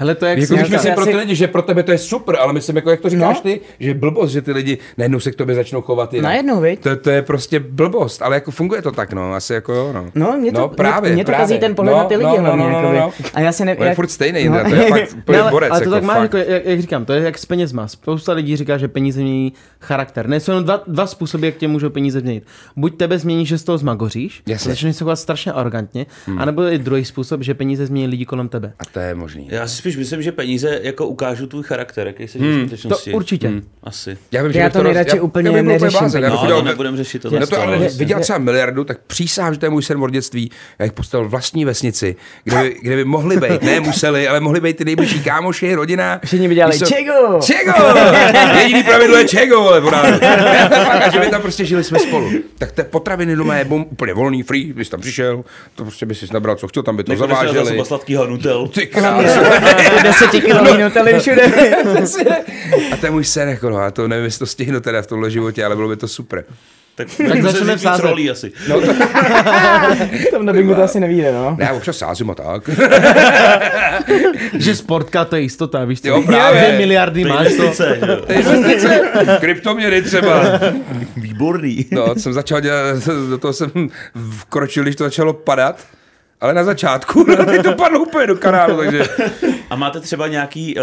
Speaker 1: Hele, to je jak
Speaker 3: jako
Speaker 1: jsi
Speaker 3: když
Speaker 1: říkal.
Speaker 3: myslím
Speaker 4: Já
Speaker 3: pro
Speaker 4: si-
Speaker 3: ty lidi, že pro tebe to je super, ale myslím, jako jak to říkáš
Speaker 4: No.
Speaker 3: ty, že je blbost, že ty lidi najednou se k tobě začnou chovat jinak.
Speaker 4: Najednou, viď?
Speaker 3: To, to je prostě blbost, ale jako funguje to tak, no, asi jako jo, no.
Speaker 4: No, mě to,
Speaker 3: no, právě,
Speaker 4: mě, mě to
Speaker 3: právě.
Speaker 4: kazí ten pohled
Speaker 3: no,
Speaker 4: na ty lidi
Speaker 3: no, no,
Speaker 4: hlavně.
Speaker 3: No, no, no,
Speaker 4: jakoby.
Speaker 3: no.
Speaker 4: A já si ne,
Speaker 3: On je
Speaker 4: jak- No.
Speaker 3: furt stejný, Jindra, to je fakt úplně
Speaker 1: Ne, No, ale,
Speaker 3: borec,
Speaker 1: ale to
Speaker 3: jako
Speaker 1: tak máš,
Speaker 3: fakt.
Speaker 1: jako, jak, jak, říkám, to je jak s penězma. Spousta lidí říká, že peníze mění charakter. Ne, jsou jenom dva, dva způsoby, jak tě můžou peníze změnit. Buď tebe změní, že z toho zmagoříš,
Speaker 3: Jasně.
Speaker 1: začneš se chovat strašně arrogantně, hmm. anebo je druhý způsob, že peníze změní lidi kolem tebe.
Speaker 3: A to je možný.
Speaker 2: Já si spíš myslím, že peníze jako ukážou tvůj charakter, jaký jsi v
Speaker 1: To
Speaker 2: skutečnosti.
Speaker 1: určitě. Hmm.
Speaker 2: Asi.
Speaker 3: Já, vím,
Speaker 4: Já
Speaker 3: bych
Speaker 4: to nejradši
Speaker 3: já-
Speaker 4: úplně
Speaker 3: já bych byl
Speaker 4: neřeším
Speaker 3: blázen, já bych
Speaker 2: No,
Speaker 3: udělal-
Speaker 2: to nebudem řešit tohle.
Speaker 3: No to ale
Speaker 4: vlastně-
Speaker 2: Jasně.
Speaker 3: viděl třeba miliardu, tak přísahám, že to je můj sen mordictví. Já bych postavil vlastní vesnici, kde by, kde by mohli být, ne museli, ale mohli být ty nejbližší kámoši, rodina.
Speaker 4: Všichni by dělali,
Speaker 3: Víš co?
Speaker 4: "Čego!"
Speaker 3: Čego! Jediný pravidlo je čego, vole, po nás. A že by tam prostě žili jsme spolu. Tak ty potraviny doma je bum, úplně volný, free, bys tam přišel, to prostě bys si nabral, co chtěl, tam by to
Speaker 2: Jako dostal za
Speaker 3: zaváželi.
Speaker 2: seba sladkýho Nutel.
Speaker 3: Ty krása.
Speaker 4: Ty desetikilový tady všude.
Speaker 3: A to je můj sen, jako, no, a to nevím, jestli to stihnu teda v tomhle životě, ale bylo by to super.
Speaker 2: Tak,
Speaker 1: začneme
Speaker 2: začneme
Speaker 1: vsázet.
Speaker 2: rolí asi.
Speaker 3: No,
Speaker 4: Tam na bingu to asi nevíde, no.
Speaker 3: Ne, já občas sázím a tak.
Speaker 1: Že sportka to je jistota, víš co?
Speaker 3: Jo, právě.
Speaker 1: Dvě miliardy máš to.
Speaker 2: Investice, že jo.
Speaker 3: To je investice, kryptoměny třeba.
Speaker 2: Výborný.
Speaker 3: No, jsem začal dělat, do toho jsem vkročil, když to začalo padat. Ale na začátku, no, teď to padlo úplně do kanálu, takže...
Speaker 2: A máte třeba nějaký uh,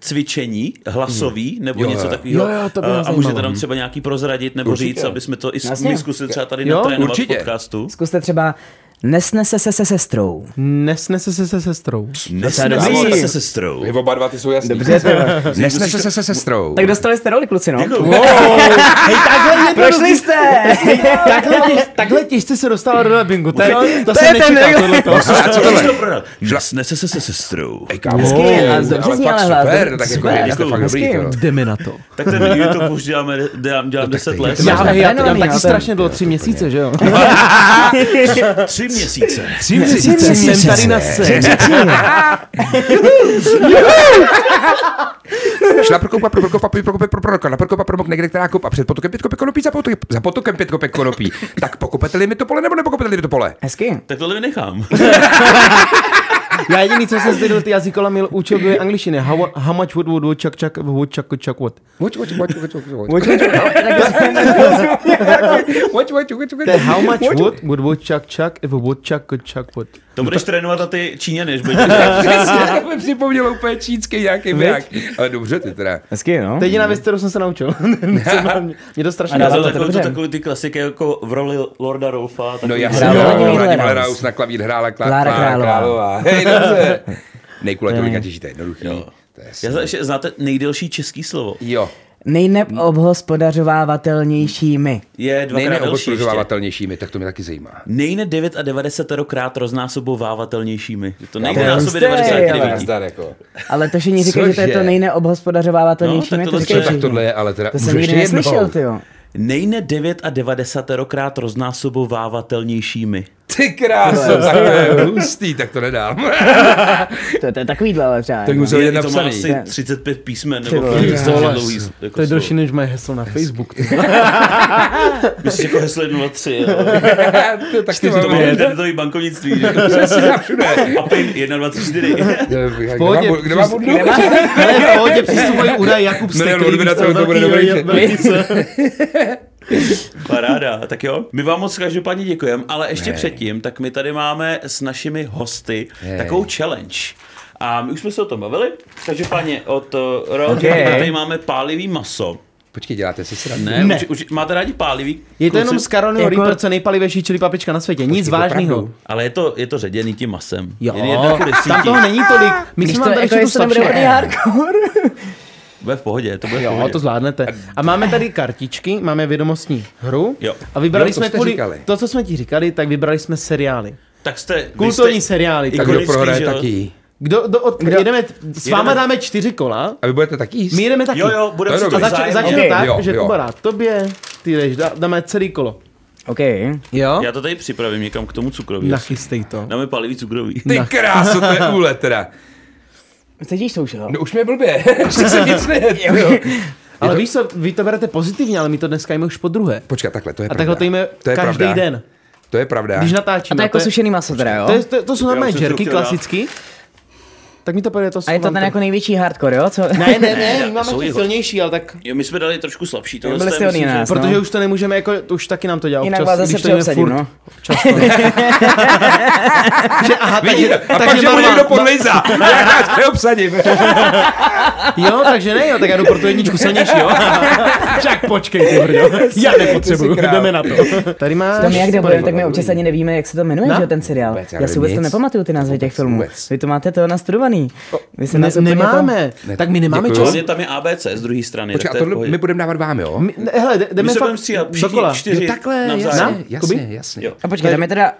Speaker 2: cvičení hlasový nebo
Speaker 3: Jo,
Speaker 2: jo, něco
Speaker 3: jo.
Speaker 2: takového?
Speaker 1: Jo, jo, to by mě
Speaker 2: Eh, a
Speaker 1: zajímalo.
Speaker 2: můžete nám třeba nějaký prozradit nebo
Speaker 3: Určitě.
Speaker 2: říct, aby jsme to i s,
Speaker 4: Jasně.
Speaker 2: my zkusili třeba tady
Speaker 1: Jo,
Speaker 2: natrénovat
Speaker 3: určitě.
Speaker 2: v podcastu.
Speaker 4: Zkuste třeba nesnese se se sestrou.
Speaker 1: Nesnese se se sestrou.
Speaker 2: Nesnese
Speaker 4: dobrý.
Speaker 2: se se sestrou.
Speaker 3: Vy oba dva ty jsou jasný.
Speaker 4: Dobře, to je-
Speaker 3: Nesnese se se sestrou.
Speaker 4: Tak dostali jste roli, kluci, no.
Speaker 1: Hej, takhle mě to
Speaker 4: Prošli jste!
Speaker 1: Takhle, těž, takhle těžce se dostává do dabingu. To, to, to,
Speaker 4: to
Speaker 1: jsem
Speaker 4: je ten
Speaker 1: nečekal, tohle to.
Speaker 3: A co tohle?
Speaker 2: Musíš to prodat. Nesnese se se sestrou.
Speaker 3: Ej, kámo,
Speaker 4: Hezky,
Speaker 3: ale
Speaker 4: a dobře zní,
Speaker 3: fakt
Speaker 4: ale hlas,
Speaker 3: super,
Speaker 4: dobrý,
Speaker 3: tak jako
Speaker 4: super,
Speaker 3: je to
Speaker 2: děkuju.
Speaker 3: fakt dobrý.
Speaker 4: Hezky.
Speaker 3: to.
Speaker 1: Jdeme na to.
Speaker 2: Tak ten YouTube už děláme,
Speaker 3: No,
Speaker 2: dělám, dělám 10 let.
Speaker 3: teď-
Speaker 1: Já,
Speaker 4: Jsme
Speaker 1: já, já, já
Speaker 4: trénovaný,
Speaker 1: taky
Speaker 4: no, to-
Speaker 1: strašně dlouho, tři měsíce, že jo?
Speaker 2: Tři Tři měsíce.
Speaker 3: Tři měsíce.
Speaker 1: Jsem tady na scéně.
Speaker 3: Šla pro koupa, pro pro koupa, pro kope, pro proroka, na pro kopa, pro mok, někde která kopa, před potokem pět kopek konopí, za potokem, za potokem pět kopek konopí. Tak pokopete-li mi to pole, nebo nepokopete-li mi to pole?
Speaker 4: Hezky.
Speaker 2: Tak tohle vynechám.
Speaker 1: Já jediný, co jsem zdědil ty jazykola, měl učil byl angličtiny. How, how much would would would chuck chuck would chuck chuck what?
Speaker 3: Watch, watch, watch, watch, watch, watch.
Speaker 4: Pojď, pojď, pojď.
Speaker 3: Watch, watch, watch, watch.
Speaker 1: To je how much would would would chuck chuck if a would chuck could chuck what?
Speaker 2: To budeš trénovat a ty Číňany, než budeš.
Speaker 3: Přesně, to mi připomnělo úplně čínský nějaký biják. Ale dobře ty teda.
Speaker 4: Hezky, no.
Speaker 1: To je jediná věc, kterou jsem se naučil. Mě to strašně
Speaker 4: A na
Speaker 2: Já jsem
Speaker 1: dávalo.
Speaker 4: to
Speaker 2: takový,
Speaker 4: dobře.
Speaker 2: takový ty klasiky jako v roli Lorda Rolfa.
Speaker 3: No
Speaker 2: takový-
Speaker 3: jasně,
Speaker 4: Hrála
Speaker 3: jo,
Speaker 4: Vladimíra
Speaker 3: jo, Vladimíra
Speaker 4: Raus.
Speaker 3: Raus na klavír hrála Klá-
Speaker 4: Klára
Speaker 3: Klá-
Speaker 4: Králová.
Speaker 3: Králová. Hej, dobře. Nejkulatulika těží, to je jednoduchý.
Speaker 2: Jo.
Speaker 3: To je
Speaker 2: Já za- ještě znáte nejdelší český slovo.
Speaker 3: Jo,
Speaker 4: Nejneobhospodařovávatelnějšími.
Speaker 2: Je dvakrát delší ještě.
Speaker 3: nejneoboslužovávatelnějšími, tak to mě taky zajímá.
Speaker 2: Nejne 99 krát roznásobovávatelnějšími. Je to nejde
Speaker 4: Damn.
Speaker 2: násobit
Speaker 4: Damn.
Speaker 2: 99.
Speaker 3: Nazdar, jako.
Speaker 4: Ale to, že ní říkají, že to je to
Speaker 3: Cože?
Speaker 4: nejneobhospodařovávatelnějšími,
Speaker 2: No, tak
Speaker 4: to
Speaker 2: tohle
Speaker 4: říkají
Speaker 2: je-
Speaker 3: Tak
Speaker 4: všichni.
Speaker 3: tohle je, ale teda
Speaker 4: To
Speaker 3: už
Speaker 4: jsem nikdy
Speaker 3: ještě jednou.
Speaker 4: neslyšel, ty jo.
Speaker 2: Nejne 99 krát roznásobovávatelnějšími.
Speaker 3: Ty kráso, tak to je hustý, tak to nedám.
Speaker 4: To, to je takovýhle, ale třeba.
Speaker 3: Tak
Speaker 4: no.
Speaker 3: musel
Speaker 2: Je-
Speaker 3: je
Speaker 2: to má
Speaker 3: napsaný.
Speaker 2: asi 35 písmen
Speaker 4: Ty
Speaker 2: nebo
Speaker 4: vole.
Speaker 2: kolik
Speaker 1: To
Speaker 2: strašně
Speaker 1: je jako
Speaker 2: dlouhý. jako
Speaker 1: To je delší než moje heslo na Facebook.
Speaker 2: Myslíš jako heslo 1 a 3.
Speaker 3: To- tak to
Speaker 1: Čtyři
Speaker 2: To
Speaker 3: mám.
Speaker 2: bylo
Speaker 1: Pět.
Speaker 2: internetový bankovnictví. že? A PIN 1, 2, 3, 4.
Speaker 3: Kde
Speaker 1: pohodě,
Speaker 3: mám- Kde mám
Speaker 1: přes-
Speaker 3: bundu?
Speaker 1: Hele, v pohodě přistupují údaje Jakub
Speaker 3: Ne, ne,
Speaker 1: Steklý.
Speaker 3: Ludmila,
Speaker 1: víš co,
Speaker 3: to bude
Speaker 1: velký
Speaker 3: dobrý.
Speaker 1: ve- velký-
Speaker 2: Paráda, tak jo. My vám moc každopádně děkujeme, ale ještě předtím, tak my tady máme s našimi hosty takovou challenge. A my už jsme se o tom bavili, takže páně od uh, Rocky
Speaker 4: Okay.
Speaker 2: tady máme pálivý maso.
Speaker 3: Počkej, děláte si srandu.
Speaker 2: Ne,
Speaker 1: Ne.
Speaker 2: Už, už, máte rádi pálivý?
Speaker 1: Je to
Speaker 2: kluci?
Speaker 1: jenom z Carolina
Speaker 4: Jako-
Speaker 1: Reaper, co nejpalivější čili papička na světě. Nic
Speaker 3: Počkej,
Speaker 1: vážného.
Speaker 3: opravdu?
Speaker 2: Ale je to, je to ředěný tím masem.
Speaker 1: Jo,
Speaker 2: Jen jedna ku desíti.
Speaker 1: tam toho není tolik. My
Speaker 4: Když
Speaker 1: jsme
Speaker 4: to,
Speaker 1: vám tady
Speaker 4: jako
Speaker 1: všechno
Speaker 4: jestli to bude hodně
Speaker 1: stačilo.
Speaker 4: hardcore.
Speaker 2: Bude v pohodě, to bude v
Speaker 1: Jo,
Speaker 2: pohodě.
Speaker 1: to zvládnete. A máme tady kartičky, máme vědomostní hru.
Speaker 2: Jo.
Speaker 1: A vybrali
Speaker 3: Jo, to
Speaker 1: jsme
Speaker 3: jste
Speaker 1: kvůli,
Speaker 3: říkali.
Speaker 1: to, co jsme ti říkali, tak vybrali jsme seriály.
Speaker 2: Tak jste... vy
Speaker 1: Kulturní
Speaker 2: jste
Speaker 1: seriály.
Speaker 2: i
Speaker 1: Tak
Speaker 3: Tak kdo
Speaker 2: ikonický,
Speaker 3: prohraje,
Speaker 2: že jo?
Speaker 3: tak jí.
Speaker 1: kdo, do, od,
Speaker 4: Kdo-
Speaker 1: jedeme, s váma
Speaker 2: jedeme-
Speaker 1: dáme čtyři kola,
Speaker 3: A vy budete tak jíst?
Speaker 1: my jedeme taky.
Speaker 2: Jo, jo, budeme
Speaker 3: To je
Speaker 2: si to
Speaker 1: A
Speaker 3: dobrý.
Speaker 1: zač,
Speaker 2: vzájemně-
Speaker 1: začneme
Speaker 4: Ok.
Speaker 1: tak,
Speaker 3: Jo,
Speaker 1: že
Speaker 3: jo.
Speaker 1: Kuba rád tobě, ty jdeš, dá, dáme celý kolo.
Speaker 4: OK.
Speaker 1: Jo?
Speaker 2: Já to tady připravím někam k tomu cukroví.
Speaker 1: Nachystej to.
Speaker 2: Dáme palivý cukroví.
Speaker 3: Ty
Speaker 4: No.
Speaker 3: kráso, to je úle teda.
Speaker 4: Chceš jíst soušel?
Speaker 3: No už mě blbě, ještě jsem nic nejedl. jo.
Speaker 1: Ale víš co, vy to berete pozitivně, ale my to dneska jíme už po druhé.
Speaker 3: Počkat, takhle, to
Speaker 1: A
Speaker 3: je pravda.
Speaker 1: takhle to jíme
Speaker 3: To je
Speaker 1: každý
Speaker 3: pravda.
Speaker 1: den,
Speaker 3: To je pravda.
Speaker 1: když
Speaker 4: A
Speaker 1: natáčíme.
Speaker 4: to je jako
Speaker 1: je-
Speaker 4: sušený maso teda, jo?
Speaker 1: To, je, to, to jsou normálně
Speaker 2: jsem si to
Speaker 1: žerky
Speaker 2: chtěl dát.
Speaker 1: klasicky. Tak mi to pojede to
Speaker 4: A je to
Speaker 1: vám
Speaker 4: ten jako největší hardcore, jo? Co?
Speaker 1: Ne, ne, ne, my máme
Speaker 2: Jsou
Speaker 1: ty
Speaker 2: jeho.
Speaker 1: silnější, ale tak...
Speaker 2: Jo, my jsme dali trošku slabší. To
Speaker 4: Byli jste od nás, no.
Speaker 1: Protože už to nemůžeme, jako, to už taky nám to dělá
Speaker 4: Jinak
Speaker 1: občas,
Speaker 4: vás zase
Speaker 1: když to jíme
Speaker 4: přeobsadím,
Speaker 1: furt.
Speaker 4: no.
Speaker 1: Často. že, aha, tak,
Speaker 3: Vidíte, a
Speaker 1: takže
Speaker 3: pak, že mu
Speaker 1: mám-
Speaker 3: někdo
Speaker 1: mám-
Speaker 3: podlejzá. Já nás přeobsadím.
Speaker 1: no, Jo, takže ne, jo, tak já jdu pro tu jedničku silnější, jo. Však počkej, ty brdo. Já nepotřebuju,
Speaker 3: Ty jsi král.
Speaker 1: jdeme na to. Tady máš...
Speaker 4: Tam jak budeme, tak my občas ani nevíme, jak se to jmenuje,
Speaker 1: No.
Speaker 4: že jo, ten seriál.
Speaker 3: Vůbec, já
Speaker 4: já si
Speaker 3: nevím
Speaker 4: vůbec to
Speaker 3: nic.
Speaker 4: nepamatuju ty názvy těch filmů.
Speaker 3: vůbec.
Speaker 4: Vy to máte to nastudovaný. Vy se
Speaker 1: Ne,
Speaker 4: nás úplně to-
Speaker 1: nemáme, tak my nemáme
Speaker 3: Děkuju.
Speaker 1: čas.
Speaker 2: Hlavně Vlastně tam je ABC z druhé strany.
Speaker 3: Počkej, a
Speaker 2: tak to je v
Speaker 3: tohle
Speaker 2: pohodě.
Speaker 3: my budeme dávat vám, jo?
Speaker 1: My- ne, Hele, jde-
Speaker 2: My
Speaker 1: jdeme
Speaker 2: se
Speaker 1: fakt
Speaker 2: budeme stříhat všichni
Speaker 1: dokola.
Speaker 2: čtyři
Speaker 3: Jo, No takhle,
Speaker 2: navzájem.
Speaker 1: Na?
Speaker 3: jasně, jasně,
Speaker 1: Kubi?
Speaker 3: jasně. Jako
Speaker 2: Jo.
Speaker 4: A počkej, tam je teda...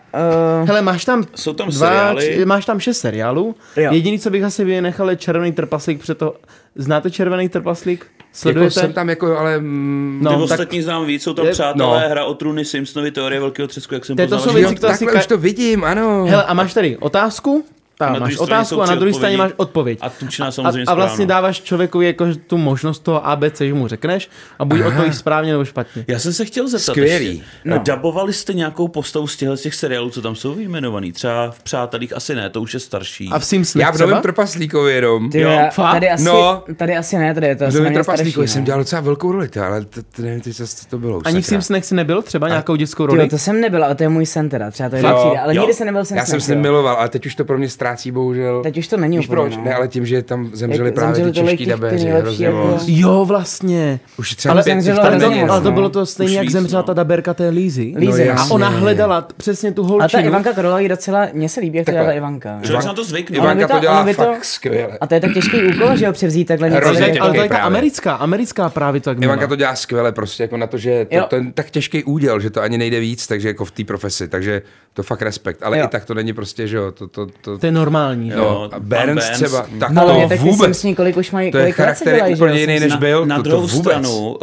Speaker 4: Uh,
Speaker 1: Hele, máš tam,
Speaker 2: Jsou tam
Speaker 1: dva, no,
Speaker 2: seriály.
Speaker 1: č- máš tam šest seriálů.
Speaker 4: Jo.
Speaker 1: Jediný, co bych asi vynechal, je Červený trpaslík, proto znáte Červený trpaslík?
Speaker 3: Jako
Speaker 1: Sledujete?
Speaker 3: jsem tam jako, ale... mm,
Speaker 2: Ty
Speaker 1: no, tak
Speaker 2: ostatní znám víc, jsou tam
Speaker 1: Je-
Speaker 2: přátelé,
Speaker 3: no.
Speaker 2: hra o trůny, Simpsonovi, teorie velkého třesku, jak jsem
Speaker 1: To je to,
Speaker 2: poznal.
Speaker 1: co
Speaker 2: že-
Speaker 1: vy-
Speaker 3: Jo,
Speaker 1: si to asi
Speaker 3: takhle
Speaker 1: ka-
Speaker 3: už to vidím, ano.
Speaker 1: Hele, a máš tady otázku, tam
Speaker 2: na druhé
Speaker 1: máš
Speaker 2: straně jsou
Speaker 1: otázku a
Speaker 2: tři
Speaker 1: na druhé
Speaker 2: odpovědi.
Speaker 1: straně máš odpověď.
Speaker 2: A tučná
Speaker 1: a,
Speaker 2: samozřejmě
Speaker 1: a vlastně
Speaker 2: správnou.
Speaker 1: dáváš člověku jako tu možnost toho ABC, že mu řekneš a buď odpovíš správně nebo špatně.
Speaker 2: Já jsem se chtěl zeptat.
Speaker 3: Skvělý.
Speaker 2: ještě. Dabovali jste nějakou postavu z těchto těch seriálů, co tam jsou vyjmenovaný? Třeba v Přátelích asi ne, to už je starší.
Speaker 1: A v Simpsons
Speaker 3: Já v novém
Speaker 1: třeba?
Speaker 3: trpaslíkovi jenom.
Speaker 4: ty,
Speaker 2: Jo,
Speaker 4: jo,
Speaker 1: fakt?
Speaker 4: tady, asi,
Speaker 3: No.
Speaker 4: tady asi ne, tady je to
Speaker 3: V
Speaker 4: asi
Speaker 3: novém
Speaker 4: na starší.
Speaker 3: trpaslíkovi jsem
Speaker 4: no.
Speaker 3: dělal docela velkou roli, ty, ale to, to nevím, ty, co co to bylo. už,
Speaker 1: Ani v
Speaker 3: sakra.
Speaker 1: Simpsonech si nebyl třeba nějakou dětskou
Speaker 4: Ty jo,
Speaker 1: roli?
Speaker 4: to jsem nebyl, ale to je můj sen teda, třeba to je
Speaker 3: Fakt?
Speaker 4: přijde, ale
Speaker 2: Jo.
Speaker 4: nikdy jsem nebyl sen
Speaker 3: Já jsem se miloval, ale teď už to pro mě ztrácí, bohužel.
Speaker 4: Teď už to není
Speaker 3: Víš
Speaker 4: úplně,
Speaker 3: proč?
Speaker 4: no.
Speaker 3: Ne, ale tím, že tam zemřeli
Speaker 4: Jak
Speaker 3: právě
Speaker 4: zemřeli
Speaker 3: ty
Speaker 4: tolik
Speaker 3: čeští
Speaker 4: těch- ty
Speaker 3: dabéři
Speaker 4: nejlepší
Speaker 3: hrozně
Speaker 4: jako-
Speaker 3: moc.
Speaker 1: Jo, vlastně.
Speaker 3: Už třeba
Speaker 1: Ale
Speaker 3: pět těch
Speaker 4: zemřelo
Speaker 1: Ale to,
Speaker 4: hrozně
Speaker 3: dabéřů.
Speaker 4: moc,
Speaker 1: ale to
Speaker 4: no.
Speaker 1: bylo to stejně,
Speaker 2: Už
Speaker 1: jak
Speaker 2: víc,
Speaker 1: zemřela
Speaker 2: no.
Speaker 1: ta daberka té Lízy.
Speaker 4: Líze,
Speaker 1: a
Speaker 4: no.
Speaker 1: ona hledala t- přesně tu
Speaker 4: A ta
Speaker 1: holčinu.
Speaker 4: Ivanka Korola je docela, mně se líbí, jak to
Speaker 3: Takhle.
Speaker 4: dělá ta Ivanka.
Speaker 2: Člověk se na to zvykne.
Speaker 4: Ivan-
Speaker 3: Ivanka
Speaker 4: Ono by
Speaker 3: to
Speaker 4: to- ono
Speaker 3: dělá
Speaker 4: by to-
Speaker 3: fakt skvěle.
Speaker 4: A to je tak těžký úkol, že jo, převzít takhle něco.
Speaker 3: Hrozně
Speaker 4: že-
Speaker 1: Ale to je ta
Speaker 3: Právě.
Speaker 1: americká, americká právě to tak měla.
Speaker 3: Ivanka to dělá skvěle prostě, jako na to, že to,
Speaker 4: Jo.
Speaker 3: to je tak těžký úděl, že to ani nejde víc, takže jako v té profesi, takže to fakt respekt. Ale
Speaker 4: Jo.
Speaker 3: i tak to není prostě, že jo, to, to, to,
Speaker 1: To je normální, že?
Speaker 2: Jo,
Speaker 1: jo?
Speaker 3: No, a Berns
Speaker 2: pan
Speaker 3: třeba,
Speaker 2: Berns. Mm.
Speaker 3: tak
Speaker 4: No, Ale
Speaker 3: to
Speaker 4: mě tak myslím
Speaker 3: vůbec.
Speaker 4: s ní, kolik už mají,
Speaker 3: To je
Speaker 4: kolik let se
Speaker 3: charakter
Speaker 4: dělají,
Speaker 3: úplně
Speaker 4: že jo,
Speaker 3: jiný,
Speaker 4: jsem
Speaker 3: než
Speaker 4: si-
Speaker 3: byl,
Speaker 2: na
Speaker 3: to- to
Speaker 2: druhou
Speaker 3: vůbec.
Speaker 2: stranu, uh,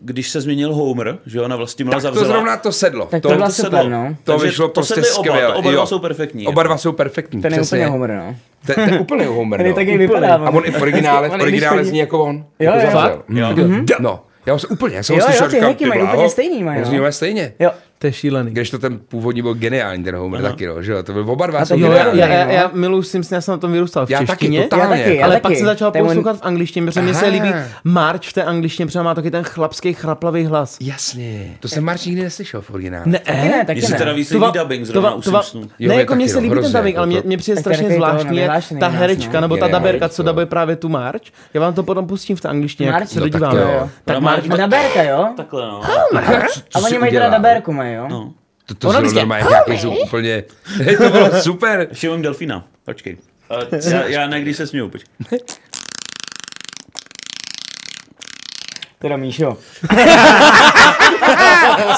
Speaker 2: když se změnil Homer, že jo, vlastně na vlastní
Speaker 3: Tak to zrovna to sedlo.
Speaker 4: Tak
Speaker 3: To-
Speaker 4: to byla
Speaker 2: to
Speaker 4: super,
Speaker 2: sedlo.
Speaker 4: no.
Speaker 3: To
Speaker 2: Takže
Speaker 3: vyšlo
Speaker 2: to
Speaker 3: prostě
Speaker 2: sedli oba,
Speaker 3: skvěle.
Speaker 2: to oba dva
Speaker 3: jo.
Speaker 2: jsou perfektní. jako.
Speaker 3: Oba dva jsou perfektní,
Speaker 4: Ten je
Speaker 3: přesně.
Speaker 4: úplně Homer, no.
Speaker 3: To- to je úplně Homer,
Speaker 4: Ten je
Speaker 3: no.
Speaker 4: taky vypadá.
Speaker 3: A on i v originále, v
Speaker 4: On i když
Speaker 3: originále
Speaker 4: chodí-
Speaker 3: zní jako on.
Speaker 4: Jo,
Speaker 3: jako
Speaker 4: jo.
Speaker 3: Zázel. Hm.
Speaker 2: Jo.
Speaker 3: Da- No, já jsem úplně, já jsem ho
Speaker 4: Jo, jo,
Speaker 3: slyšel,
Speaker 4: ty
Speaker 3: říkám,
Speaker 4: heky mají
Speaker 3: bláho,
Speaker 4: úplně stejný, mají,
Speaker 3: on
Speaker 4: no.
Speaker 3: zní úplně stejně.
Speaker 4: Jo.
Speaker 1: To je šílený.
Speaker 3: Když to ten původní byl geniální, ten Homer taky, no, že jo, to byl oba dva jsou
Speaker 4: to
Speaker 1: Jo,
Speaker 4: bylo
Speaker 1: já,
Speaker 3: geniální.
Speaker 1: já, já, já miluju Simpson, já jsem na tom vyrůstal v
Speaker 3: Já taky,
Speaker 1: češtině.
Speaker 3: totálně.
Speaker 4: Já taky, já
Speaker 1: ale
Speaker 4: taky.
Speaker 1: pak jsem začal
Speaker 4: To je on-
Speaker 1: poslouchat v angličtině, protože mně se
Speaker 3: Aha.
Speaker 1: líbí March v té angličtině, protože má taky ten chlapský chraplavý hlas.
Speaker 3: Jasně, to jsem Marč nikdy neslyšel v originálu.
Speaker 1: Ne,
Speaker 4: Taky ne, taky
Speaker 2: Mně se
Speaker 4: ne.
Speaker 2: teda víc líbí dubbing zrovna u Simpsonů.
Speaker 3: Jo,
Speaker 1: ne,
Speaker 3: je
Speaker 1: jako mně
Speaker 3: taky,
Speaker 1: se
Speaker 3: no,
Speaker 1: líbí ten
Speaker 3: hrozně,
Speaker 1: dubbing, ale mě,
Speaker 3: jako to-
Speaker 1: mě přijde
Speaker 4: Tak
Speaker 1: strašně
Speaker 4: takový to
Speaker 1: zvláštní, jak
Speaker 4: nevyhlášený
Speaker 1: ta
Speaker 4: nás, no.
Speaker 1: herečka nebo ta
Speaker 3: Geniální,
Speaker 1: daberka, co
Speaker 3: jo.
Speaker 1: dabuje právě tu March. Já vám to potom pustím v té angličtině, jak
Speaker 4: March,
Speaker 1: se
Speaker 4: no,
Speaker 3: tak
Speaker 1: dodívám.
Speaker 3: to jo.
Speaker 1: Tak
Speaker 2: Ona má-
Speaker 1: March,
Speaker 4: Na Daberka, jo?
Speaker 2: Takhle, no.
Speaker 4: A oni mají teda Daberku, mají, jo?
Speaker 2: no.
Speaker 3: To, to zrovna
Speaker 1: vždycky-
Speaker 3: má nějaký zvuk úplně, hej, to bylo super.
Speaker 2: Všimám delfína, počkej. A c- Já, já ne, když se směju, počkej.
Speaker 4: Teda Míšo.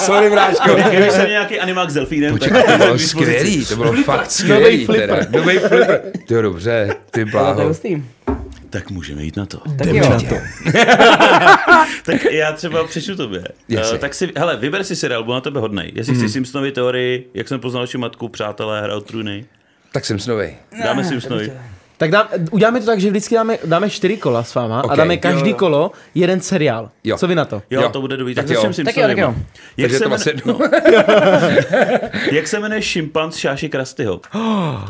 Speaker 3: Sorry, Mráčko.
Speaker 2: Když jsem nějaký animák s delfínem,
Speaker 3: Počkej, to bylo
Speaker 2: k dispozici.
Speaker 3: skvělý, to bylo fakt skvělý. teda. Nový flipper. Ty jo, dobře, ty
Speaker 4: To je
Speaker 3: bláho.
Speaker 4: hustý.
Speaker 2: Tak můžeme jít na to.
Speaker 4: Tak jo.
Speaker 2: Tak já třeba přečtu tobě.
Speaker 3: Jasně.
Speaker 2: Uh, tak si, hele, vyber si seriál, budu na tebe hodnej. Jestli hmm. chci Simpsonovi teorii, jak jsem poznal vaši matku, přátelé, hra o trůny.
Speaker 3: Tak jsem snovej.
Speaker 2: Dáme Simpsonovi.
Speaker 1: tak dám, uděláme to tak, že vždycky dáme, dáme čtyři kola s váma a
Speaker 3: Ok.
Speaker 1: dáme
Speaker 3: Jo,
Speaker 1: každý
Speaker 4: jo.
Speaker 1: kolo jeden seriál.
Speaker 3: Jo.
Speaker 1: Co vy na to?
Speaker 2: Jo,
Speaker 3: Jo.
Speaker 2: to bude dobrý.
Speaker 3: Tak
Speaker 2: Tak,
Speaker 3: jo.
Speaker 2: začneme
Speaker 4: Tak jo, tak jo.
Speaker 2: Simpsonovima. Jak,
Speaker 3: Takže
Speaker 2: se
Speaker 3: to
Speaker 2: jmenuje- no.
Speaker 3: vlastně... No.
Speaker 2: jak se jmenuje šimpanz Šáši Krastyho?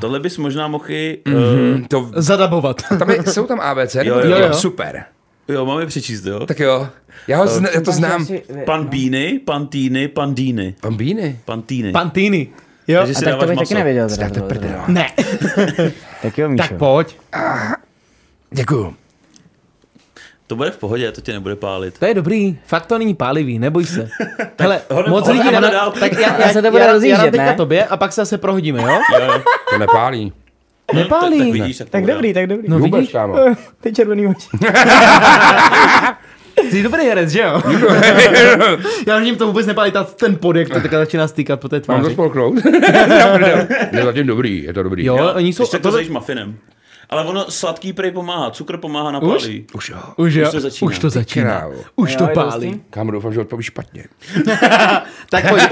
Speaker 2: Tohle bys možná mohl i... Mm-hmm.
Speaker 3: To,
Speaker 1: Zadabovat.
Speaker 3: tam je, jsou tam ABC? nebo-
Speaker 2: jo,
Speaker 1: jo.
Speaker 3: Super.
Speaker 2: Uh, jo, máme přečíst, jo? Tak
Speaker 3: Tak jo. Já, ho zna, Eh, já to znám.
Speaker 2: pan Bíny, pan Týny, pan Dýny.
Speaker 3: Bambíny.
Speaker 2: Pan Týny.
Speaker 1: Pantýny. Jo?
Speaker 2: Takže
Speaker 4: A
Speaker 2: si
Speaker 4: tak to
Speaker 2: dáváš
Speaker 4: bych
Speaker 2: maso.
Speaker 4: taky nevěděl.
Speaker 3: Tak to
Speaker 4: Teda,
Speaker 3: prdel.
Speaker 1: Ne.
Speaker 4: tak jo, Míšo.
Speaker 1: tak pojď.
Speaker 3: Děkuju.
Speaker 2: To bude v pohodě, to tě nebude pálit.
Speaker 1: To je dobrý, fakt to není pálivý, neboj se. Hele,
Speaker 2: hodem-
Speaker 1: moc
Speaker 2: hodem
Speaker 1: lidí
Speaker 2: to
Speaker 1: nemá...
Speaker 2: dál.
Speaker 1: Tak já,
Speaker 4: Já se to bude
Speaker 1: já, já
Speaker 4: rozjíždět,
Speaker 1: dám teďka
Speaker 4: ne?
Speaker 1: tobě a pak se zase prohodíme, jo?
Speaker 3: To nepálí.
Speaker 1: Nepálí.
Speaker 2: No, Tak, tak vidíš, tak,
Speaker 4: Tak
Speaker 2: pohoda.
Speaker 4: dobrý, tak dobrý. Hm,
Speaker 1: No
Speaker 3: Vůbec,
Speaker 1: vidíš,
Speaker 3: kámo.
Speaker 4: Ty červený oči.
Speaker 1: jsi dobrý herec, že jo? Já vidím, to vůbec nepálí, ta, ten podek, to teďka začíná stýkat po té
Speaker 3: Mám to
Speaker 1: tváři.
Speaker 3: spolknout? Je zatím dobrý, je to dobrý.
Speaker 1: Jo, oni jsou...
Speaker 2: Když tak to
Speaker 1: to-
Speaker 2: zajíš mafinem. Ale ono sladký prej pomáhá, cukr pomáhá na pálí.
Speaker 3: Už jo.
Speaker 1: Už, jo,
Speaker 2: to začíná.
Speaker 1: už to začíná.
Speaker 3: krávo.
Speaker 1: Už to
Speaker 4: Jo, je to
Speaker 1: pálí.
Speaker 4: hustý.
Speaker 3: Kámo, doufám, že odpovíš špatně.
Speaker 1: Tak pojď,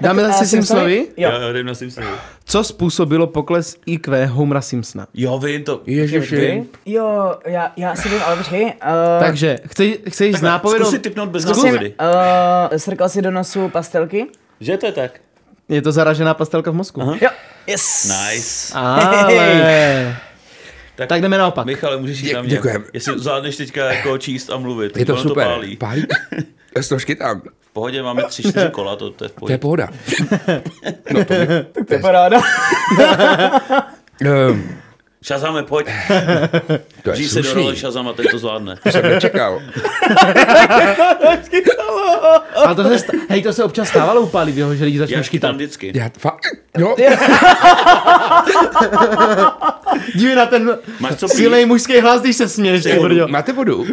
Speaker 1: dáme zase Simpsonovi.
Speaker 4: Jo.
Speaker 2: Jo, jo, jdem na Simpsonovi.
Speaker 1: Co způsobilo pokles IQ Homera Simpsona?
Speaker 2: Jo, vím to.
Speaker 3: Ježiši.
Speaker 4: Jo, já, já si vím, ale počkej. Uh,
Speaker 1: Takže, chceš, chceš s nápovědou...
Speaker 2: Zkus si typnout bez
Speaker 1: Zkus-
Speaker 2: nápovědy.
Speaker 4: Uh, srkal si do nosu pastelky.
Speaker 2: Že to je tak?
Speaker 1: Je to zaražená pastelka v mozku.
Speaker 2: Aha.
Speaker 4: Jo. Yes.
Speaker 2: Nice.
Speaker 1: Ale...
Speaker 2: Tak,
Speaker 1: Tak jdeme naopak.
Speaker 2: Michale, můžeš jít
Speaker 3: Dě-
Speaker 2: na mě.
Speaker 3: děkujem.
Speaker 2: Jestli zvládneš teďka jako číst a mluvit.
Speaker 3: Je to
Speaker 2: ono
Speaker 3: super.
Speaker 2: To pálí.
Speaker 3: Pálí. Já se to škytám.
Speaker 2: V pohodě máme tři, čtyři kola, to, to je v
Speaker 3: To je
Speaker 2: pohodě.
Speaker 3: pohoda. No,
Speaker 4: To je paráda.
Speaker 3: Ehm,
Speaker 2: Šazame, pojď.
Speaker 3: To je
Speaker 2: Dřív se do role
Speaker 3: slušný.
Speaker 2: Šazama, teď to zvládne.
Speaker 3: To jsem nečekal.
Speaker 1: Ale to se, sta- hej, to se občas stávalo u pálivého, že lidi začnou
Speaker 2: Já
Speaker 1: škytat.
Speaker 2: škytám vždycky.
Speaker 3: Já fa... Jo.
Speaker 1: Dívej na ten
Speaker 2: Máš co
Speaker 1: silný mužský hlas, když se směješ, ty brďo.
Speaker 3: Máte vodu?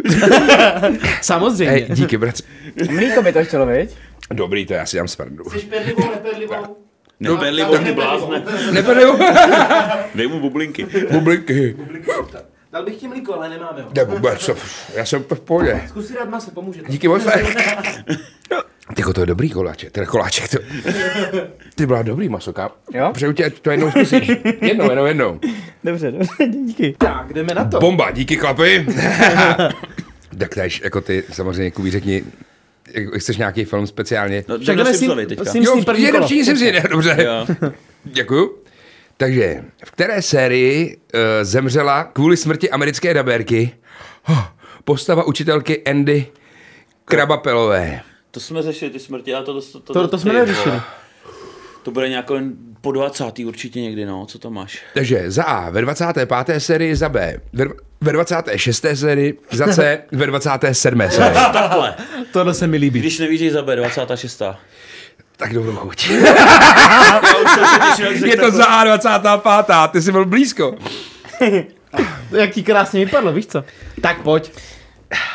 Speaker 1: Samozřejmě.
Speaker 3: Hej, díky, bratře.
Speaker 4: Mlíko by to chtělo, viď?
Speaker 3: Dobrý, to já si dám smrdu.
Speaker 1: Perlivou, neperlivou.
Speaker 2: No, Benlivou, ty blázne.
Speaker 3: Neberu
Speaker 2: Dej mu bublinky.
Speaker 3: bublinky.
Speaker 1: Dal bych ti mlíko, ale nemáme ho.
Speaker 3: Ne, vůbec, co? já jsem v pohodě.
Speaker 1: Zkus si dát maso, pomůže to.
Speaker 3: Díky moc. Tyko, to je dobrý koláček, teda koláček. To... Ty byla dobrý masoka.
Speaker 4: Jo?
Speaker 3: Přeju tě, ať to jednou zkusíš. Jednou, jednou, jednou.
Speaker 4: Dobře, dobře, díky.
Speaker 1: Tak, jdeme na to.
Speaker 3: Bomba, díky chlapi. tak tež, jako ty, samozřejmě, Kubí, řekni, jak- chceš nějaký film speciálně?
Speaker 2: No,
Speaker 1: Tak
Speaker 2: jdeme
Speaker 1: jdeme
Speaker 2: na
Speaker 1: s
Speaker 2: Simpsonovi teďka.
Speaker 1: tím
Speaker 3: jo,
Speaker 1: první
Speaker 3: jenom
Speaker 1: kolo.
Speaker 3: všichni jsem si, ne, dobře.
Speaker 2: Jo.
Speaker 3: Děkuju. Takže, v které sérii uh, zemřela kvůli smrti americké dabérky oh, postava učitelky Andy Krabapelové?
Speaker 2: To jsme řešili, ty smrti, ale to, to, to,
Speaker 1: To, to jsme
Speaker 2: ty,
Speaker 1: neřešili.
Speaker 2: vole. To bude nějak po 20. určitě někdy, no, co tam máš?
Speaker 3: Takže za A ve 25. sérii, za B ve, dv- ve 26. sérii, za C ve 27. sérii.
Speaker 2: Takhle,
Speaker 1: Tohle se mi líbí.
Speaker 2: když nevíš, že za B, 26. Já
Speaker 3: Tak dobrou chuť.
Speaker 2: už jsem se těšil, jak
Speaker 3: Je
Speaker 2: řekl
Speaker 3: to
Speaker 2: takhle.
Speaker 3: za A 25. Ty jsi byl blízko.
Speaker 1: Jak ti krásně vypadlo, víš co? Tak pojď.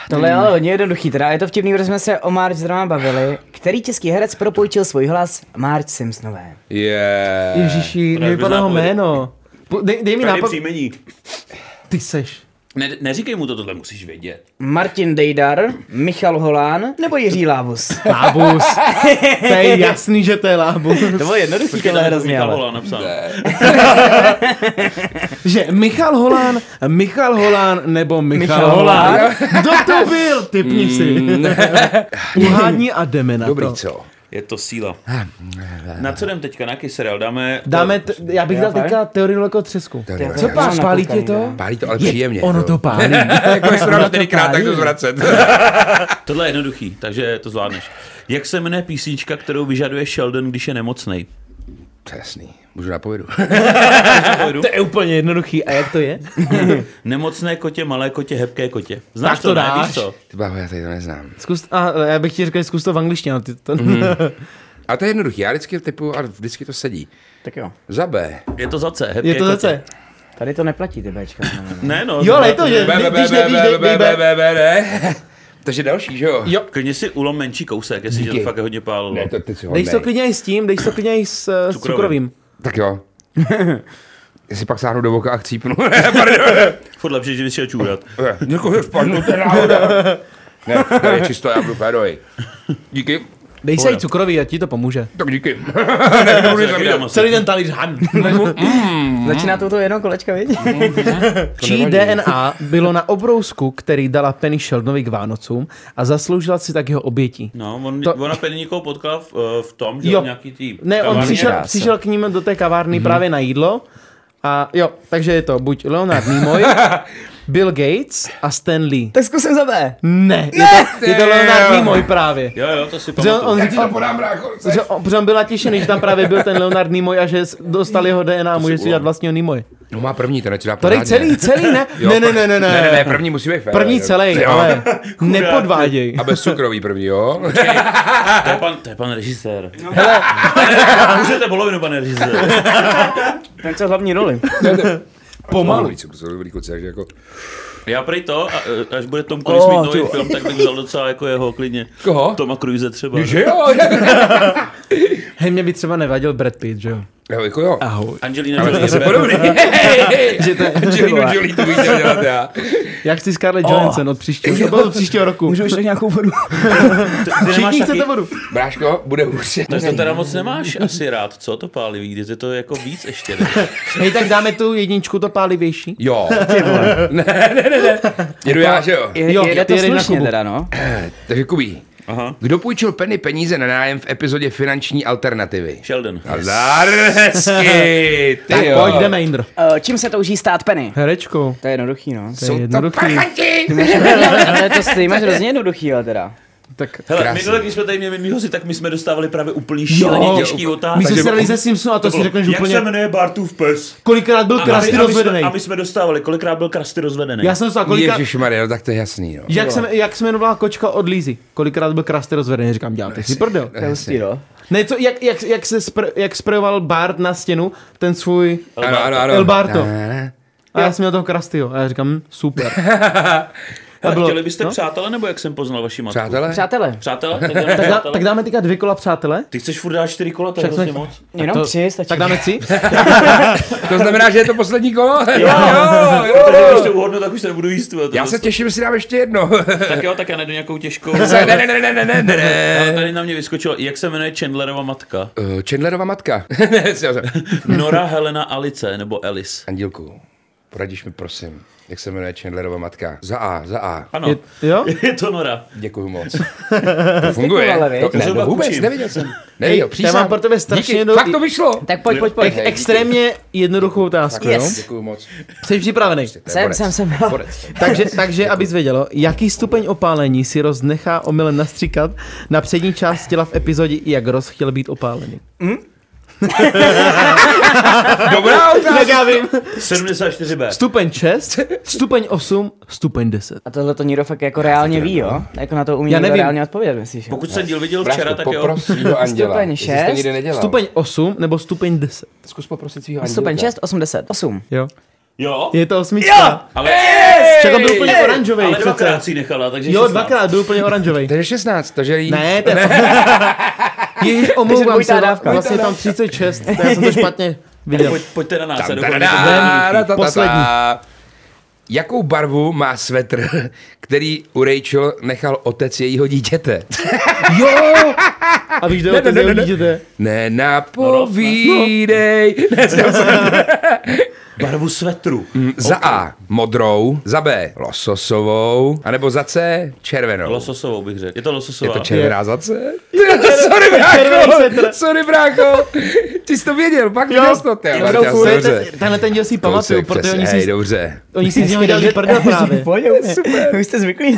Speaker 4: Tohle je ale hodně jednoduchý, teda je to vtipný, protože jsme se o Marge zrovna bavili. Který český herec propůjčil svůj hlas Marge Simpsonové?
Speaker 3: Je.
Speaker 1: Ježíši,
Speaker 2: to je
Speaker 1: mi vypadlo jeho
Speaker 2: nápověda.
Speaker 1: jméno. Po- Dej, dej mi
Speaker 2: Tady
Speaker 1: nápad.
Speaker 2: příjmení.
Speaker 1: Ty seš.
Speaker 2: Ne, neříkej mu to, tohle musíš vědět.
Speaker 4: Martin Dejdar, Michal Holán nebo Jiří Lávus?
Speaker 1: Lábus. to je jasný, že to je lábus.
Speaker 4: To bylo jednoduchý,
Speaker 2: Počkej,
Speaker 4: tohle
Speaker 2: tam
Speaker 4: hrozně,
Speaker 2: Michal
Speaker 4: ale.
Speaker 2: Holán napsal.
Speaker 1: Že Michal Holán, Michal Holán nebo Michal,
Speaker 4: Michal
Speaker 1: Holán. Kdo to byl? Typni si. Uhádni a jdeme na
Speaker 3: Dobrý,
Speaker 1: to.
Speaker 3: co?
Speaker 2: Je to síla. Na co jdem teďka? Na jaký seriál? Dáme...
Speaker 1: Dáme, t- já bych dal
Speaker 4: fakt?
Speaker 1: teďka teorii velkého třesku.
Speaker 3: Teorii
Speaker 1: Co
Speaker 3: velkého
Speaker 1: pás,
Speaker 4: třesku.
Speaker 1: pálí tě
Speaker 4: Nakoukaný,
Speaker 1: to?
Speaker 3: Pálí to ale příjemně.
Speaker 1: Ono to pálí.
Speaker 3: Jako
Speaker 1: Ono
Speaker 3: jsem
Speaker 1: to
Speaker 3: to čtyřikrát, tak
Speaker 1: pálí.
Speaker 3: to zvracet.
Speaker 2: Tohle je jednoduchý, takže to zvládneš. Jak se jmenuje písnička, kterou vyžaduje Sheldon, když je nemocný?
Speaker 3: To je jasný. Můžu napovědu.
Speaker 1: To je úplně jednoduchý. A jak to je?
Speaker 2: Nemocné kotě, malé kotě, hebké kotě. Znáš
Speaker 1: Tak
Speaker 2: to,
Speaker 1: to
Speaker 2: ne?
Speaker 1: dáš.
Speaker 2: Víš to?
Speaker 3: Ty bláho, já tady to neznám.
Speaker 1: Zkus, a já bych ti řekl, zkus to v angličtině. ale Ty to...
Speaker 3: Mhm. A to je jednoduchý, já vždycky typu a vždycky to sedí.
Speaker 4: Tak jo,
Speaker 3: Za B.
Speaker 2: Je to za C. Hebké
Speaker 1: Je to
Speaker 2: kotě.
Speaker 1: zase.
Speaker 4: tady to neplatí ty Bčka. no, no, no.
Speaker 2: Ne, no.
Speaker 1: Jo, ale
Speaker 2: ne,
Speaker 1: je to, že
Speaker 3: B, B, B,
Speaker 1: když
Speaker 3: B,
Speaker 1: nevíš, dej dej
Speaker 3: B, B, B,
Speaker 1: B.
Speaker 3: B, B, ne. Takže další, že jo?
Speaker 1: Jo.
Speaker 2: Klidně si ulom menší kousek, jestli tě to
Speaker 3: Díky.
Speaker 2: fakt hodně pálilo.
Speaker 3: Ne, to ty si
Speaker 1: Dej
Speaker 3: hodnej.
Speaker 1: si to klidně i s tím, dej si to klidně i s eh, s
Speaker 2: Cukrovým.
Speaker 1: cukrovým.
Speaker 3: Tak jo. Já si pak sáhnu do voka a chcípnu.
Speaker 2: Furt lepší, že bys šel čůrat.
Speaker 3: Někoho je spadnu, to je náhoda. Ne, to je čisto, já budu férový. Díky.
Speaker 1: Dej si i cukrový a ti to pomůže.
Speaker 3: Tak díky. ne, to budu zabírat.
Speaker 1: Celý ten talíř han.
Speaker 4: Začíná touto jednou kolečka, viď?
Speaker 1: Čí DNA bylo na obrousku, který dala Penny Sheldonovi k Vánocům a zasloužila si tak jeho obětí.
Speaker 2: No, on, to...
Speaker 1: To-
Speaker 2: ona pěkně někoho potkala v, eh, v tom, že
Speaker 1: Jo.
Speaker 2: jo. nějaký tý
Speaker 1: Ne, on
Speaker 2: kavárně.
Speaker 1: přišel,
Speaker 4: Krása.
Speaker 1: přišel k ním do té kavárny mm-hmm. právě na jídlo. A jo, takže je to buď Leonard Nimoy, Bill Gates a Stan Lee.
Speaker 4: Tak zkusím za B.
Speaker 1: Ne, je to, je to Leonard
Speaker 3: Damn.
Speaker 1: Nimoy právě.
Speaker 2: Jo, jo, to si
Speaker 1: Protože on,
Speaker 2: pamatuju.
Speaker 1: on,
Speaker 3: Já ti to podám, brácho. chceš?
Speaker 1: protože on, protože on byl natěšený, že tam právě byl ten Leonard Nimoy a že s- dostal jeho DNA a může si
Speaker 2: ulovil.
Speaker 1: dělat vlastního Nimoy.
Speaker 3: No má první, ten ať dá
Speaker 1: To dej celý, celý, ne?
Speaker 3: Jo,
Speaker 1: Ne, ne, ne, ne,
Speaker 3: Ne, ne, ne,
Speaker 1: ne.
Speaker 3: první musí být fér.
Speaker 1: První celý, ale nepodváděj.
Speaker 3: A bez cukrový první, jo?
Speaker 2: To je pan, to je pan režisér. Hele. Můžete polovinu, pane režisér.
Speaker 4: Ten co hlavní roli.
Speaker 3: Pomalu. Cukru, jsou dobrý kluci, takže jako...
Speaker 2: Já prej to, a, eh, až bude Tom Cruise
Speaker 1: Oh,
Speaker 2: mít nový
Speaker 1: ty-
Speaker 2: film, tak bych vzal docela jako jeho klidně.
Speaker 3: Koho?
Speaker 2: Toma Cruise třeba. no.
Speaker 3: Že jo?
Speaker 1: Hej, mě by třeba nevadil Brad Pitt, že jo?
Speaker 3: Jo, jako jo.
Speaker 1: Ahoj.
Speaker 2: Angelina
Speaker 3: Ale jste se
Speaker 2: Jolie. jako-
Speaker 3: podobný.
Speaker 1: Že to je-
Speaker 3: Angelina Jolie to bych chtěl dělat já.
Speaker 1: Jak chci Scarlett Johansson od příštího, to bylo od příštího roku.
Speaker 4: Můžu ještě nějakou vodu?
Speaker 1: Všichni chcete vodu.
Speaker 3: Bráško, bude hůř.
Speaker 2: No, to teda moc nemáš asi rád, co to pálivý, když je to jako víc ještě. Ne?
Speaker 1: Hej, tak dáme tu jedničku, to pálivější.
Speaker 3: Jo. Ne, ne, ne, ne. Jedu já, že jo?
Speaker 4: Je,
Speaker 1: Jo,
Speaker 4: jede to
Speaker 1: jedeš na
Speaker 4: slušně
Speaker 1: Kubu.
Speaker 4: teda, no.
Speaker 3: Takže Kubí,
Speaker 2: Aha.
Speaker 3: kdo půjčil Penny peníze na nájem v epizodě Finanční alternativy?
Speaker 2: Sheldon.
Speaker 3: A zdar hezky,
Speaker 1: Tak
Speaker 3: ty jo.
Speaker 1: pojď, jdeme, Indro.
Speaker 4: Eh, Čím se touží stát Penny?
Speaker 1: Herečkou.
Speaker 4: To je jednoduchý, no.
Speaker 1: To je
Speaker 3: Jsou to
Speaker 1: jednoduchý.
Speaker 3: prachanti.
Speaker 4: Ale to stejně máš hrozně jednoduchý, jo, teda.
Speaker 1: Tak
Speaker 2: Hele,
Speaker 3: Krásný.
Speaker 2: minule, když jsme tady měli mýho si, tak my jsme dostávali právě úplně šíleně těžký
Speaker 1: my
Speaker 2: otázky.
Speaker 1: jsme
Speaker 3: Takže-
Speaker 1: se dali ze Simpsonu a to, si řekneš
Speaker 2: Jak
Speaker 1: úplně,
Speaker 2: se jmenuje Bartův pes?
Speaker 1: kolikrát byl
Speaker 2: A, my,
Speaker 1: krásný
Speaker 2: a, my jsme,
Speaker 1: rozvedený.
Speaker 2: a my jsme dostávali, kolikrát byl Krasty rozvedený.
Speaker 1: Já jsem dostal kolikrát...
Speaker 3: Ježišmarja, no tak to je jasný, jo.
Speaker 1: Jak se, jak se jmenovala kočka od Lízy? Kolikrát byl krásně rozvedený, říkám, děláte si prdel.
Speaker 4: To je hustý, no.
Speaker 1: Ne, co, jak, jak, jak, se spr, jak sprejoval Bart na stěnu, ten svůj...
Speaker 3: Ano, ano, ano.
Speaker 1: El Barto.
Speaker 3: Ne, ne.
Speaker 1: A já jsem měl toho Krastyho a já říkám, hm, super.
Speaker 2: Hele,
Speaker 1: bylo- no.
Speaker 2: chtěli byste přátelé, nebo jak jsem poznal vaši matku?
Speaker 3: Přátelé,
Speaker 4: Přátelé,
Speaker 2: Přátelé? Tak jdeme
Speaker 1: Tak, dá,
Speaker 2: přátelé.
Speaker 1: tak dáme teďka dvě kola přátelé.
Speaker 2: Ty chceš furt dát čtyři kola, to je
Speaker 1: Však jsme-
Speaker 2: hrozně moc.
Speaker 4: jenom
Speaker 1: to-
Speaker 4: tři stačí.
Speaker 1: Tak dáme tři.
Speaker 3: to znamená, že je to poslední kolo? Jo,
Speaker 2: Protože když to uhodnu, tak už se nebudu jíst. vole, to
Speaker 3: Já
Speaker 2: je
Speaker 3: se těším, že si dám ještě jedno.
Speaker 2: Tak jo, tak já najdu nějakou těžkou.
Speaker 3: Ne, ne, ne, ne, ne, ne, ne.
Speaker 2: Ale tady na mě vyskočilo, jak se jmenuje Chandlerova matka?
Speaker 3: Eh, Chandlerova matka. Ne, si-
Speaker 2: Nora Helena Alice, nebo Alice.
Speaker 3: Andílku, poradíš mi prosím, jak se jmenuje Chandlerova matka? Za A, za A.
Speaker 2: Ano,
Speaker 1: Je, jo?
Speaker 2: je to Nora.
Speaker 3: Děkuji moc. To funguje.
Speaker 4: ale víš,
Speaker 3: To, ne,
Speaker 2: zhruba
Speaker 3: to vůbec,
Speaker 2: učím.
Speaker 3: neviděl jsem. Neviděl, přísám.
Speaker 1: já mám pro tebe strašně
Speaker 3: Díky,
Speaker 1: dobrý-
Speaker 3: fakt to vyšlo.
Speaker 4: Tak pojď, pojď,
Speaker 1: Ek,
Speaker 4: pojď.
Speaker 1: extrémně jednoduchou otázku,
Speaker 4: Yes.
Speaker 1: jo?
Speaker 3: Děkuji moc.
Speaker 1: Jsi připravený.
Speaker 3: To je
Speaker 4: Jsem,
Speaker 3: borec.
Speaker 4: jsem, jsem.
Speaker 3: Borec.
Speaker 1: Takže, takže abys vědělo, jaký stupeň opálení si Ross nechá omylem nastříkat na přední část těla v epizodě, jak Ross chtěl být opálený.
Speaker 3: Dobrá
Speaker 1: Jak
Speaker 3: otázka.
Speaker 1: já vím.
Speaker 2: 74B.
Speaker 1: Stupeň 6, stupeň 8, stupeň 10.
Speaker 4: A tohle to Niro fakt jako reálně ví, jo? Jako na to umí
Speaker 1: Já
Speaker 4: někdo
Speaker 1: nevím.
Speaker 4: reálně odpovědět, myslíš? jo?
Speaker 2: Pokud jsem díl viděl
Speaker 3: Brášku,
Speaker 2: včera, tak jo.
Speaker 3: poprosím svýho anděla.
Speaker 4: Stupeň
Speaker 3: jestli jsi to
Speaker 4: šest.
Speaker 3: nikdy nedělal.
Speaker 1: Stupeň 8 nebo stupeň 10.
Speaker 3: Zkus poprosit svýho anděla.
Speaker 4: Stupeň 6, 80, 8.
Speaker 1: Jo.
Speaker 2: Jo,
Speaker 1: Je to osmička.
Speaker 2: ale,
Speaker 1: Však on byl úplně oranžový.
Speaker 2: ale
Speaker 1: přece.
Speaker 2: dvakrát si ji nechala, takže
Speaker 1: Jo,
Speaker 2: 16.
Speaker 1: dvakrát byl úplně oranžový.
Speaker 3: To je 16, takže jí...
Speaker 1: Ne, to je... Ježíš, omlouvám
Speaker 4: dvojitá
Speaker 1: se,
Speaker 4: dávka.
Speaker 1: vlastně je tam 36, to já jsem to špatně
Speaker 2: Tak
Speaker 1: Viděl.
Speaker 2: pojď, pojďte na nás.
Speaker 3: Tam,
Speaker 2: já doufám,
Speaker 3: tadadá,
Speaker 2: že to bude jednoduchý.
Speaker 3: tadadá,
Speaker 1: Poslední.
Speaker 3: Jakou barvu má svetr, který u Rachel nechal otec jejího dítěte?
Speaker 1: Jo! A víš, kde
Speaker 3: Ne,
Speaker 1: ho to
Speaker 3: ne, ne, ne.
Speaker 1: vidíte?
Speaker 3: Nenapovídej.
Speaker 1: No,
Speaker 3: Ne, jsem se-
Speaker 2: Barvu svetru.
Speaker 1: Mm.
Speaker 3: za A modrou, za B lososovou, anebo za C červenou.
Speaker 2: Lososovou bych řekl. Je to
Speaker 3: Je
Speaker 2: lososová.
Speaker 3: to červená za C? Sorry, brácho!
Speaker 1: červený svetr.
Speaker 3: Sorry, brácho! Ty jsi to věděl, pak viděl jsi to, ty. ale já jsem
Speaker 1: To je
Speaker 3: dobře.
Speaker 1: ten- Tenhle ten díl si pamatuju,
Speaker 3: Kousek
Speaker 1: protože
Speaker 3: přes-
Speaker 1: oni
Speaker 3: Hej,
Speaker 1: si,
Speaker 3: dobře.
Speaker 1: oni si z něho dělali prdel právě.
Speaker 4: Super. Vy jste zvyklí.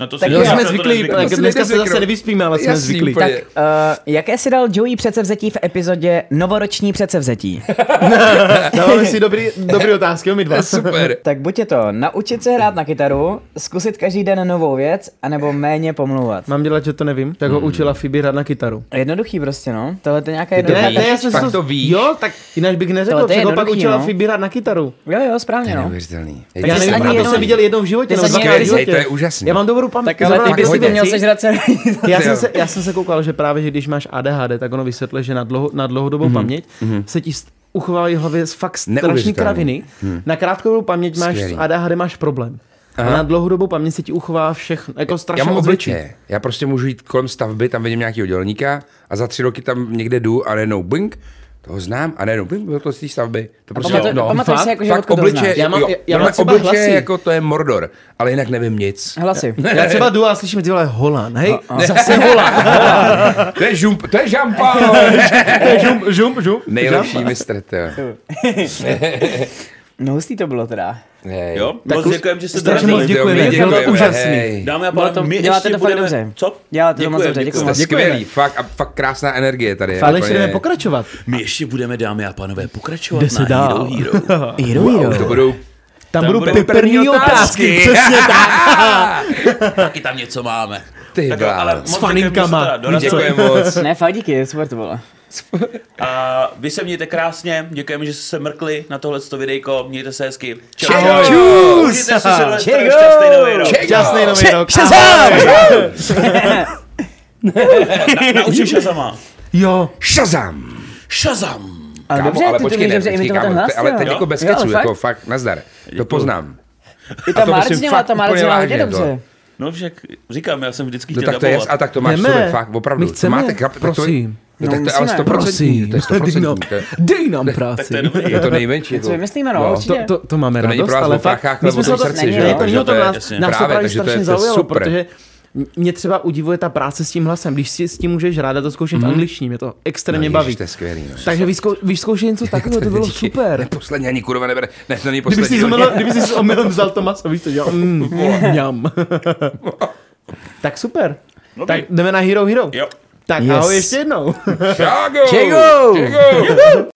Speaker 2: Na to si
Speaker 4: Tak
Speaker 1: Jo,
Speaker 2: říkám,
Speaker 1: jsme
Speaker 2: na to
Speaker 1: zvyklí,
Speaker 2: nezvyknu.
Speaker 1: tak dneska se zase nevyspíme, ale jsme
Speaker 3: Jasný,
Speaker 1: zvyklí.
Speaker 3: úplně.
Speaker 1: Tak,
Speaker 4: tak, uh, jaké si dal Joey předsevzetí v epizodě Novoroční předsevzetí?
Speaker 1: dáváme si dobrý, dobrý otázky, jo, my dva.
Speaker 3: Super.
Speaker 4: tak buď je to naučit se hrát na kytaru, zkusit každý den novou věc, anebo méně pomlouvat.
Speaker 1: Mám dělat, že to nevím, tak ho
Speaker 3: Hmm.
Speaker 1: učila Phoebe hrát na kytaru.
Speaker 4: Jednoduchý prostě, no. Tohle to je nějaká
Speaker 3: to
Speaker 4: jednoduchá...
Speaker 3: víš? Fakt to víš?
Speaker 1: Jo, tak jinak bych neřekl,
Speaker 4: Tohle to je
Speaker 1: že ho pak
Speaker 4: jednoduchý,
Speaker 1: učila
Speaker 4: no.
Speaker 1: Phoebe hrát na kytaru.
Speaker 4: Jo, jo, správně, no.
Speaker 3: Neuvěřitelný.
Speaker 1: Já
Speaker 4: jsi
Speaker 1: nevím,
Speaker 4: ani
Speaker 1: já to
Speaker 4: jenom-
Speaker 1: jsem viděl jednou v životě,
Speaker 4: ty
Speaker 1: nebo
Speaker 4: jsi ani
Speaker 1: dvakrát v
Speaker 4: jenom-
Speaker 1: životě.
Speaker 3: Hej, to je úžasný.
Speaker 1: Já mám dobrou paměť.
Speaker 4: Tak ale ty
Speaker 1: zrovna
Speaker 4: bys
Speaker 1: na
Speaker 4: si
Speaker 1: tyhle
Speaker 4: to měl
Speaker 1: věci.
Speaker 4: sežrat se.
Speaker 1: já, jsem
Speaker 3: jo.
Speaker 1: se, já jsem se koukal, že právě, že když máš ADHD, tak ono vysvětlí, že na, dlouho, na dlouhodobou mm-hmm. paměť mm-hmm. se ti st- uchovávají v hlavě s- fakt strašný
Speaker 3: Mhm. Neuvěřitelný. Mhm.
Speaker 1: kraviny. Mm. Na krátkodobou paměť máš
Speaker 3: Skvělý.
Speaker 1: s ADHD máš problém. Aha. A na dlouhodobou paměť se ti uchová všechno, jako strašně
Speaker 3: Já mám
Speaker 1: moc věcí.
Speaker 3: obličeje. Já prostě můžu jít kolem stavby, tam vidím nějakého dělníka a za tři roky tam někde jdu a najednou bing, toho znám a najednou bing, bylo to z té stavby. To prostě,
Speaker 4: pamatuj- pamatuj si, jako, že
Speaker 3: fakt
Speaker 4: odkud to
Speaker 3: obličeje,
Speaker 4: znáš.
Speaker 1: Já mám-
Speaker 3: jo,
Speaker 1: já- já mám
Speaker 3: normálně
Speaker 1: třeba
Speaker 3: obličeje
Speaker 1: hlasy.
Speaker 3: jako to je Mordor, ale jinak nevím nic.
Speaker 4: Hlasy.
Speaker 1: Já třeba jdu a slyším ty vole Holan,
Speaker 3: No,
Speaker 1: hej, zase Holan.
Speaker 3: To je žump, to je žampa!
Speaker 1: To je žum, žum, žum.
Speaker 3: Nejlepší mistr, to jo.
Speaker 4: No hustý to bylo teda.
Speaker 3: Hej.
Speaker 2: Jo, moc děkujeme, že jste
Speaker 1: strašně moc
Speaker 2: dorazili.
Speaker 1: děkujeme,
Speaker 3: Děkujeme,
Speaker 1: bylo to
Speaker 3: děkujeme,
Speaker 1: úžasný.
Speaker 3: hej.
Speaker 2: Dámy a
Speaker 4: Bylo
Speaker 2: pánové,
Speaker 4: to-
Speaker 2: my
Speaker 4: děláte
Speaker 2: ještě
Speaker 4: to fakt
Speaker 2: budeme...
Speaker 4: dobře.
Speaker 2: Co?
Speaker 4: Děláte to moc dobře, děkuji
Speaker 2: děkujeme.
Speaker 4: moc.
Speaker 3: Skvělý, fakt, a fakt krásná energie tady.
Speaker 1: Ale
Speaker 3: jako
Speaker 1: ještě
Speaker 3: je-
Speaker 1: jdeme pokračovat.
Speaker 2: My ještě budeme, dámy a pánové, pokračovat
Speaker 1: Jde se
Speaker 2: na Hero
Speaker 1: dál.
Speaker 2: Hero.
Speaker 4: Hero,
Speaker 3: To
Speaker 4: hero.
Speaker 3: budou
Speaker 1: Tam budou
Speaker 2: budou
Speaker 1: peperní
Speaker 3: peperní
Speaker 1: otázky,
Speaker 3: otázky.
Speaker 1: přesně tak.
Speaker 2: Taky tam něco máme.
Speaker 3: Ty
Speaker 2: Tak jo,
Speaker 3: bláho.
Speaker 2: ale moc
Speaker 3: S
Speaker 2: děkujeme,
Speaker 1: faninkama.
Speaker 2: že jste teda dorazili.
Speaker 3: Děkuji moc.
Speaker 4: Ne, fakt díky, super to bylo.
Speaker 2: A vy se mějte krásně, děkujeme, že jste se mrkli na tohle videjko, mějte se hezky. Čau.
Speaker 3: Ahoj.
Speaker 2: Užijte si silvestra,
Speaker 4: Čego.
Speaker 2: šťastný nový rok.
Speaker 3: Čego.
Speaker 1: Šťastný nový rok.
Speaker 2: Naučíš se sama.
Speaker 1: Jo.
Speaker 3: Shazam!
Speaker 2: Šazam.
Speaker 4: Ale
Speaker 3: Kámo,
Speaker 4: dobře,
Speaker 3: ale
Speaker 4: ty to
Speaker 3: počkej,
Speaker 4: umíš
Speaker 3: ne,
Speaker 4: dobře
Speaker 3: počkej,
Speaker 4: imitovat
Speaker 3: kámo,
Speaker 4: ten hlas,
Speaker 3: te- ale teď
Speaker 4: jo.
Speaker 3: jako bez
Speaker 4: Jo,
Speaker 3: keců,
Speaker 4: fakt.
Speaker 3: jako fakt, nazdar. To poznám.
Speaker 4: I
Speaker 3: A
Speaker 4: ta
Speaker 3: to
Speaker 4: Marc
Speaker 3: myslím
Speaker 4: měla,
Speaker 3: fakt
Speaker 4: ta Marc
Speaker 3: úplně
Speaker 4: měla
Speaker 3: vážně,
Speaker 4: hodně
Speaker 3: to.
Speaker 4: dobře.
Speaker 2: No však, říkám, já jsem vždycky
Speaker 3: No
Speaker 2: chtěl
Speaker 3: tak to je,
Speaker 2: dabovat.
Speaker 3: a tak to máš
Speaker 1: Jdeme.
Speaker 3: super, fakt, opravdu.
Speaker 1: My chceme,
Speaker 3: to máte kap,
Speaker 1: prosím.
Speaker 3: To, je- no, tak to je
Speaker 4: musíme.
Speaker 3: ale 100%,
Speaker 1: Prosím,
Speaker 3: to je 100%,
Speaker 1: dej nám,
Speaker 3: to je-
Speaker 1: dej nám
Speaker 2: Tak to
Speaker 1: práci.
Speaker 2: je dobrý.
Speaker 3: je to nejmenší. jako-
Speaker 4: Co vymyslíme, no,
Speaker 1: To,
Speaker 4: určitě.
Speaker 1: to, to máme
Speaker 3: To není
Speaker 1: radost,
Speaker 3: prázdno
Speaker 1: ale
Speaker 3: v
Speaker 1: fakt,
Speaker 3: prachách,
Speaker 1: my
Speaker 3: nebo
Speaker 1: jsme
Speaker 3: to
Speaker 1: se
Speaker 3: v
Speaker 1: to,
Speaker 3: srdci,
Speaker 1: ne,
Speaker 4: že jo?
Speaker 1: to není
Speaker 3: Takže
Speaker 1: o tom,
Speaker 3: to je-
Speaker 1: nás,
Speaker 2: jasně.
Speaker 1: nás to
Speaker 3: Právě,
Speaker 1: právě
Speaker 3: takže to je-
Speaker 1: strašně
Speaker 3: to je
Speaker 1: zaujalo,
Speaker 3: super.
Speaker 1: protože mě třeba udivuje ta práce s tím hlasem, když si s tím můžeš hrát a to zkoušet v angličtině, mě to extrémně
Speaker 3: No,
Speaker 1: baví.
Speaker 3: ježiš, to je skvělý, no.
Speaker 1: Takže vyzkou- vyzkoušet něco takového, to bylo
Speaker 3: Díky. Ne,
Speaker 1: super.
Speaker 3: poslední ani kurva nebere. Ne, to není
Speaker 1: Kdyby
Speaker 3: poslední.
Speaker 1: jsi, omylem, kdyby jsi s omylem vzal Tomas a víš, co dělal. Mm, mňam. tak super.
Speaker 2: Dobrý.
Speaker 1: Tak jdeme na Hero Hero.
Speaker 2: Jo.
Speaker 1: Tak
Speaker 4: Yes.
Speaker 1: ahoj ještě jednou.
Speaker 3: Čago!
Speaker 4: Čego!
Speaker 3: Čago!